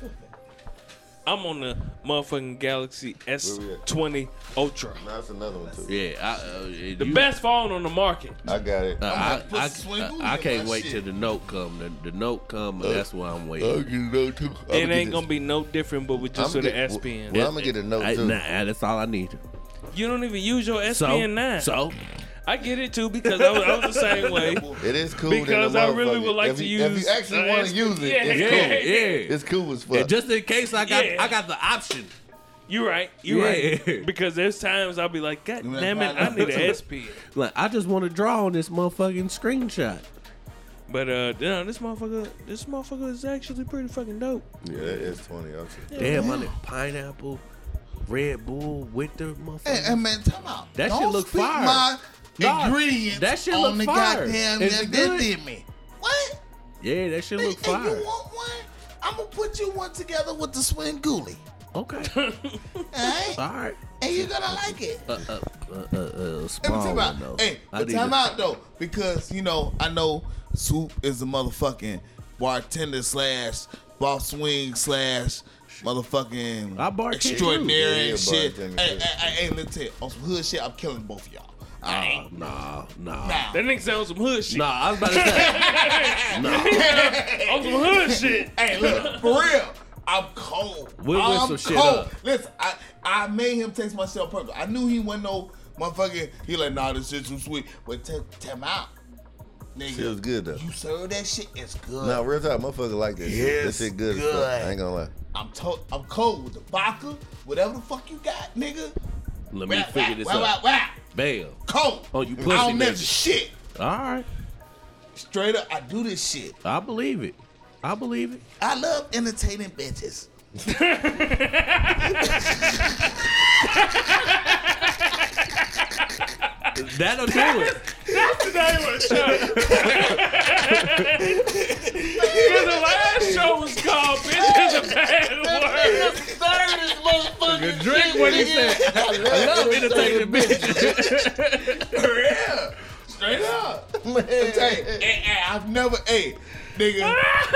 Speaker 1: I'm on the motherfucking Galaxy S20 Ultra.
Speaker 4: That's another one too.
Speaker 2: Yeah, I, uh,
Speaker 1: The best phone on the market.
Speaker 4: I got
Speaker 2: I,
Speaker 4: it.
Speaker 3: gonna put
Speaker 2: I, I,
Speaker 3: some swingles
Speaker 2: I
Speaker 3: in
Speaker 2: can't
Speaker 3: my
Speaker 2: wait
Speaker 3: shit. Uh,
Speaker 2: till the note come. The, the note come, and that's why I'm
Speaker 4: I'll
Speaker 2: waiting.
Speaker 4: get a note too. I'ma
Speaker 1: it
Speaker 4: get
Speaker 1: ain't
Speaker 4: this-
Speaker 1: gonna be no different, but with just
Speaker 4: I'ma
Speaker 1: with the
Speaker 4: get-
Speaker 1: S Pen.
Speaker 4: Well, I'm gonna get a note
Speaker 2: I,
Speaker 4: too.
Speaker 2: nah, that's all I need.
Speaker 1: You don't even use your S
Speaker 2: So,
Speaker 1: Pen now.
Speaker 2: so
Speaker 1: I get it too because I was, I was the same way.
Speaker 4: It is cool than
Speaker 1: Because
Speaker 4: a
Speaker 1: I really
Speaker 4: motherfucker.
Speaker 1: would like
Speaker 4: if
Speaker 1: to
Speaker 4: you, If
Speaker 1: use
Speaker 4: you actually
Speaker 1: a
Speaker 4: want
Speaker 1: S-
Speaker 4: to use it,
Speaker 1: Yeah.
Speaker 2: yeah,
Speaker 4: it's cool.
Speaker 2: yeah.
Speaker 4: It's cool as
Speaker 2: And
Speaker 4: fuck.
Speaker 2: just in case I got,
Speaker 1: Yeah.
Speaker 2: I got the option.
Speaker 1: You're right. You're
Speaker 2: Yeah.
Speaker 1: right. Because there's times I'll be like, God
Speaker 3: You wanna
Speaker 1: damn it,
Speaker 3: find
Speaker 1: I
Speaker 3: out?
Speaker 1: need an S Pen.
Speaker 2: Like I just want to draw on this motherfucking screenshot.
Speaker 1: But uh, no, this motherfucker, this motherfucker is actually pretty fucking dope.
Speaker 4: yeah, that is 20. Okay.
Speaker 2: Damn, my nigga, pineapple, Red Bull with the
Speaker 3: Hey, hey,
Speaker 2: motherfucker.
Speaker 3: man, time out.
Speaker 2: That
Speaker 3: Don't
Speaker 2: shit look
Speaker 3: speak
Speaker 2: fire.
Speaker 3: My
Speaker 2: Nah,
Speaker 3: ingredients
Speaker 2: that shit
Speaker 3: on
Speaker 2: look
Speaker 3: the
Speaker 2: fire.
Speaker 3: goddamn
Speaker 2: Is
Speaker 3: that,
Speaker 2: it
Speaker 3: that
Speaker 2: good?
Speaker 3: did me. What?
Speaker 2: Yeah, that shit look
Speaker 3: If you
Speaker 2: fire.
Speaker 3: want one, I'm gonna put you one together with the swing goolie.
Speaker 2: Okay,
Speaker 3: Alright?
Speaker 2: all right.
Speaker 3: And you're gonna like it.
Speaker 2: Uh, uh, uh, uh, uh,
Speaker 3: Hey, but
Speaker 2: small
Speaker 3: time
Speaker 2: one though.
Speaker 3: out. Hey,
Speaker 2: I
Speaker 3: but
Speaker 2: need
Speaker 3: time
Speaker 2: to-
Speaker 3: out though, because you know I know Swoop is a motherfucking bartender slash ball swing slash motherfucking
Speaker 2: I bartend too.
Speaker 3: extraordinary
Speaker 4: Yeah,
Speaker 3: and shit.
Speaker 4: bartender
Speaker 3: Hey,
Speaker 4: too.
Speaker 3: hey, hey, hey, let me tell you, on some hood shit, I'm killing both of y'all.
Speaker 4: Oh, nah, nah.
Speaker 3: Nah.
Speaker 1: That nigga said on some hood shit.
Speaker 4: Nah, I was about to say. nah.
Speaker 1: On some hood shit.
Speaker 3: Hey, look, for real. I'm cold.
Speaker 4: We'll whip
Speaker 3: I'm
Speaker 4: some shit
Speaker 3: cold.
Speaker 4: up.
Speaker 3: Listen, I, I made him taste my cell purple. I knew he wasn't no motherfucking. He like, nah, this shit too sweet. But take him out,
Speaker 7: Shit was
Speaker 3: nigga.
Speaker 7: good though.
Speaker 3: You serve that shit, it's good.
Speaker 7: Nah, real talk, motherfucker like that. shit.
Speaker 3: Yes,
Speaker 7: This shit good, as
Speaker 3: good.
Speaker 7: fuck. I ain't gonna lie.
Speaker 3: I'm to- I'm cold with the vodka, whatever the fuck you got, nigga.
Speaker 2: Let me
Speaker 3: Wow,
Speaker 2: figure this
Speaker 3: wow,
Speaker 2: out.
Speaker 3: Wow, wow,
Speaker 2: Bail.
Speaker 3: Cold.
Speaker 2: Oh, you pussy
Speaker 3: I don't measure
Speaker 2: nigga.
Speaker 3: shit.
Speaker 2: All right.
Speaker 3: Straight up, I do this shit.
Speaker 2: I believe it. I believe it.
Speaker 3: I love entertaining bitches.
Speaker 2: That'll do it.
Speaker 1: That was a show. Because the last show was called Bitch is a Bad Word.
Speaker 2: Drink what he said. I love entertaining bitches.
Speaker 3: For real. Straight up. Hey, hey, hey, I've never, hey, nigga,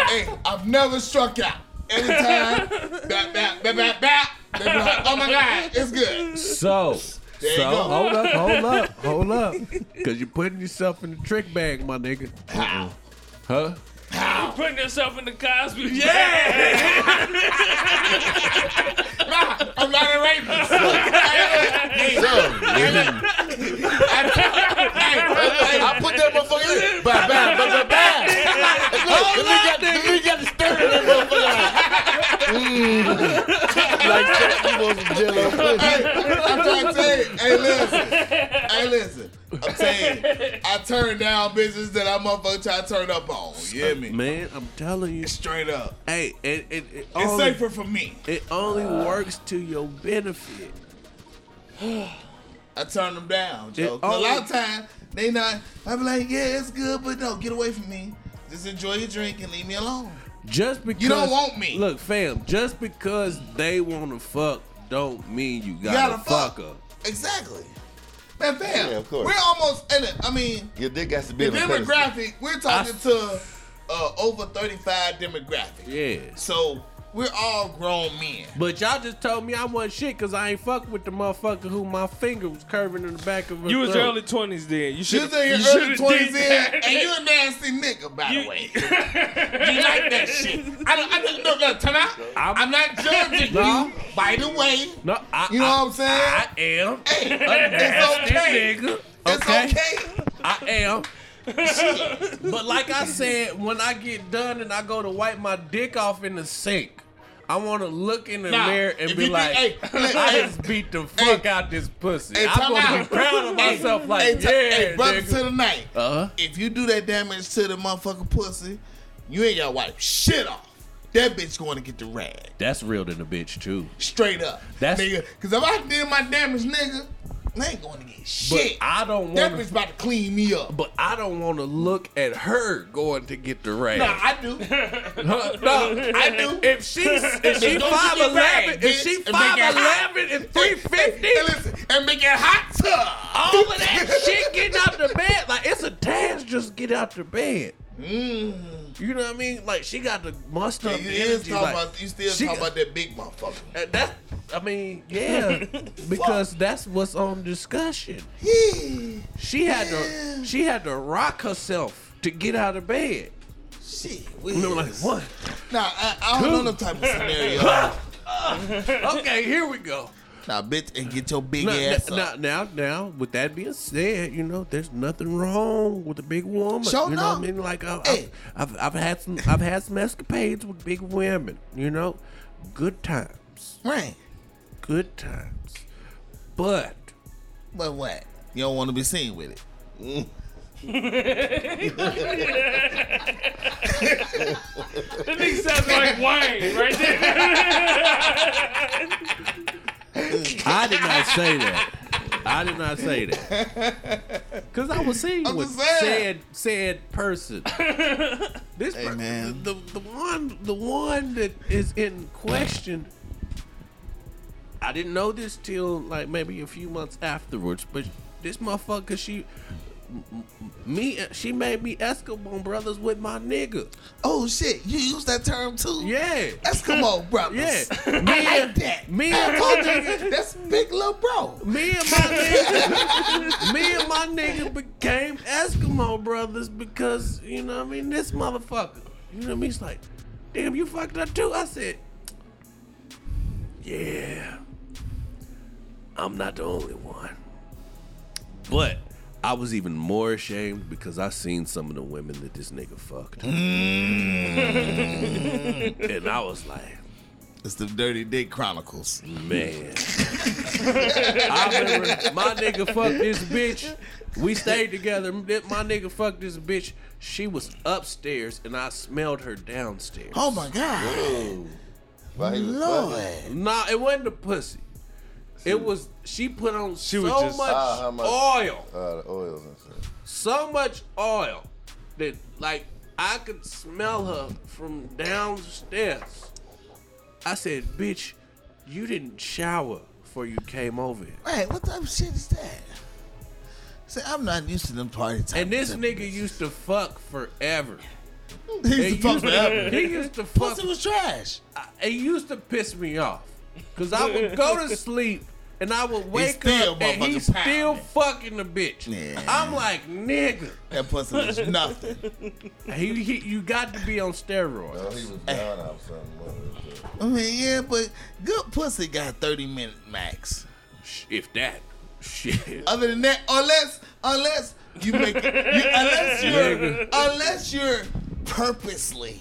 Speaker 3: hey, I've never struck out. Every time, bap, bap, bap, bap, bap, they be like, oh my God, it's good.
Speaker 2: So,
Speaker 3: There you
Speaker 2: so
Speaker 3: go.
Speaker 2: hold up, hold up, hold up. Because you're putting yourself in the trick bag, my nigga.
Speaker 3: How?
Speaker 2: Huh?
Speaker 1: Putting yourself in the Cosby.
Speaker 3: Yeah. Nah, I'm not a rapist. Hey, look, hey,
Speaker 4: I put that motherfucker in. Bye, bye, bye, bye, bye. Look, let me got- let me got the stir in that motherfucker. Mm. Like that, you want some jello pussy.
Speaker 3: hey, I'm trying to tell you. Hey, listen. Hey, listen. I'm saying, I turn down business that I motherfucker try to turn up on. You hear me?
Speaker 2: Man, I'm telling you.
Speaker 3: Straight up.
Speaker 2: Hey, it, it, it,
Speaker 3: It's
Speaker 2: only,
Speaker 3: safer for me.
Speaker 2: it only works to your benefit.
Speaker 3: I turn them down, Joe.
Speaker 2: It
Speaker 3: 'Cause a lot of
Speaker 2: always-
Speaker 3: time they not. I be like, yeah, it's good, but no, get away from me. Just enjoy your drink and leave me alone.
Speaker 2: Just because
Speaker 3: don't want me.
Speaker 2: Look, fam, just because they want to fuck don't mean you
Speaker 3: You
Speaker 2: gotta, fuck her.
Speaker 3: Exactly. Man, fam,
Speaker 7: Yeah, of course.
Speaker 3: we're almost in it. I mean,
Speaker 7: Your dick has to be
Speaker 3: the
Speaker 7: in the pedestal.
Speaker 3: demographic. We're talking to uh, over thirty-five demographic.
Speaker 2: Yes.
Speaker 3: So we're all grown men.
Speaker 2: But y'all just told me I wasn't shit because I ain't fuck with the motherfucker who my finger was curving in the back of her
Speaker 1: You was
Speaker 2: throat.
Speaker 1: early twenties then. You
Speaker 3: You
Speaker 1: should.
Speaker 3: in your early twenties in, and you a nasty nigga, by the
Speaker 1: You-
Speaker 3: way. you like that shit. I don't. I don't. No, no, time out. I'm,
Speaker 2: I'm-
Speaker 3: not judging
Speaker 2: No.
Speaker 3: you. By the way,
Speaker 2: No, I,
Speaker 3: you know what I'm saying?
Speaker 2: I, I am.
Speaker 3: hey,
Speaker 2: That's
Speaker 3: it's okay.
Speaker 2: nigga.
Speaker 3: It's okay.
Speaker 2: I am. but like I said, when I get done and I go to wipe my dick off in the sink, I want to look in the
Speaker 3: Nah,
Speaker 2: mirror and
Speaker 3: if
Speaker 2: be
Speaker 3: you
Speaker 2: like,
Speaker 3: think- hey, look,
Speaker 2: I
Speaker 3: hey,
Speaker 2: just beat the fuck
Speaker 3: hey,
Speaker 2: out this pussy.
Speaker 3: Hey,
Speaker 2: I'm
Speaker 3: time
Speaker 2: going to
Speaker 3: out.
Speaker 2: be proud of
Speaker 3: Hey,
Speaker 2: myself like,
Speaker 3: hey, ti-
Speaker 2: yeah,
Speaker 3: hey, brother
Speaker 2: nigga.
Speaker 3: to the night.
Speaker 2: Uh-huh.
Speaker 3: If you do that damage to the motherfucking pussy, you ain't gotta wipe shit off. That bitch going to get the rag.
Speaker 2: That's real than a bitch, too.
Speaker 3: Straight up.
Speaker 2: That's-
Speaker 3: nigga. Cause if I did my damage, nigga, I ain't going to get
Speaker 2: But
Speaker 3: shit.
Speaker 2: I don't
Speaker 3: that
Speaker 2: want
Speaker 3: bitch
Speaker 2: to.
Speaker 3: about to clean me up.
Speaker 2: But I don't want to look at her going to get the rag.
Speaker 3: Nah, I do.
Speaker 2: Huh? No,
Speaker 3: I do.
Speaker 2: If she's if
Speaker 3: Don't
Speaker 2: she
Speaker 3: you get
Speaker 2: five eleven,
Speaker 3: ragged,
Speaker 2: if she
Speaker 3: bitch, and make
Speaker 2: five
Speaker 3: it hot.
Speaker 2: eleven and three fifty,
Speaker 3: And listen, and make it hot.
Speaker 2: all of that shit getting out the bed. Like it's a task just get out the bed. You know what I mean? Like she got the muster up
Speaker 3: You Mm. is
Speaker 2: energy.
Speaker 3: talking
Speaker 2: like,
Speaker 3: about, you still
Speaker 2: she
Speaker 3: talking
Speaker 2: got-
Speaker 3: about that big motherfucker.
Speaker 2: uh, that. I mean, yeah, because that's what's on discussion. She had to she had to rock herself to get out of bed.
Speaker 3: Shit,
Speaker 2: And
Speaker 3: we
Speaker 2: I'm like, what?
Speaker 3: Nah, I, I don't know no type of scenario.
Speaker 2: Okay, here we go.
Speaker 3: nah, bitch, and get your big
Speaker 2: Now,
Speaker 3: ass up.
Speaker 2: now, now, now, with that being said, you know, there's nothing wrong with a big woman.
Speaker 3: Sure
Speaker 2: you know what I
Speaker 3: not.
Speaker 2: mean? Like I,
Speaker 3: Hey.
Speaker 2: I've, I've, I've had some, I've had some escapades with big women. You know, good times,
Speaker 3: Right.
Speaker 2: good times. But
Speaker 3: But what? You don't want to be seen with it.
Speaker 1: That nigga sounds like Wayne right there.
Speaker 2: I did not say that. I did not say that. Cause I was seeing
Speaker 3: I'm
Speaker 2: with
Speaker 3: just saying.
Speaker 2: said said person. This per-
Speaker 3: man.
Speaker 2: the the one the one that is in question. I didn't know this till like maybe a few months afterwards, but this motherfucker she m- m- me, she made me Eskimo brothers with my nigga.
Speaker 3: Oh shit, you use that term too?
Speaker 2: Yeah.
Speaker 3: Eskimo
Speaker 2: Yeah,
Speaker 3: brothers.
Speaker 2: me and
Speaker 3: I like that.
Speaker 2: me
Speaker 3: I
Speaker 2: and
Speaker 3: told you, that's big little bro.
Speaker 2: Me and my nigga, me and my nigga became Eskimo brothers because you know what I mean. This motherfucker, you know what I mean. He's like, damn, you fucked up too. I said, yeah, I'm not the only one, but I was even more ashamed because I seen some of the women that this nigga fucked, and I was like.
Speaker 3: It's the Dirty Dick Chronicles.
Speaker 2: Man. I remember my nigga fucked this bitch. We stayed together. My nigga fucked this bitch. She was upstairs and I smelled her downstairs.
Speaker 3: Oh my god.
Speaker 4: Why he was
Speaker 3: Lord.
Speaker 4: fucking?
Speaker 2: Nah, it wasn't the pussy. It was she put on so
Speaker 1: was just-
Speaker 2: much,
Speaker 4: Ah, how much-
Speaker 2: oil.
Speaker 4: Uh, the oils and shit.
Speaker 2: So much oil that like I could smell her from downstairs. I said, bitch, you didn't shower before you came over here.
Speaker 3: Right, what type of shit is that? See, I'm not used to them party time.
Speaker 2: And this nigga used to fuck forever.
Speaker 3: he
Speaker 2: He
Speaker 3: used to fuck
Speaker 2: used-
Speaker 3: me up.
Speaker 2: He used to fuck.
Speaker 3: Pussy was trash.
Speaker 2: It used to piss me off because I would go to sleep and I would wake
Speaker 3: still
Speaker 2: up and he's
Speaker 3: motherfucking
Speaker 2: still
Speaker 3: pounding.
Speaker 2: fucking the bitch.
Speaker 3: Yeah.
Speaker 2: I'm like, nigga,
Speaker 3: That pussy was nothing.
Speaker 2: he, he, you got to be on
Speaker 4: No,
Speaker 2: steroids.
Speaker 4: he was
Speaker 3: Eh.
Speaker 4: down off something. wasn't he?
Speaker 3: I mean, yeah, but good pussy got 30 minute max.
Speaker 2: Sh- If that shit.
Speaker 3: Other than that, unless unless you make it, you, unless you're unless you're purposely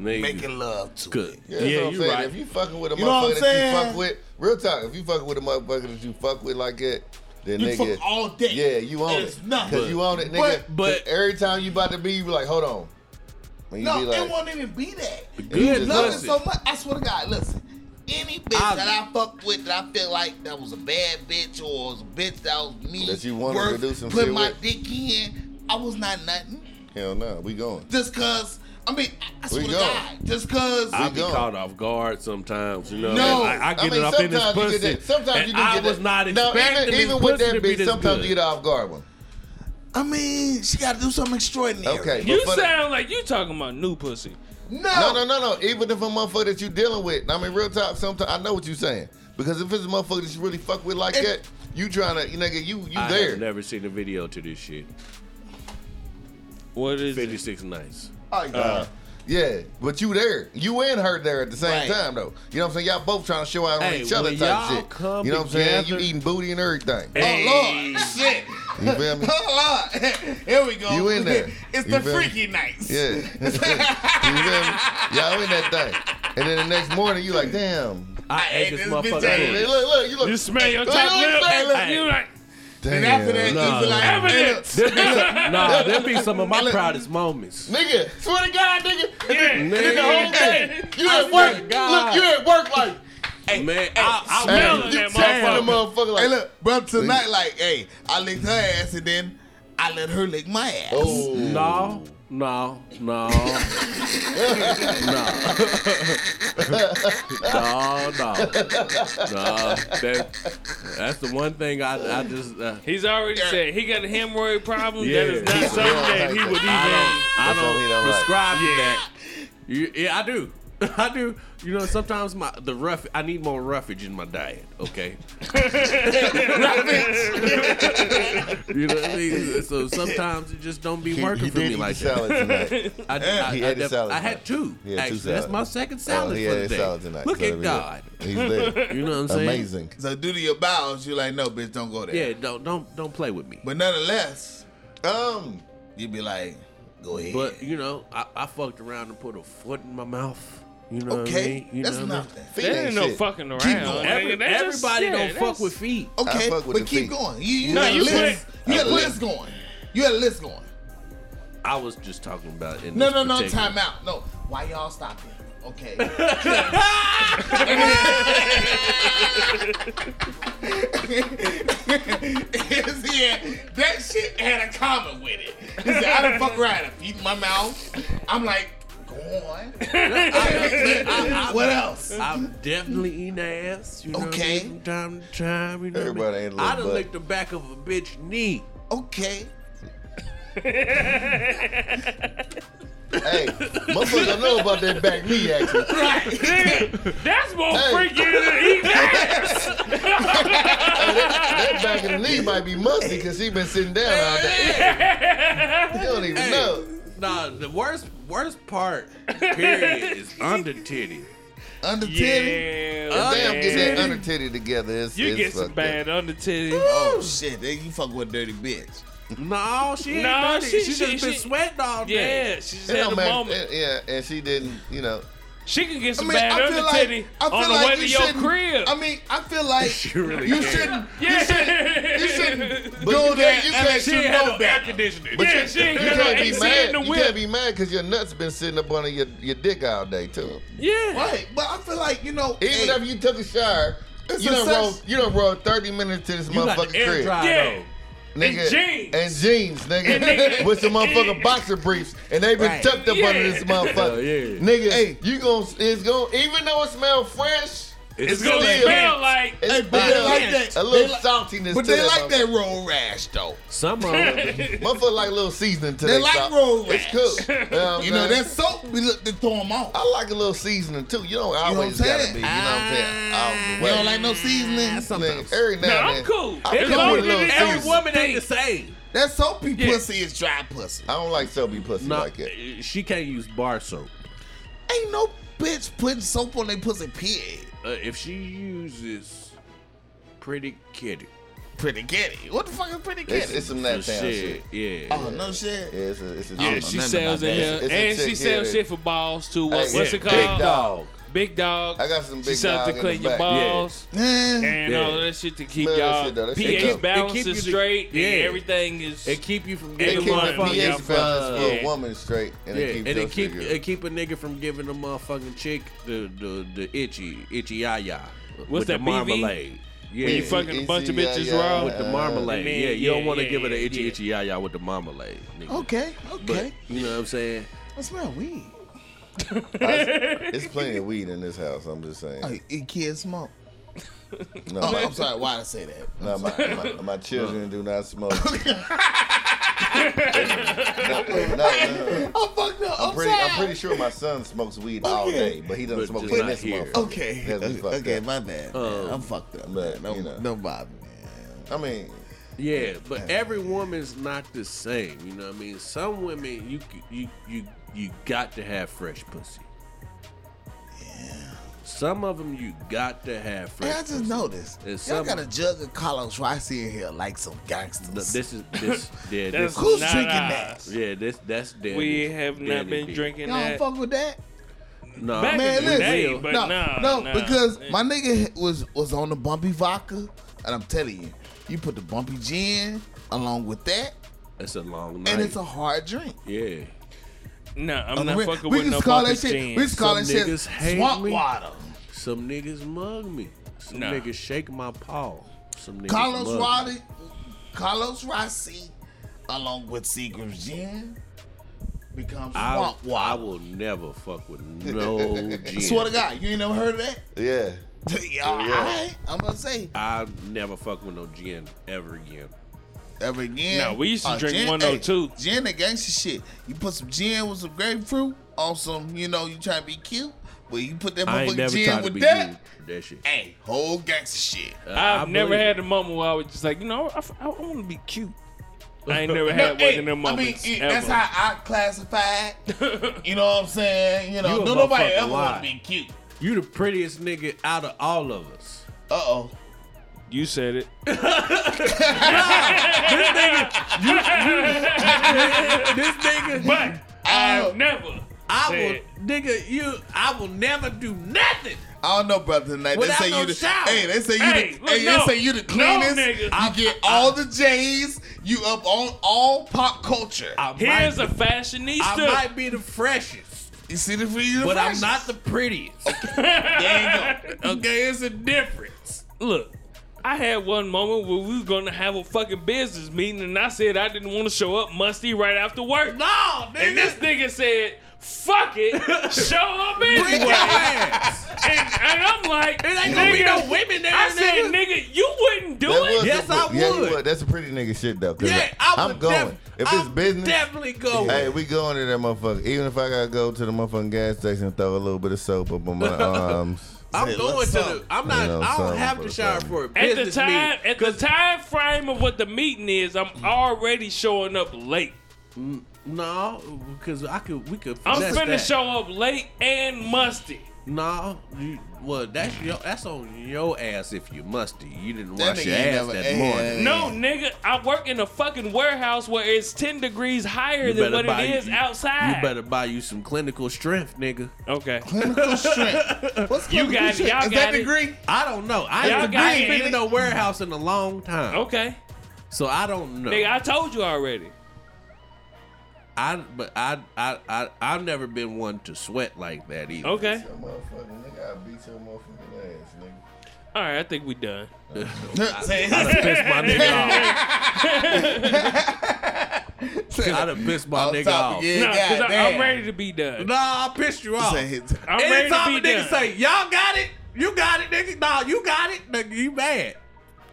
Speaker 2: Nigga.
Speaker 3: making love to
Speaker 2: Good.
Speaker 3: it.
Speaker 4: Yeah, that's
Speaker 1: Yeah,
Speaker 4: what I'm
Speaker 1: you
Speaker 4: saying.
Speaker 1: right.
Speaker 4: If you fucking with a
Speaker 3: You know what I'm
Speaker 4: motherfucker that you
Speaker 3: saying?
Speaker 4: fuck with, real talk, if you fucking with a motherfucker that you fuck with like that, then
Speaker 3: You
Speaker 4: nigga,
Speaker 3: fuck all day.
Speaker 4: yeah, you own
Speaker 3: It's
Speaker 4: it,
Speaker 3: nothing.
Speaker 4: cause you own it, nigga.
Speaker 3: But-
Speaker 2: but-
Speaker 4: 'Cause every time you about to be, you be like, hold on, and you
Speaker 3: No,
Speaker 4: be like,
Speaker 3: it won't even be that.
Speaker 2: Good
Speaker 4: Love
Speaker 3: Love it
Speaker 2: pussy.
Speaker 3: so much. I swear to God, listen. Any bitch
Speaker 2: I-
Speaker 3: that I fucked with that I feel like that was a bad bitch or was a bitch that was me
Speaker 4: That you wanted to
Speaker 3: worth
Speaker 4: do some
Speaker 3: put
Speaker 4: shit
Speaker 3: my
Speaker 4: with.
Speaker 3: dick in, I was not nothing.
Speaker 4: hell no, we going.
Speaker 3: Just cause I mean I, I swear to
Speaker 4: go.
Speaker 3: God, just cause
Speaker 2: I
Speaker 4: We
Speaker 2: be
Speaker 4: gone.
Speaker 2: caught off guard sometimes, you know.
Speaker 3: No,
Speaker 2: I, mean? I, I get it up in
Speaker 4: sometimes
Speaker 2: this
Speaker 4: you
Speaker 2: pussy.
Speaker 4: get that. Sometimes
Speaker 2: and
Speaker 4: you do
Speaker 2: I
Speaker 4: get
Speaker 2: was
Speaker 4: that.
Speaker 2: not
Speaker 4: No,
Speaker 2: expecting
Speaker 4: even,
Speaker 2: this
Speaker 4: even with
Speaker 2: pussy
Speaker 4: that
Speaker 2: to be
Speaker 4: bitch,
Speaker 2: this
Speaker 4: sometimes
Speaker 2: good.
Speaker 4: you get off guard one.
Speaker 3: I mean she gotta do something extraordinary.
Speaker 4: Okay,
Speaker 1: You
Speaker 4: but for the-
Speaker 1: sound like you talking about new pussy.
Speaker 4: No, no, no, no. Even if a motherfucker that you dealing with, I mean, real talk. Sometimes I know what you saying because if it's a motherfucker that you really fuck with like that, you trying to, you nigga, you you
Speaker 2: I
Speaker 4: there.
Speaker 2: have never seen a video to this shit.
Speaker 1: What is it?
Speaker 2: 56 nights.
Speaker 3: Oh,
Speaker 4: Uh, yeah, but you there. You and her there at the same
Speaker 3: Right.
Speaker 4: time though. You know what I'm saying? Y'all both trying to show out on
Speaker 2: Hey,
Speaker 4: each other
Speaker 2: when
Speaker 4: type
Speaker 2: y'all
Speaker 4: shit.
Speaker 2: come
Speaker 4: You know what I'm saying? You
Speaker 2: together-
Speaker 4: eating booty and everything.
Speaker 2: Hey.
Speaker 3: Oh Lord, shit!
Speaker 4: You feel me?
Speaker 3: Oh Lord, here we go.
Speaker 4: You in there.
Speaker 3: It's
Speaker 4: You
Speaker 3: the
Speaker 4: feel me?
Speaker 3: freaky nights.
Speaker 4: Yeah. you feel me? Y'all in that thing. And then the next morning you like, damn.
Speaker 2: I,
Speaker 3: I
Speaker 2: ate
Speaker 3: ate
Speaker 2: this
Speaker 3: this bitch
Speaker 2: motherfucker.
Speaker 3: ass.
Speaker 4: Hey, look, look, you look.
Speaker 1: You smell your
Speaker 4: Look,
Speaker 1: top
Speaker 4: look,
Speaker 1: lip.
Speaker 4: look,
Speaker 1: and
Speaker 4: look.
Speaker 1: you like
Speaker 4: Damn.
Speaker 3: And after that,
Speaker 2: Nah.
Speaker 3: you be like,
Speaker 1: evidence.
Speaker 2: There'd be some, nah, there'd be some of my proudest moments.
Speaker 4: Nigga, swear to God, nigga.
Speaker 1: Yeah.
Speaker 4: Nigga, the whole day. You at work.
Speaker 2: God.
Speaker 4: Look, you at work like,
Speaker 2: Man, I, I,
Speaker 1: smell
Speaker 4: hey,
Speaker 1: it,
Speaker 4: you
Speaker 1: that
Speaker 4: texting the
Speaker 1: motherfucker.
Speaker 4: motherfucker like,
Speaker 3: Hey, look, bro, tonight, like, hey, I licked her ass and then I let her lick my ass.
Speaker 4: oh,
Speaker 2: no, no, no, no, no, no, no. That, that's the one thing I, I just. Uh,
Speaker 1: He's already said he got a hemorrhoid problem. That is
Speaker 2: Yeah.
Speaker 1: not something that he
Speaker 4: Yeah.
Speaker 1: would even.
Speaker 2: I don't, I
Speaker 4: That's what he
Speaker 2: don't,
Speaker 4: don't like.
Speaker 2: prescribe to that. You, yeah, I do. I do. You know, sometimes my the rough. I need more roughage in my diet. Okay. you know what I mean? So sometimes it just don't be
Speaker 4: He,
Speaker 2: working
Speaker 4: he
Speaker 2: for
Speaker 4: did
Speaker 2: me
Speaker 4: eat
Speaker 2: like
Speaker 4: the
Speaker 2: that.
Speaker 4: salad tonight.
Speaker 2: I, I,
Speaker 4: He
Speaker 2: I,
Speaker 4: ate a
Speaker 2: def-
Speaker 4: salad
Speaker 2: I had
Speaker 4: tonight.
Speaker 2: two.
Speaker 4: He had two
Speaker 2: actually, that's my
Speaker 4: salads.
Speaker 2: second
Speaker 4: Oh,
Speaker 2: salad
Speaker 4: he
Speaker 2: for
Speaker 4: had
Speaker 2: the
Speaker 4: his
Speaker 2: day.
Speaker 4: salad tonight.
Speaker 2: Look
Speaker 4: So
Speaker 2: at God.
Speaker 4: there we go. He's there.
Speaker 2: You know what I'm saying?
Speaker 4: Amazing.
Speaker 3: So due to your bowels, you're like, no, bitch, don't go there.
Speaker 2: Yeah, don't don't don't play with me.
Speaker 3: But nonetheless,
Speaker 4: Um,
Speaker 3: you be like, go ahead.
Speaker 2: But you know, I, I fucked around and put a foot in my mouth. You know what I
Speaker 3: okay,
Speaker 2: mean? You
Speaker 3: that's
Speaker 2: know what I mean?
Speaker 3: nothing.
Speaker 4: feet
Speaker 1: There
Speaker 4: ain't
Speaker 1: ain't no
Speaker 4: shit.
Speaker 1: fucking around.
Speaker 3: going.
Speaker 1: nigga.
Speaker 2: Every,
Speaker 1: That's just-
Speaker 2: everybody
Speaker 1: yeah,
Speaker 2: don't
Speaker 1: that's-
Speaker 2: fuck with feet.
Speaker 3: Okay,
Speaker 4: I fuck with
Speaker 3: but
Speaker 4: the
Speaker 3: keep
Speaker 4: feet.
Speaker 3: going. You, you
Speaker 1: No,
Speaker 3: had a
Speaker 1: you
Speaker 3: list.
Speaker 4: put-
Speaker 3: You had a
Speaker 4: I put-
Speaker 3: list going. You had a list going.
Speaker 2: I was just talking about in
Speaker 3: No,
Speaker 2: this
Speaker 3: no, no,
Speaker 2: particular-
Speaker 3: time out. No, why y'all stopping? Okay. yeah, that shit had a comment with it. He said, I done fuck around and feet in my mouth. I'm like, go on. what else?
Speaker 2: I'm definitely eating ass. You know what I
Speaker 3: Okay.
Speaker 2: mean, from time to time. You know what I mean?
Speaker 4: Everybody ain't a
Speaker 2: I
Speaker 4: little
Speaker 2: done
Speaker 4: butt.
Speaker 2: licked the back of a bitch knee.
Speaker 3: Okay.
Speaker 4: Hey, motherfucker don't know about that back knee action.
Speaker 1: Nigga, that's more
Speaker 4: Hey.
Speaker 1: freaky than eating ass.
Speaker 4: That back of the knee might be musty because he been sitting down all day. You don't even
Speaker 2: Hey,
Speaker 4: know.
Speaker 2: Nah, the worst worst part, period, is under titty.
Speaker 4: Under titty.
Speaker 1: Oh, Yeah,
Speaker 4: Damn, get that
Speaker 1: man.
Speaker 4: under titty together. It's,
Speaker 1: You
Speaker 4: it's
Speaker 1: get some
Speaker 4: fucked
Speaker 1: bad under titty.
Speaker 3: Oh shit, then you fuck with a dirty bitch.
Speaker 2: No, she ain't
Speaker 1: No,
Speaker 2: dirty.
Speaker 1: she-
Speaker 2: She,
Speaker 1: she-
Speaker 2: just been
Speaker 1: she-
Speaker 2: sweating all day.
Speaker 1: Yeah, she just
Speaker 4: Up.
Speaker 1: had
Speaker 4: It don't
Speaker 1: a
Speaker 4: matter.
Speaker 1: moment.
Speaker 4: It- yeah, and she didn't, you know.
Speaker 1: She can get some
Speaker 3: I mean,
Speaker 1: bad
Speaker 3: I
Speaker 1: under
Speaker 3: feel like-
Speaker 1: titty
Speaker 3: I feel
Speaker 1: on the
Speaker 3: like
Speaker 1: way
Speaker 3: you
Speaker 1: to your
Speaker 3: shouldn't-
Speaker 1: crib.
Speaker 3: I mean, I feel like
Speaker 2: really
Speaker 3: you
Speaker 2: can.
Speaker 3: shouldn't
Speaker 1: yeah,
Speaker 3: you shouldn't do
Speaker 4: you can't-
Speaker 3: that
Speaker 4: you
Speaker 3: unless
Speaker 4: can't-
Speaker 3: you
Speaker 1: had no
Speaker 3: know
Speaker 1: air
Speaker 3: better.
Speaker 1: conditioning. Yeah, she ain't
Speaker 4: You
Speaker 1: got no
Speaker 4: can't be
Speaker 1: AC in
Speaker 4: mad.
Speaker 1: the
Speaker 4: You can't
Speaker 1: whip.
Speaker 4: be mad because your nuts been sitting up under your, your dick all day too.
Speaker 1: Yeah.
Speaker 3: Right, but I feel like you know.
Speaker 4: Even
Speaker 3: hey,
Speaker 4: if you took a shower,
Speaker 3: It's
Speaker 4: you
Speaker 3: a
Speaker 4: done
Speaker 3: sex-
Speaker 4: rolled you done rolled thirty minutes to this
Speaker 2: You got
Speaker 4: motherfucking
Speaker 2: the air
Speaker 4: crib.
Speaker 2: dry
Speaker 1: Yeah.
Speaker 4: nigga,
Speaker 1: jeans.
Speaker 4: and jeans, nigga,
Speaker 1: And nigga-
Speaker 4: with some motherfucking boxer briefs, and they been
Speaker 2: Right.
Speaker 4: tucked up
Speaker 1: Yeah.
Speaker 4: under this motherfucker,
Speaker 2: Hell yeah.
Speaker 4: nigga. Hey, you gon' it's gon' even though it smell fresh,
Speaker 2: It's,
Speaker 1: It's gonna
Speaker 4: still-
Speaker 1: smell like
Speaker 4: it's
Speaker 3: Hey, but they
Speaker 4: still
Speaker 3: like that.
Speaker 4: a little
Speaker 3: They like-
Speaker 4: saltiness.
Speaker 3: but
Speaker 4: to
Speaker 3: they like
Speaker 4: motherfucker.
Speaker 3: that roll rash though.
Speaker 2: Some of them.
Speaker 4: Motherfucker like a little seasoning to
Speaker 3: They
Speaker 4: their
Speaker 3: like
Speaker 4: salt.
Speaker 3: roll
Speaker 4: It's
Speaker 3: rash.
Speaker 4: cool. You know, what I'm
Speaker 3: You know
Speaker 4: saying?
Speaker 3: that soap we look to throw them off.
Speaker 4: I like a little seasoning too. You don't
Speaker 3: what
Speaker 4: always
Speaker 3: I'm
Speaker 4: gotta
Speaker 3: saying? Ah,
Speaker 4: be. You know what I'm saying? Out the
Speaker 3: You
Speaker 4: way.
Speaker 3: don't like no seasoning.
Speaker 4: Nigga, every
Speaker 1: No,
Speaker 4: now and
Speaker 1: I'm
Speaker 4: then-
Speaker 1: cool.
Speaker 4: I
Speaker 1: As
Speaker 4: come
Speaker 1: long
Speaker 4: with
Speaker 1: as
Speaker 4: a little
Speaker 1: it- every
Speaker 4: seasoning.
Speaker 1: woman
Speaker 2: ain't
Speaker 1: ain't
Speaker 2: the same.
Speaker 3: That soapy
Speaker 1: Yeah.
Speaker 3: pussy is dry pussy.
Speaker 4: I don't like soapy pussy
Speaker 2: No,
Speaker 4: like that.
Speaker 2: she can't use bar soap.
Speaker 3: Ain't no bitch putting soap on their pussy. Period.
Speaker 2: Uh, if she uses pretty kitty,
Speaker 3: Pretty kitty. What the fuck is pretty
Speaker 4: It's,
Speaker 3: kitty?
Speaker 4: it's some that
Speaker 2: so
Speaker 4: town shit.
Speaker 2: shit, yeah.
Speaker 3: oh no shit.
Speaker 4: Yeah, it's a, it's a
Speaker 1: Yeah,
Speaker 4: yeah,
Speaker 1: she
Speaker 3: nothing
Speaker 1: sells
Speaker 3: about
Speaker 1: in
Speaker 3: that.
Speaker 1: here, and
Speaker 4: It's a
Speaker 1: she
Speaker 4: chick here
Speaker 1: sells
Speaker 4: that-
Speaker 1: shit for balls too. What-
Speaker 4: Hey,
Speaker 1: What's
Speaker 2: yeah,
Speaker 1: it
Speaker 4: big
Speaker 1: called?
Speaker 4: dog.
Speaker 1: Big dog.
Speaker 4: I got some
Speaker 1: She
Speaker 4: big
Speaker 1: sells
Speaker 4: dog
Speaker 1: to
Speaker 4: in
Speaker 1: clean
Speaker 4: the
Speaker 1: your
Speaker 4: back.
Speaker 1: balls
Speaker 3: Eh,
Speaker 1: and
Speaker 2: Yeah.
Speaker 1: all that shit to keep
Speaker 4: Man, that
Speaker 1: y'all
Speaker 4: shit though, that shit
Speaker 1: pH
Speaker 4: dope.
Speaker 1: balance
Speaker 2: It keep
Speaker 1: is
Speaker 2: you-
Speaker 1: straight.
Speaker 2: yeah.
Speaker 1: and everything is.
Speaker 2: It keep you from
Speaker 1: It
Speaker 4: It
Speaker 2: getting
Speaker 4: keep
Speaker 1: keep
Speaker 4: the
Speaker 1: the fuck
Speaker 4: pH
Speaker 1: out
Speaker 2: motherfucking
Speaker 1: from-
Speaker 4: balance for
Speaker 1: yeah.
Speaker 4: a woman straight, and
Speaker 2: yeah,
Speaker 4: it keeps
Speaker 2: and it keep
Speaker 4: your
Speaker 2: it keep a nigga from giving a motherfucking chick the the, the itchy itchy yaya with
Speaker 1: that,
Speaker 2: the
Speaker 1: BV?
Speaker 2: marmalade. Yeah,
Speaker 1: you fuck-
Speaker 2: with
Speaker 1: fucking a bunch of bitches raw.
Speaker 2: the marmalade.
Speaker 1: Man,
Speaker 2: yeah, you
Speaker 1: yeah,
Speaker 2: don't want to
Speaker 1: yeah,
Speaker 2: give her the
Speaker 1: yeah,
Speaker 2: itchy
Speaker 1: yeah.
Speaker 2: itchy yaya with the marmalade. Nigga.
Speaker 3: Okay.
Speaker 2: But,
Speaker 3: Okay.
Speaker 2: You know what I'm saying?
Speaker 3: I smell weed.
Speaker 4: It's plenty of weed in this house. I'm just saying.
Speaker 3: Oh, it kids smoke.
Speaker 4: No,
Speaker 3: Oh,
Speaker 4: my,
Speaker 3: I'm sorry. Why did I say that?
Speaker 4: no, my, my, my children do not smoke. No, no, no.
Speaker 3: I'm fucked up. I'm,
Speaker 4: I'm pretty,
Speaker 3: sorry.
Speaker 4: I'm pretty sure my son smokes weed all
Speaker 3: Okay.
Speaker 4: day, but he doesn't
Speaker 2: But
Speaker 4: smoke
Speaker 2: just
Speaker 4: in
Speaker 2: not
Speaker 4: this
Speaker 2: here.
Speaker 4: motherfucker.
Speaker 3: Okay.
Speaker 4: That's what's
Speaker 3: Okay,
Speaker 4: fucked
Speaker 3: okay,
Speaker 4: up.
Speaker 3: my bad.
Speaker 1: Oh.
Speaker 3: man. I'm fucked up.
Speaker 4: but,
Speaker 3: man. No,
Speaker 4: you know.
Speaker 3: no bother, man.
Speaker 4: I mean,
Speaker 2: Yeah, but every woman's not the same. You know what I mean? Some women you c- you you you got to have fresh pussy. Some of them you got to have fresh.
Speaker 3: Hey, I just
Speaker 2: pussy.
Speaker 3: noticed.
Speaker 2: It's
Speaker 3: Y'all
Speaker 2: some-
Speaker 3: got a jug of Carlos Rossi in here like some gangsters.
Speaker 2: No, this is this yeah
Speaker 1: That's
Speaker 2: this
Speaker 3: Who's
Speaker 1: not
Speaker 3: drinking
Speaker 1: ours.
Speaker 2: yeah this that's dead.
Speaker 1: We have not been drinking
Speaker 3: Y'all
Speaker 1: that.
Speaker 3: don't fuck with that?
Speaker 2: No,
Speaker 1: Back
Speaker 3: Man,
Speaker 1: in the
Speaker 3: listen.
Speaker 1: day, but
Speaker 3: no,
Speaker 1: nah,
Speaker 3: no,
Speaker 1: nah.
Speaker 3: because my nigga was was on the bumpy vodka, and I'm telling you, you put the bumpy gin along with that,
Speaker 2: it's a long night.
Speaker 3: and it's a hard drink.
Speaker 2: yeah.
Speaker 1: No, I'm
Speaker 3: I'm
Speaker 1: not
Speaker 3: re-
Speaker 1: fucking
Speaker 3: we
Speaker 1: with
Speaker 3: just
Speaker 1: no
Speaker 3: call that
Speaker 1: bumpy
Speaker 3: shit. We
Speaker 1: jeans.
Speaker 3: just call
Speaker 2: Some
Speaker 3: that shit
Speaker 2: niggas hate
Speaker 3: swamp
Speaker 2: me.
Speaker 3: water.
Speaker 2: Some niggas mug me. Some
Speaker 1: Nah.
Speaker 2: niggas shake my paw. Some niggas
Speaker 3: Carlos
Speaker 2: mug me.
Speaker 3: Roddy, Carlos Rossi, along with Seagram's gin, becomes
Speaker 2: I,
Speaker 3: swamp
Speaker 2: I
Speaker 3: water.
Speaker 2: will never fuck with no gin.
Speaker 3: Swear to God, you ain't never heard of that?
Speaker 4: yeah.
Speaker 3: yeah,
Speaker 2: Oh,
Speaker 3: all right. I'm gonna say
Speaker 2: I never fuck with no gin ever again.
Speaker 3: ever again.
Speaker 1: No, we used to
Speaker 3: uh,
Speaker 1: drink
Speaker 3: gin-
Speaker 1: 102.
Speaker 3: Hey, gin and gangster shit. You put some gin with some grapefruit on some, you know, you trying to be cute, but you put that
Speaker 2: I ain't
Speaker 3: motherfucking
Speaker 2: never
Speaker 3: gin
Speaker 2: tried to
Speaker 3: with
Speaker 2: be
Speaker 3: that.
Speaker 2: you. That shit.
Speaker 3: Hey, whole gangster shit.
Speaker 2: Uh, I
Speaker 1: I've never
Speaker 2: believe
Speaker 1: had
Speaker 2: it.
Speaker 1: a moment where I was just like, you know, I, want to be cute. I ain't never
Speaker 3: No,
Speaker 1: had one
Speaker 3: hey,
Speaker 1: of them
Speaker 3: I mean,
Speaker 1: moments.
Speaker 3: it- that's
Speaker 1: ever.
Speaker 3: how I classify it. you know what I'm saying? You know,
Speaker 2: You a
Speaker 3: don't nobody
Speaker 2: motherfucking
Speaker 3: ever want
Speaker 2: liar.
Speaker 3: to be cute.
Speaker 2: You the prettiest nigga out of all of us.
Speaker 3: Uh oh.
Speaker 1: you said it.
Speaker 2: This nigga,
Speaker 1: But I've never.
Speaker 2: I
Speaker 1: said-
Speaker 2: will, nigga, you, I will never do nothing.
Speaker 3: I don't know, brother. Tonight
Speaker 2: Without
Speaker 3: they say
Speaker 2: no
Speaker 3: you the
Speaker 2: shower.
Speaker 3: hey, they say you
Speaker 1: Hey,
Speaker 3: the
Speaker 1: look,
Speaker 3: hey,
Speaker 1: no.
Speaker 3: they say you the
Speaker 1: No,
Speaker 3: cleanest.
Speaker 1: nigga.
Speaker 3: you
Speaker 1: I-
Speaker 3: get all the J's. You up on all pop culture.
Speaker 2: I
Speaker 1: Here's
Speaker 2: might,
Speaker 1: a fashionista.
Speaker 2: I might be the freshest,
Speaker 3: you see the for you, the
Speaker 2: but I'm
Speaker 3: freshest.
Speaker 2: not the prettiest. okay, it's a difference.
Speaker 1: Look, I had one moment where we were gonna have a fucking business meeting, and I said I didn't want to show up musty right after work.
Speaker 2: No, nigga.
Speaker 1: And this nigga said, fuck it, show up
Speaker 2: Bring your
Speaker 1: anyway.
Speaker 2: ass.
Speaker 1: and, and I'm like,
Speaker 2: It ain't gonna be
Speaker 1: nigga,
Speaker 2: no women there,
Speaker 1: I said,
Speaker 2: nigga.
Speaker 1: nigga, you wouldn't do
Speaker 7: That
Speaker 1: it.
Speaker 7: was
Speaker 2: Yes,
Speaker 7: the-
Speaker 2: I
Speaker 7: yeah, you
Speaker 2: would.
Speaker 7: That's a pretty nigga shit though. 'cause
Speaker 2: Yeah, I would
Speaker 7: I'm going.
Speaker 2: def-
Speaker 7: if
Speaker 2: I'm
Speaker 7: it's business,
Speaker 2: definitely
Speaker 4: Oh.
Speaker 2: going.
Speaker 7: hey, we going to that motherfucker. Even if I gotta go to the motherfucking gas station and throw a little bit of soap up on my arms.
Speaker 2: I'm going to
Speaker 3: what's
Speaker 2: the.
Speaker 3: up?
Speaker 2: I'm not.
Speaker 7: You know,
Speaker 2: I don't
Speaker 7: something
Speaker 2: have
Speaker 7: for
Speaker 2: to
Speaker 7: the
Speaker 2: shower
Speaker 7: family.
Speaker 2: for a
Speaker 1: At the
Speaker 2: business
Speaker 1: time,
Speaker 2: meeting. Mm.
Speaker 1: at the time frame of what the meeting is, I'm already showing up late.
Speaker 2: No, because I could. We could.
Speaker 1: I'm
Speaker 2: finesse
Speaker 1: finna
Speaker 2: that.
Speaker 1: show up late and musty.
Speaker 2: No, you, well that's your. That's on your ass if you musty. You didn't
Speaker 3: That
Speaker 2: wash
Speaker 3: nigga
Speaker 2: your
Speaker 3: ain't
Speaker 2: ass
Speaker 3: never
Speaker 2: that
Speaker 3: ate.
Speaker 2: morning.
Speaker 1: No, nigga, I work in a fucking warehouse where it's 10 degrees higher
Speaker 2: You
Speaker 1: than
Speaker 2: better
Speaker 1: what
Speaker 2: buy
Speaker 1: it is
Speaker 2: you,
Speaker 1: outside.
Speaker 2: You better buy you some clinical strength, nigga.
Speaker 1: Okay.
Speaker 3: What's
Speaker 1: You got it. Y'all got
Speaker 3: Is that
Speaker 1: it.
Speaker 3: degree?
Speaker 2: I don't know. I
Speaker 1: Y'all
Speaker 2: ain't
Speaker 1: got
Speaker 2: I ain't
Speaker 1: it.
Speaker 2: been in no warehouse in a long time,
Speaker 1: Okay.
Speaker 2: so I don't know.
Speaker 1: Nigga, I told you already.
Speaker 2: I but I I I I've never been one to sweat like that either.
Speaker 1: Okay.
Speaker 7: Your motherfucking nigga, I beat your motherfucking ass, nigga.
Speaker 1: All right, I think we done.
Speaker 2: I'd have pissed my nigga off. I'd have pissed my
Speaker 3: On
Speaker 2: nigga
Speaker 3: top
Speaker 2: off.
Speaker 3: again,
Speaker 1: No, because I'm
Speaker 3: goddamn.
Speaker 1: ready to be done.
Speaker 2: Nah, I pissed you off.
Speaker 3: Say it.
Speaker 1: I'm ready
Speaker 2: Anytime
Speaker 1: to
Speaker 2: a
Speaker 1: be
Speaker 2: nigga
Speaker 1: done.
Speaker 2: say, "Y'all got it," you got it, nigga. Nah, you got it, nigga. You mad?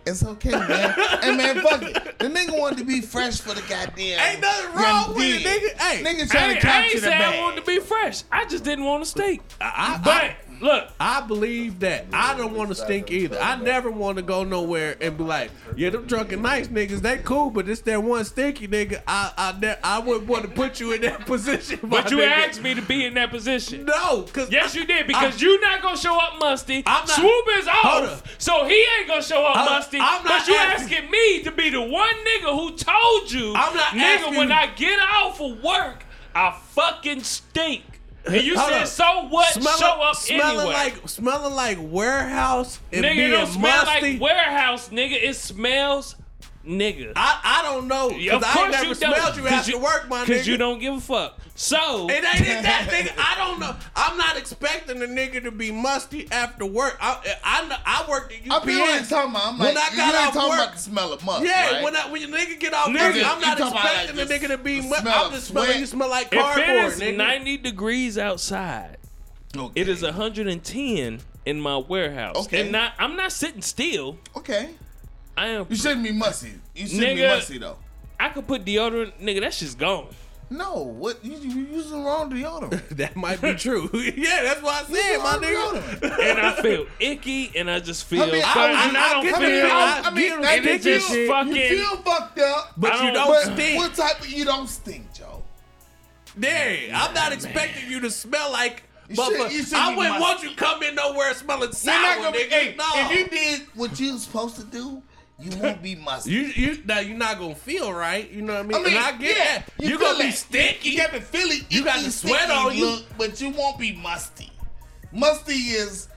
Speaker 3: It's okay, man. hey, man, fuck it. The nigga wanted to be fresh for the goddamn.
Speaker 2: Ain't nothing wrong with it,
Speaker 3: Did.
Speaker 2: nigga. Hey.
Speaker 3: nigga
Speaker 1: I,
Speaker 3: trying
Speaker 1: ain't-
Speaker 3: to
Speaker 1: I
Speaker 3: capture
Speaker 1: ain't
Speaker 3: the
Speaker 1: say I
Speaker 3: bag.
Speaker 1: wanted to be fresh. I just didn't want to stink.
Speaker 2: I, I,
Speaker 1: But look,
Speaker 2: I believe that. I don't want to stink either. I never want to go nowhere and be like, yeah, them drunken nice niggas, they cool, but it's that one stinky nigga. I I ne- I wouldn't want to put you in that position. my
Speaker 1: but you
Speaker 2: nigga.
Speaker 1: asked me to be in that position.
Speaker 2: No, because
Speaker 1: Yes, you did because you not gonna show up musty.
Speaker 2: I'm not-
Speaker 1: Swoop is
Speaker 2: Hold
Speaker 1: off, so he ain't gonna show up
Speaker 2: Hold up.
Speaker 1: musty.
Speaker 2: I'm not
Speaker 1: but you
Speaker 2: asking-
Speaker 1: asking me to be the one nigga who told you,
Speaker 2: I'm not
Speaker 1: nigga,
Speaker 2: asking
Speaker 1: when
Speaker 2: you-
Speaker 1: I get off of work, I fucking stink. And you
Speaker 2: Hold
Speaker 1: said,
Speaker 2: up.
Speaker 1: so what?
Speaker 2: Smelling,
Speaker 1: show up
Speaker 2: smelling
Speaker 1: anyway.
Speaker 2: like smelling like warehouse and
Speaker 1: nigga,
Speaker 2: being
Speaker 1: it don't smell
Speaker 2: musty.
Speaker 1: like warehouse, nigga. It smells, nigga.
Speaker 2: I, I don't know
Speaker 1: Yeah,
Speaker 2: because I ain't never smelled you
Speaker 1: 'cause
Speaker 2: after work, my nigga.
Speaker 1: Cause you don't give a fuck. So
Speaker 2: It ain't it that nigga. I don't know. I'm not expecting the nigga to be musty after work. I I, know- I worked at
Speaker 3: I feel what you
Speaker 2: UPS.
Speaker 3: talking about. I'm
Speaker 2: When
Speaker 3: like,
Speaker 2: I got
Speaker 3: you ain't
Speaker 2: off
Speaker 3: talking
Speaker 2: work-
Speaker 3: about the smell of muck.
Speaker 2: yeah,
Speaker 3: right?
Speaker 2: when I, when the nigga get off work,
Speaker 1: Nigga,
Speaker 2: I'm
Speaker 3: you
Speaker 2: not
Speaker 3: talking about
Speaker 2: expecting
Speaker 3: like
Speaker 2: the
Speaker 3: this-
Speaker 2: nigga to be
Speaker 3: the
Speaker 2: musty.
Speaker 3: smell
Speaker 2: I'm
Speaker 3: of
Speaker 2: just smelling. You
Speaker 3: sweat.
Speaker 2: smell like
Speaker 1: if
Speaker 2: cardboard,
Speaker 1: it is
Speaker 2: nigga.
Speaker 1: 90 degrees outside,
Speaker 3: Okay.
Speaker 1: it is 110 in my warehouse.
Speaker 3: Okay.
Speaker 1: And not, I'm not sitting still.
Speaker 3: Okay.
Speaker 1: I am.
Speaker 3: You shouldn't be musty. You shouldn't be
Speaker 1: Nigga.
Speaker 3: musty though.
Speaker 1: I could put deodorant, nigga. That shit's gone.
Speaker 3: No, what you, you using wrong deodorant?
Speaker 2: That might be true. yeah, that's why I said, my nigga.
Speaker 1: And I feel icky, and I just feel.
Speaker 3: I mean, I
Speaker 1: fucking-
Speaker 3: was-
Speaker 1: and I,
Speaker 2: I
Speaker 1: don't
Speaker 2: get
Speaker 1: feel.
Speaker 2: the feel.
Speaker 1: I,
Speaker 2: I mean,
Speaker 1: and it
Speaker 2: sticky
Speaker 1: just
Speaker 2: shit.
Speaker 1: fucking.
Speaker 3: You feel fucked up,
Speaker 2: But
Speaker 1: I
Speaker 2: you
Speaker 1: don't-
Speaker 2: don't
Speaker 3: but
Speaker 2: stink.
Speaker 3: what type of you don't stink, Joe?
Speaker 2: Dang, I'm not expecting you to smell like.
Speaker 3: You
Speaker 2: But,
Speaker 3: should-
Speaker 2: but
Speaker 3: you should
Speaker 2: I
Speaker 3: be
Speaker 2: wouldn't want
Speaker 3: musty.
Speaker 2: you come in nowhere smelling sour,
Speaker 3: You're not gonna be.
Speaker 2: nigga.
Speaker 3: Hey,
Speaker 2: no.
Speaker 3: if you did what you was supposed to do, you won't be musty.
Speaker 2: You you now you're not gonna feel right. You know what I mean?
Speaker 3: I
Speaker 2: and
Speaker 3: mean,
Speaker 2: I get
Speaker 3: yeah,
Speaker 2: that.
Speaker 3: you
Speaker 2: You are gonna
Speaker 3: feel
Speaker 2: be
Speaker 3: that.
Speaker 2: stinky.
Speaker 3: You got the Philly.
Speaker 2: You got
Speaker 3: icky,
Speaker 2: the sweat
Speaker 3: sticky
Speaker 2: on you.
Speaker 3: look, but you won't be musty. Musty is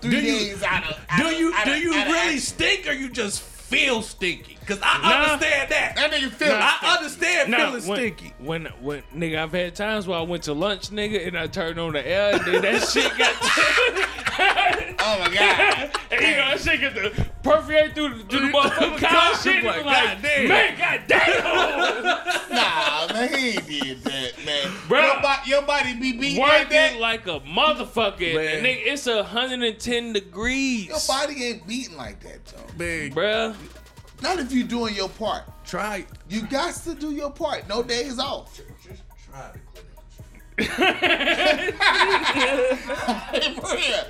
Speaker 3: three
Speaker 2: Do you-
Speaker 3: days out of. out
Speaker 2: do
Speaker 3: of-
Speaker 2: you
Speaker 3: out
Speaker 2: do
Speaker 3: of-
Speaker 2: you
Speaker 3: out of
Speaker 2: really
Speaker 3: action.
Speaker 2: stink or you just feel stinky? Cause I
Speaker 1: Nah.
Speaker 2: understand that.
Speaker 3: That nigga feel.
Speaker 2: I understand
Speaker 1: Nah,
Speaker 2: feeling
Speaker 1: when,
Speaker 2: stinky.
Speaker 1: When when nigga, I've had times where I went to lunch, nigga, and I turned on the air, and then that shit got.
Speaker 3: Oh my god.
Speaker 1: And you know, that shit get the perforate through the, through the motherfucking cow shit.
Speaker 2: Like,
Speaker 1: and like,
Speaker 2: goddamn.
Speaker 1: man, goddamn.
Speaker 3: Nah, man, he ain't did that, man.
Speaker 1: Bruh.
Speaker 3: Your, body, your body be beat like
Speaker 1: Working
Speaker 3: that.
Speaker 1: like a motherfucker.
Speaker 2: Man.
Speaker 1: Nigga, it's 110 degrees.
Speaker 3: your body ain't beating like that, Joe.
Speaker 2: Man,
Speaker 1: Bruh.
Speaker 3: Not if you doing your part.
Speaker 2: try
Speaker 3: You got to do your part. No days off.
Speaker 2: try.
Speaker 3: Hey,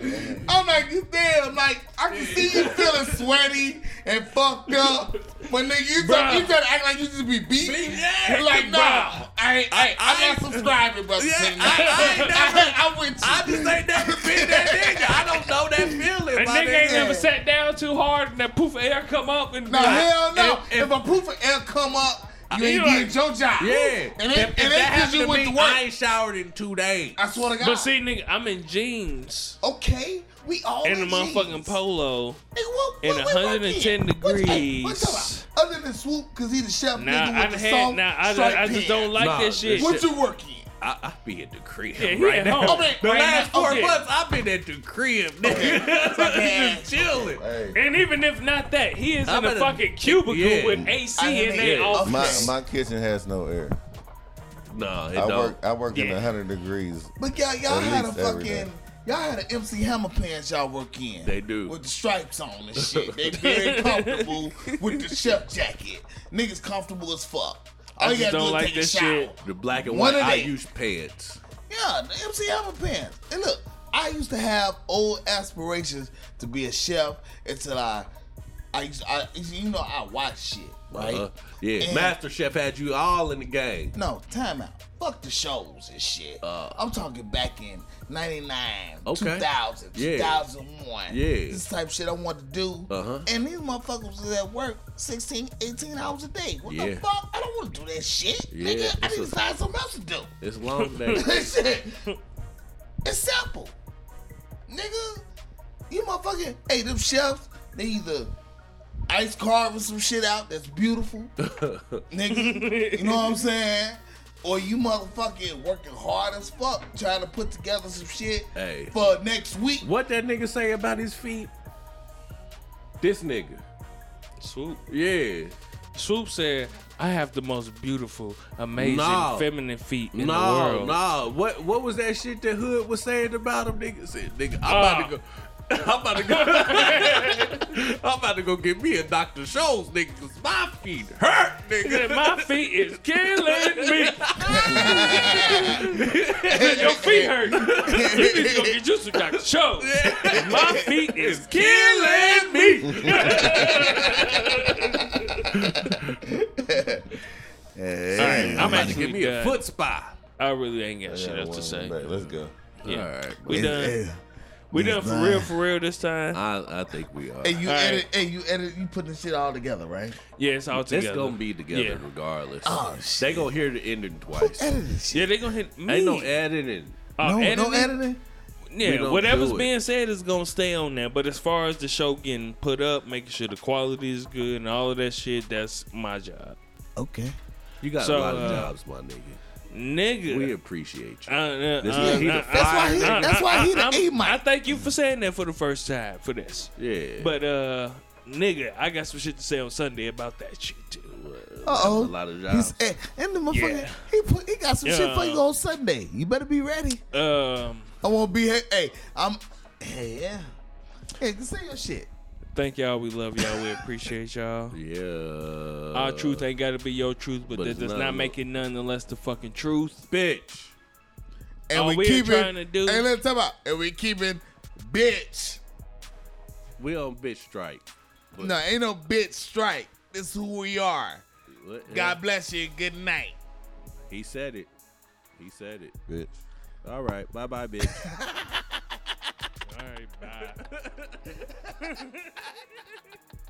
Speaker 3: man. I'm like, you damn, like, I can see you feeling sweaty and fucked up. But nigga, you try,
Speaker 1: Bruh.
Speaker 3: you try to act like you just be beating.
Speaker 2: Yeah,
Speaker 3: Like, nah,
Speaker 1: Bruh.
Speaker 3: I ain't, I,
Speaker 2: I
Speaker 3: ain't- I'm
Speaker 2: ain't-
Speaker 3: not subscribing, brother.
Speaker 2: Yeah,
Speaker 3: Singh.
Speaker 2: I- I ain't never-
Speaker 3: I, am with you.
Speaker 2: I just ain't never been that nigga. I don't know that feeling.
Speaker 1: That
Speaker 2: my
Speaker 1: nigga ain't
Speaker 2: nigga.
Speaker 1: never sat down too hard and that poof of air come up and be
Speaker 3: No,
Speaker 1: like,
Speaker 3: hell no.
Speaker 2: if-
Speaker 3: If,
Speaker 2: if-
Speaker 3: a proof of air come up, you
Speaker 1: I-
Speaker 3: ain't
Speaker 1: you
Speaker 3: getting
Speaker 1: like-
Speaker 3: your job.
Speaker 2: Yeah.
Speaker 3: And
Speaker 2: if, if
Speaker 3: it,
Speaker 2: that
Speaker 3: and it
Speaker 2: happened
Speaker 3: because
Speaker 2: to
Speaker 3: you went
Speaker 2: me,
Speaker 3: to
Speaker 2: I
Speaker 3: work.
Speaker 2: ain't showered in two days.
Speaker 3: I swear to God.
Speaker 1: But see, nigga, I'm in jeans
Speaker 3: okay, we all
Speaker 1: and a
Speaker 3: Oh, jeans.
Speaker 1: motherfucking polo.
Speaker 3: Nigga, what,
Speaker 1: and
Speaker 3: what we working?
Speaker 1: 110
Speaker 3: What- hey, what you talking
Speaker 1: degrees.
Speaker 3: about? Other than swoop, because he the chef
Speaker 1: Now,
Speaker 3: nigga
Speaker 1: I
Speaker 3: with the
Speaker 1: had,
Speaker 3: soft
Speaker 1: now I,
Speaker 3: striped
Speaker 1: I just don't
Speaker 3: pants.
Speaker 1: like
Speaker 2: Nah,
Speaker 1: that shit.
Speaker 2: this-
Speaker 3: What you working?
Speaker 2: I, I be at the crib
Speaker 1: Yeah, he
Speaker 2: right
Speaker 1: at
Speaker 2: now.
Speaker 1: home.
Speaker 3: Okay,
Speaker 2: the
Speaker 3: right
Speaker 2: last
Speaker 3: now,
Speaker 2: four
Speaker 3: okay.
Speaker 2: months, I've been at the crib, nigga.
Speaker 3: Okay.
Speaker 2: just chilling.
Speaker 7: Hey,
Speaker 1: And even if not that, he is
Speaker 2: I'm
Speaker 1: in
Speaker 2: in
Speaker 1: a
Speaker 2: a-
Speaker 1: fucking cubicle
Speaker 2: yeah.
Speaker 1: with
Speaker 3: I
Speaker 1: AC in
Speaker 3: didn't
Speaker 1: their
Speaker 3: hear-
Speaker 1: office.
Speaker 7: my my kitchen has no air.
Speaker 2: Nah, it
Speaker 4: I
Speaker 2: don't.
Speaker 4: work. I work in
Speaker 1: Yeah.
Speaker 4: in hundred degrees.
Speaker 3: But y'all, y'all
Speaker 4: At
Speaker 3: had a
Speaker 4: least every day.
Speaker 3: fucking, y'all had an MC Hammer pants y'all work in.
Speaker 2: They do.
Speaker 3: With the stripes on and shit. They very comfortable with the chef jacket. Niggas comfortable as fuck. All you
Speaker 1: just
Speaker 3: gotta do
Speaker 1: don't
Speaker 3: is
Speaker 1: like
Speaker 3: take a
Speaker 1: this
Speaker 3: shower.
Speaker 1: shit.
Speaker 2: The black and
Speaker 3: One
Speaker 2: white
Speaker 3: of
Speaker 2: I
Speaker 3: them.
Speaker 2: use pants.
Speaker 3: Yeah, the MC Hammer pants. And look, I used to have old aspirations to be a chef until I, I, used, I you know, I watch shit, right?
Speaker 2: Uh, yeah,
Speaker 3: And-
Speaker 2: Master Chef had you all in the game.
Speaker 3: No, time out. Fuck the shows and shit. I'm talking back in 99,
Speaker 2: Uh. Okay.
Speaker 3: 2000,
Speaker 2: Yeah.
Speaker 3: 2001.
Speaker 2: Yeah.
Speaker 3: This type of shit I wanted to do.
Speaker 2: Uh-huh.
Speaker 3: And these motherfuckers was at work 16, 18 hours a day. What the
Speaker 2: Yeah.
Speaker 3: fuck? I don't want to do that shit.
Speaker 2: Yeah,
Speaker 3: Nigga, I
Speaker 2: it's
Speaker 3: need
Speaker 2: a-
Speaker 3: to find something else to do.
Speaker 2: It's long day.
Speaker 3: shit. It's simple. Nigga, you motherfucking, hey, them chefs, they either ice carving some shit out that's beautiful, nigga. You know what I'm saying? Or you motherfucking working hard as fuck trying to put together some shit
Speaker 2: Hey.
Speaker 3: for next week.
Speaker 2: what that nigga say about his feet? This nigga.
Speaker 1: Swoop.
Speaker 2: Yeah.
Speaker 1: Swoop said, I have the most beautiful, amazing,
Speaker 2: No.
Speaker 1: feminine feet in the
Speaker 2: No,
Speaker 1: world.
Speaker 2: no. What what was that shit that Hood was saying about him, nigga? Said, nigga, I'm
Speaker 3: Uh.
Speaker 2: about to go. I'm about to go. I'm about to go get me a Dr. Scholl's, nigga, 'cause my feet hurt, nigga.
Speaker 1: My feet is killing me. Your feet hurt. You need to go get you some Dr. Show. My feet is killing me. All right, I'm
Speaker 2: about to
Speaker 1: actually
Speaker 2: get me a
Speaker 1: done.
Speaker 2: foot spy.
Speaker 1: I really ain't got shit
Speaker 4: Yeah,
Speaker 1: else
Speaker 4: one
Speaker 1: to say.
Speaker 4: back. Let's go.
Speaker 1: Yeah.
Speaker 2: All right.
Speaker 1: We done. We done for real, for real this time.
Speaker 2: I, I think we are.
Speaker 3: And you
Speaker 1: All right.
Speaker 3: edit, and you edit, you put the shit all together, right?
Speaker 1: Yeah, it's all
Speaker 2: It's
Speaker 1: together.
Speaker 2: gonna be together
Speaker 1: Yeah.
Speaker 2: regardless.
Speaker 3: Oh,
Speaker 2: They gonna hear the ending twice.
Speaker 3: Edit this shit.
Speaker 1: Yeah, they gonna hit me.
Speaker 2: Ain't no editing.
Speaker 1: Oh,
Speaker 3: no, no
Speaker 1: editing?
Speaker 3: editing.
Speaker 2: We
Speaker 1: Yeah,
Speaker 2: don't
Speaker 1: whatever's
Speaker 2: do it.
Speaker 1: being said is gonna stay on there. But as far as the show getting put up, making sure the quality is good and all of that shit, that's my job,
Speaker 3: Okay.
Speaker 2: You got
Speaker 1: So,
Speaker 2: a lot of
Speaker 1: uh,
Speaker 2: jobs, my nigga.
Speaker 1: nigga.
Speaker 2: We appreciate
Speaker 1: uh,
Speaker 2: you.
Speaker 1: uh,
Speaker 2: This
Speaker 1: uh,
Speaker 2: nigga, he the
Speaker 1: uh,
Speaker 2: fire.
Speaker 3: That's why he.
Speaker 1: uh,
Speaker 3: That's
Speaker 1: uh,
Speaker 3: why he
Speaker 1: I'm-
Speaker 3: the A
Speaker 1: I
Speaker 3: mic.
Speaker 1: thank you for saying that for the first time for this.
Speaker 2: yeah.
Speaker 1: But uh, nigga, I got some shit to say on Sunday about that shit too.
Speaker 3: Uh
Speaker 2: a
Speaker 3: oh.
Speaker 2: lot of jobs.
Speaker 3: He's eh, and the motherfucker.
Speaker 1: Yeah.
Speaker 3: He put. He got some shit for
Speaker 1: Yeah.
Speaker 3: you on Sunday. You better be ready.
Speaker 1: Um,
Speaker 3: I won't be. Hey, hey I'm. Hey, yeah. Hey, just say your shit.
Speaker 1: thank y'all. We love y'all. We appreciate y'all.
Speaker 2: yeah.
Speaker 1: Our truth ain't gotta be your truth, but,
Speaker 2: but
Speaker 1: that
Speaker 2: it's
Speaker 1: does
Speaker 2: not
Speaker 1: not
Speaker 2: your-
Speaker 1: make it none the less the fucking truth.
Speaker 2: bitch.
Speaker 3: And
Speaker 1: All
Speaker 3: we
Speaker 1: we're
Speaker 3: keep
Speaker 1: trying to
Speaker 3: it.
Speaker 1: do-
Speaker 3: Hey, let's talk about. And we keeping bitch.
Speaker 2: We on bitch strike. But-
Speaker 3: No, ain't no bitch strike. This is who we are.
Speaker 2: What?
Speaker 3: God bless you. Good night.
Speaker 2: He said it. He said it.
Speaker 4: Bitch.
Speaker 2: All right. Bye bye, bitch.
Speaker 1: All right, bye.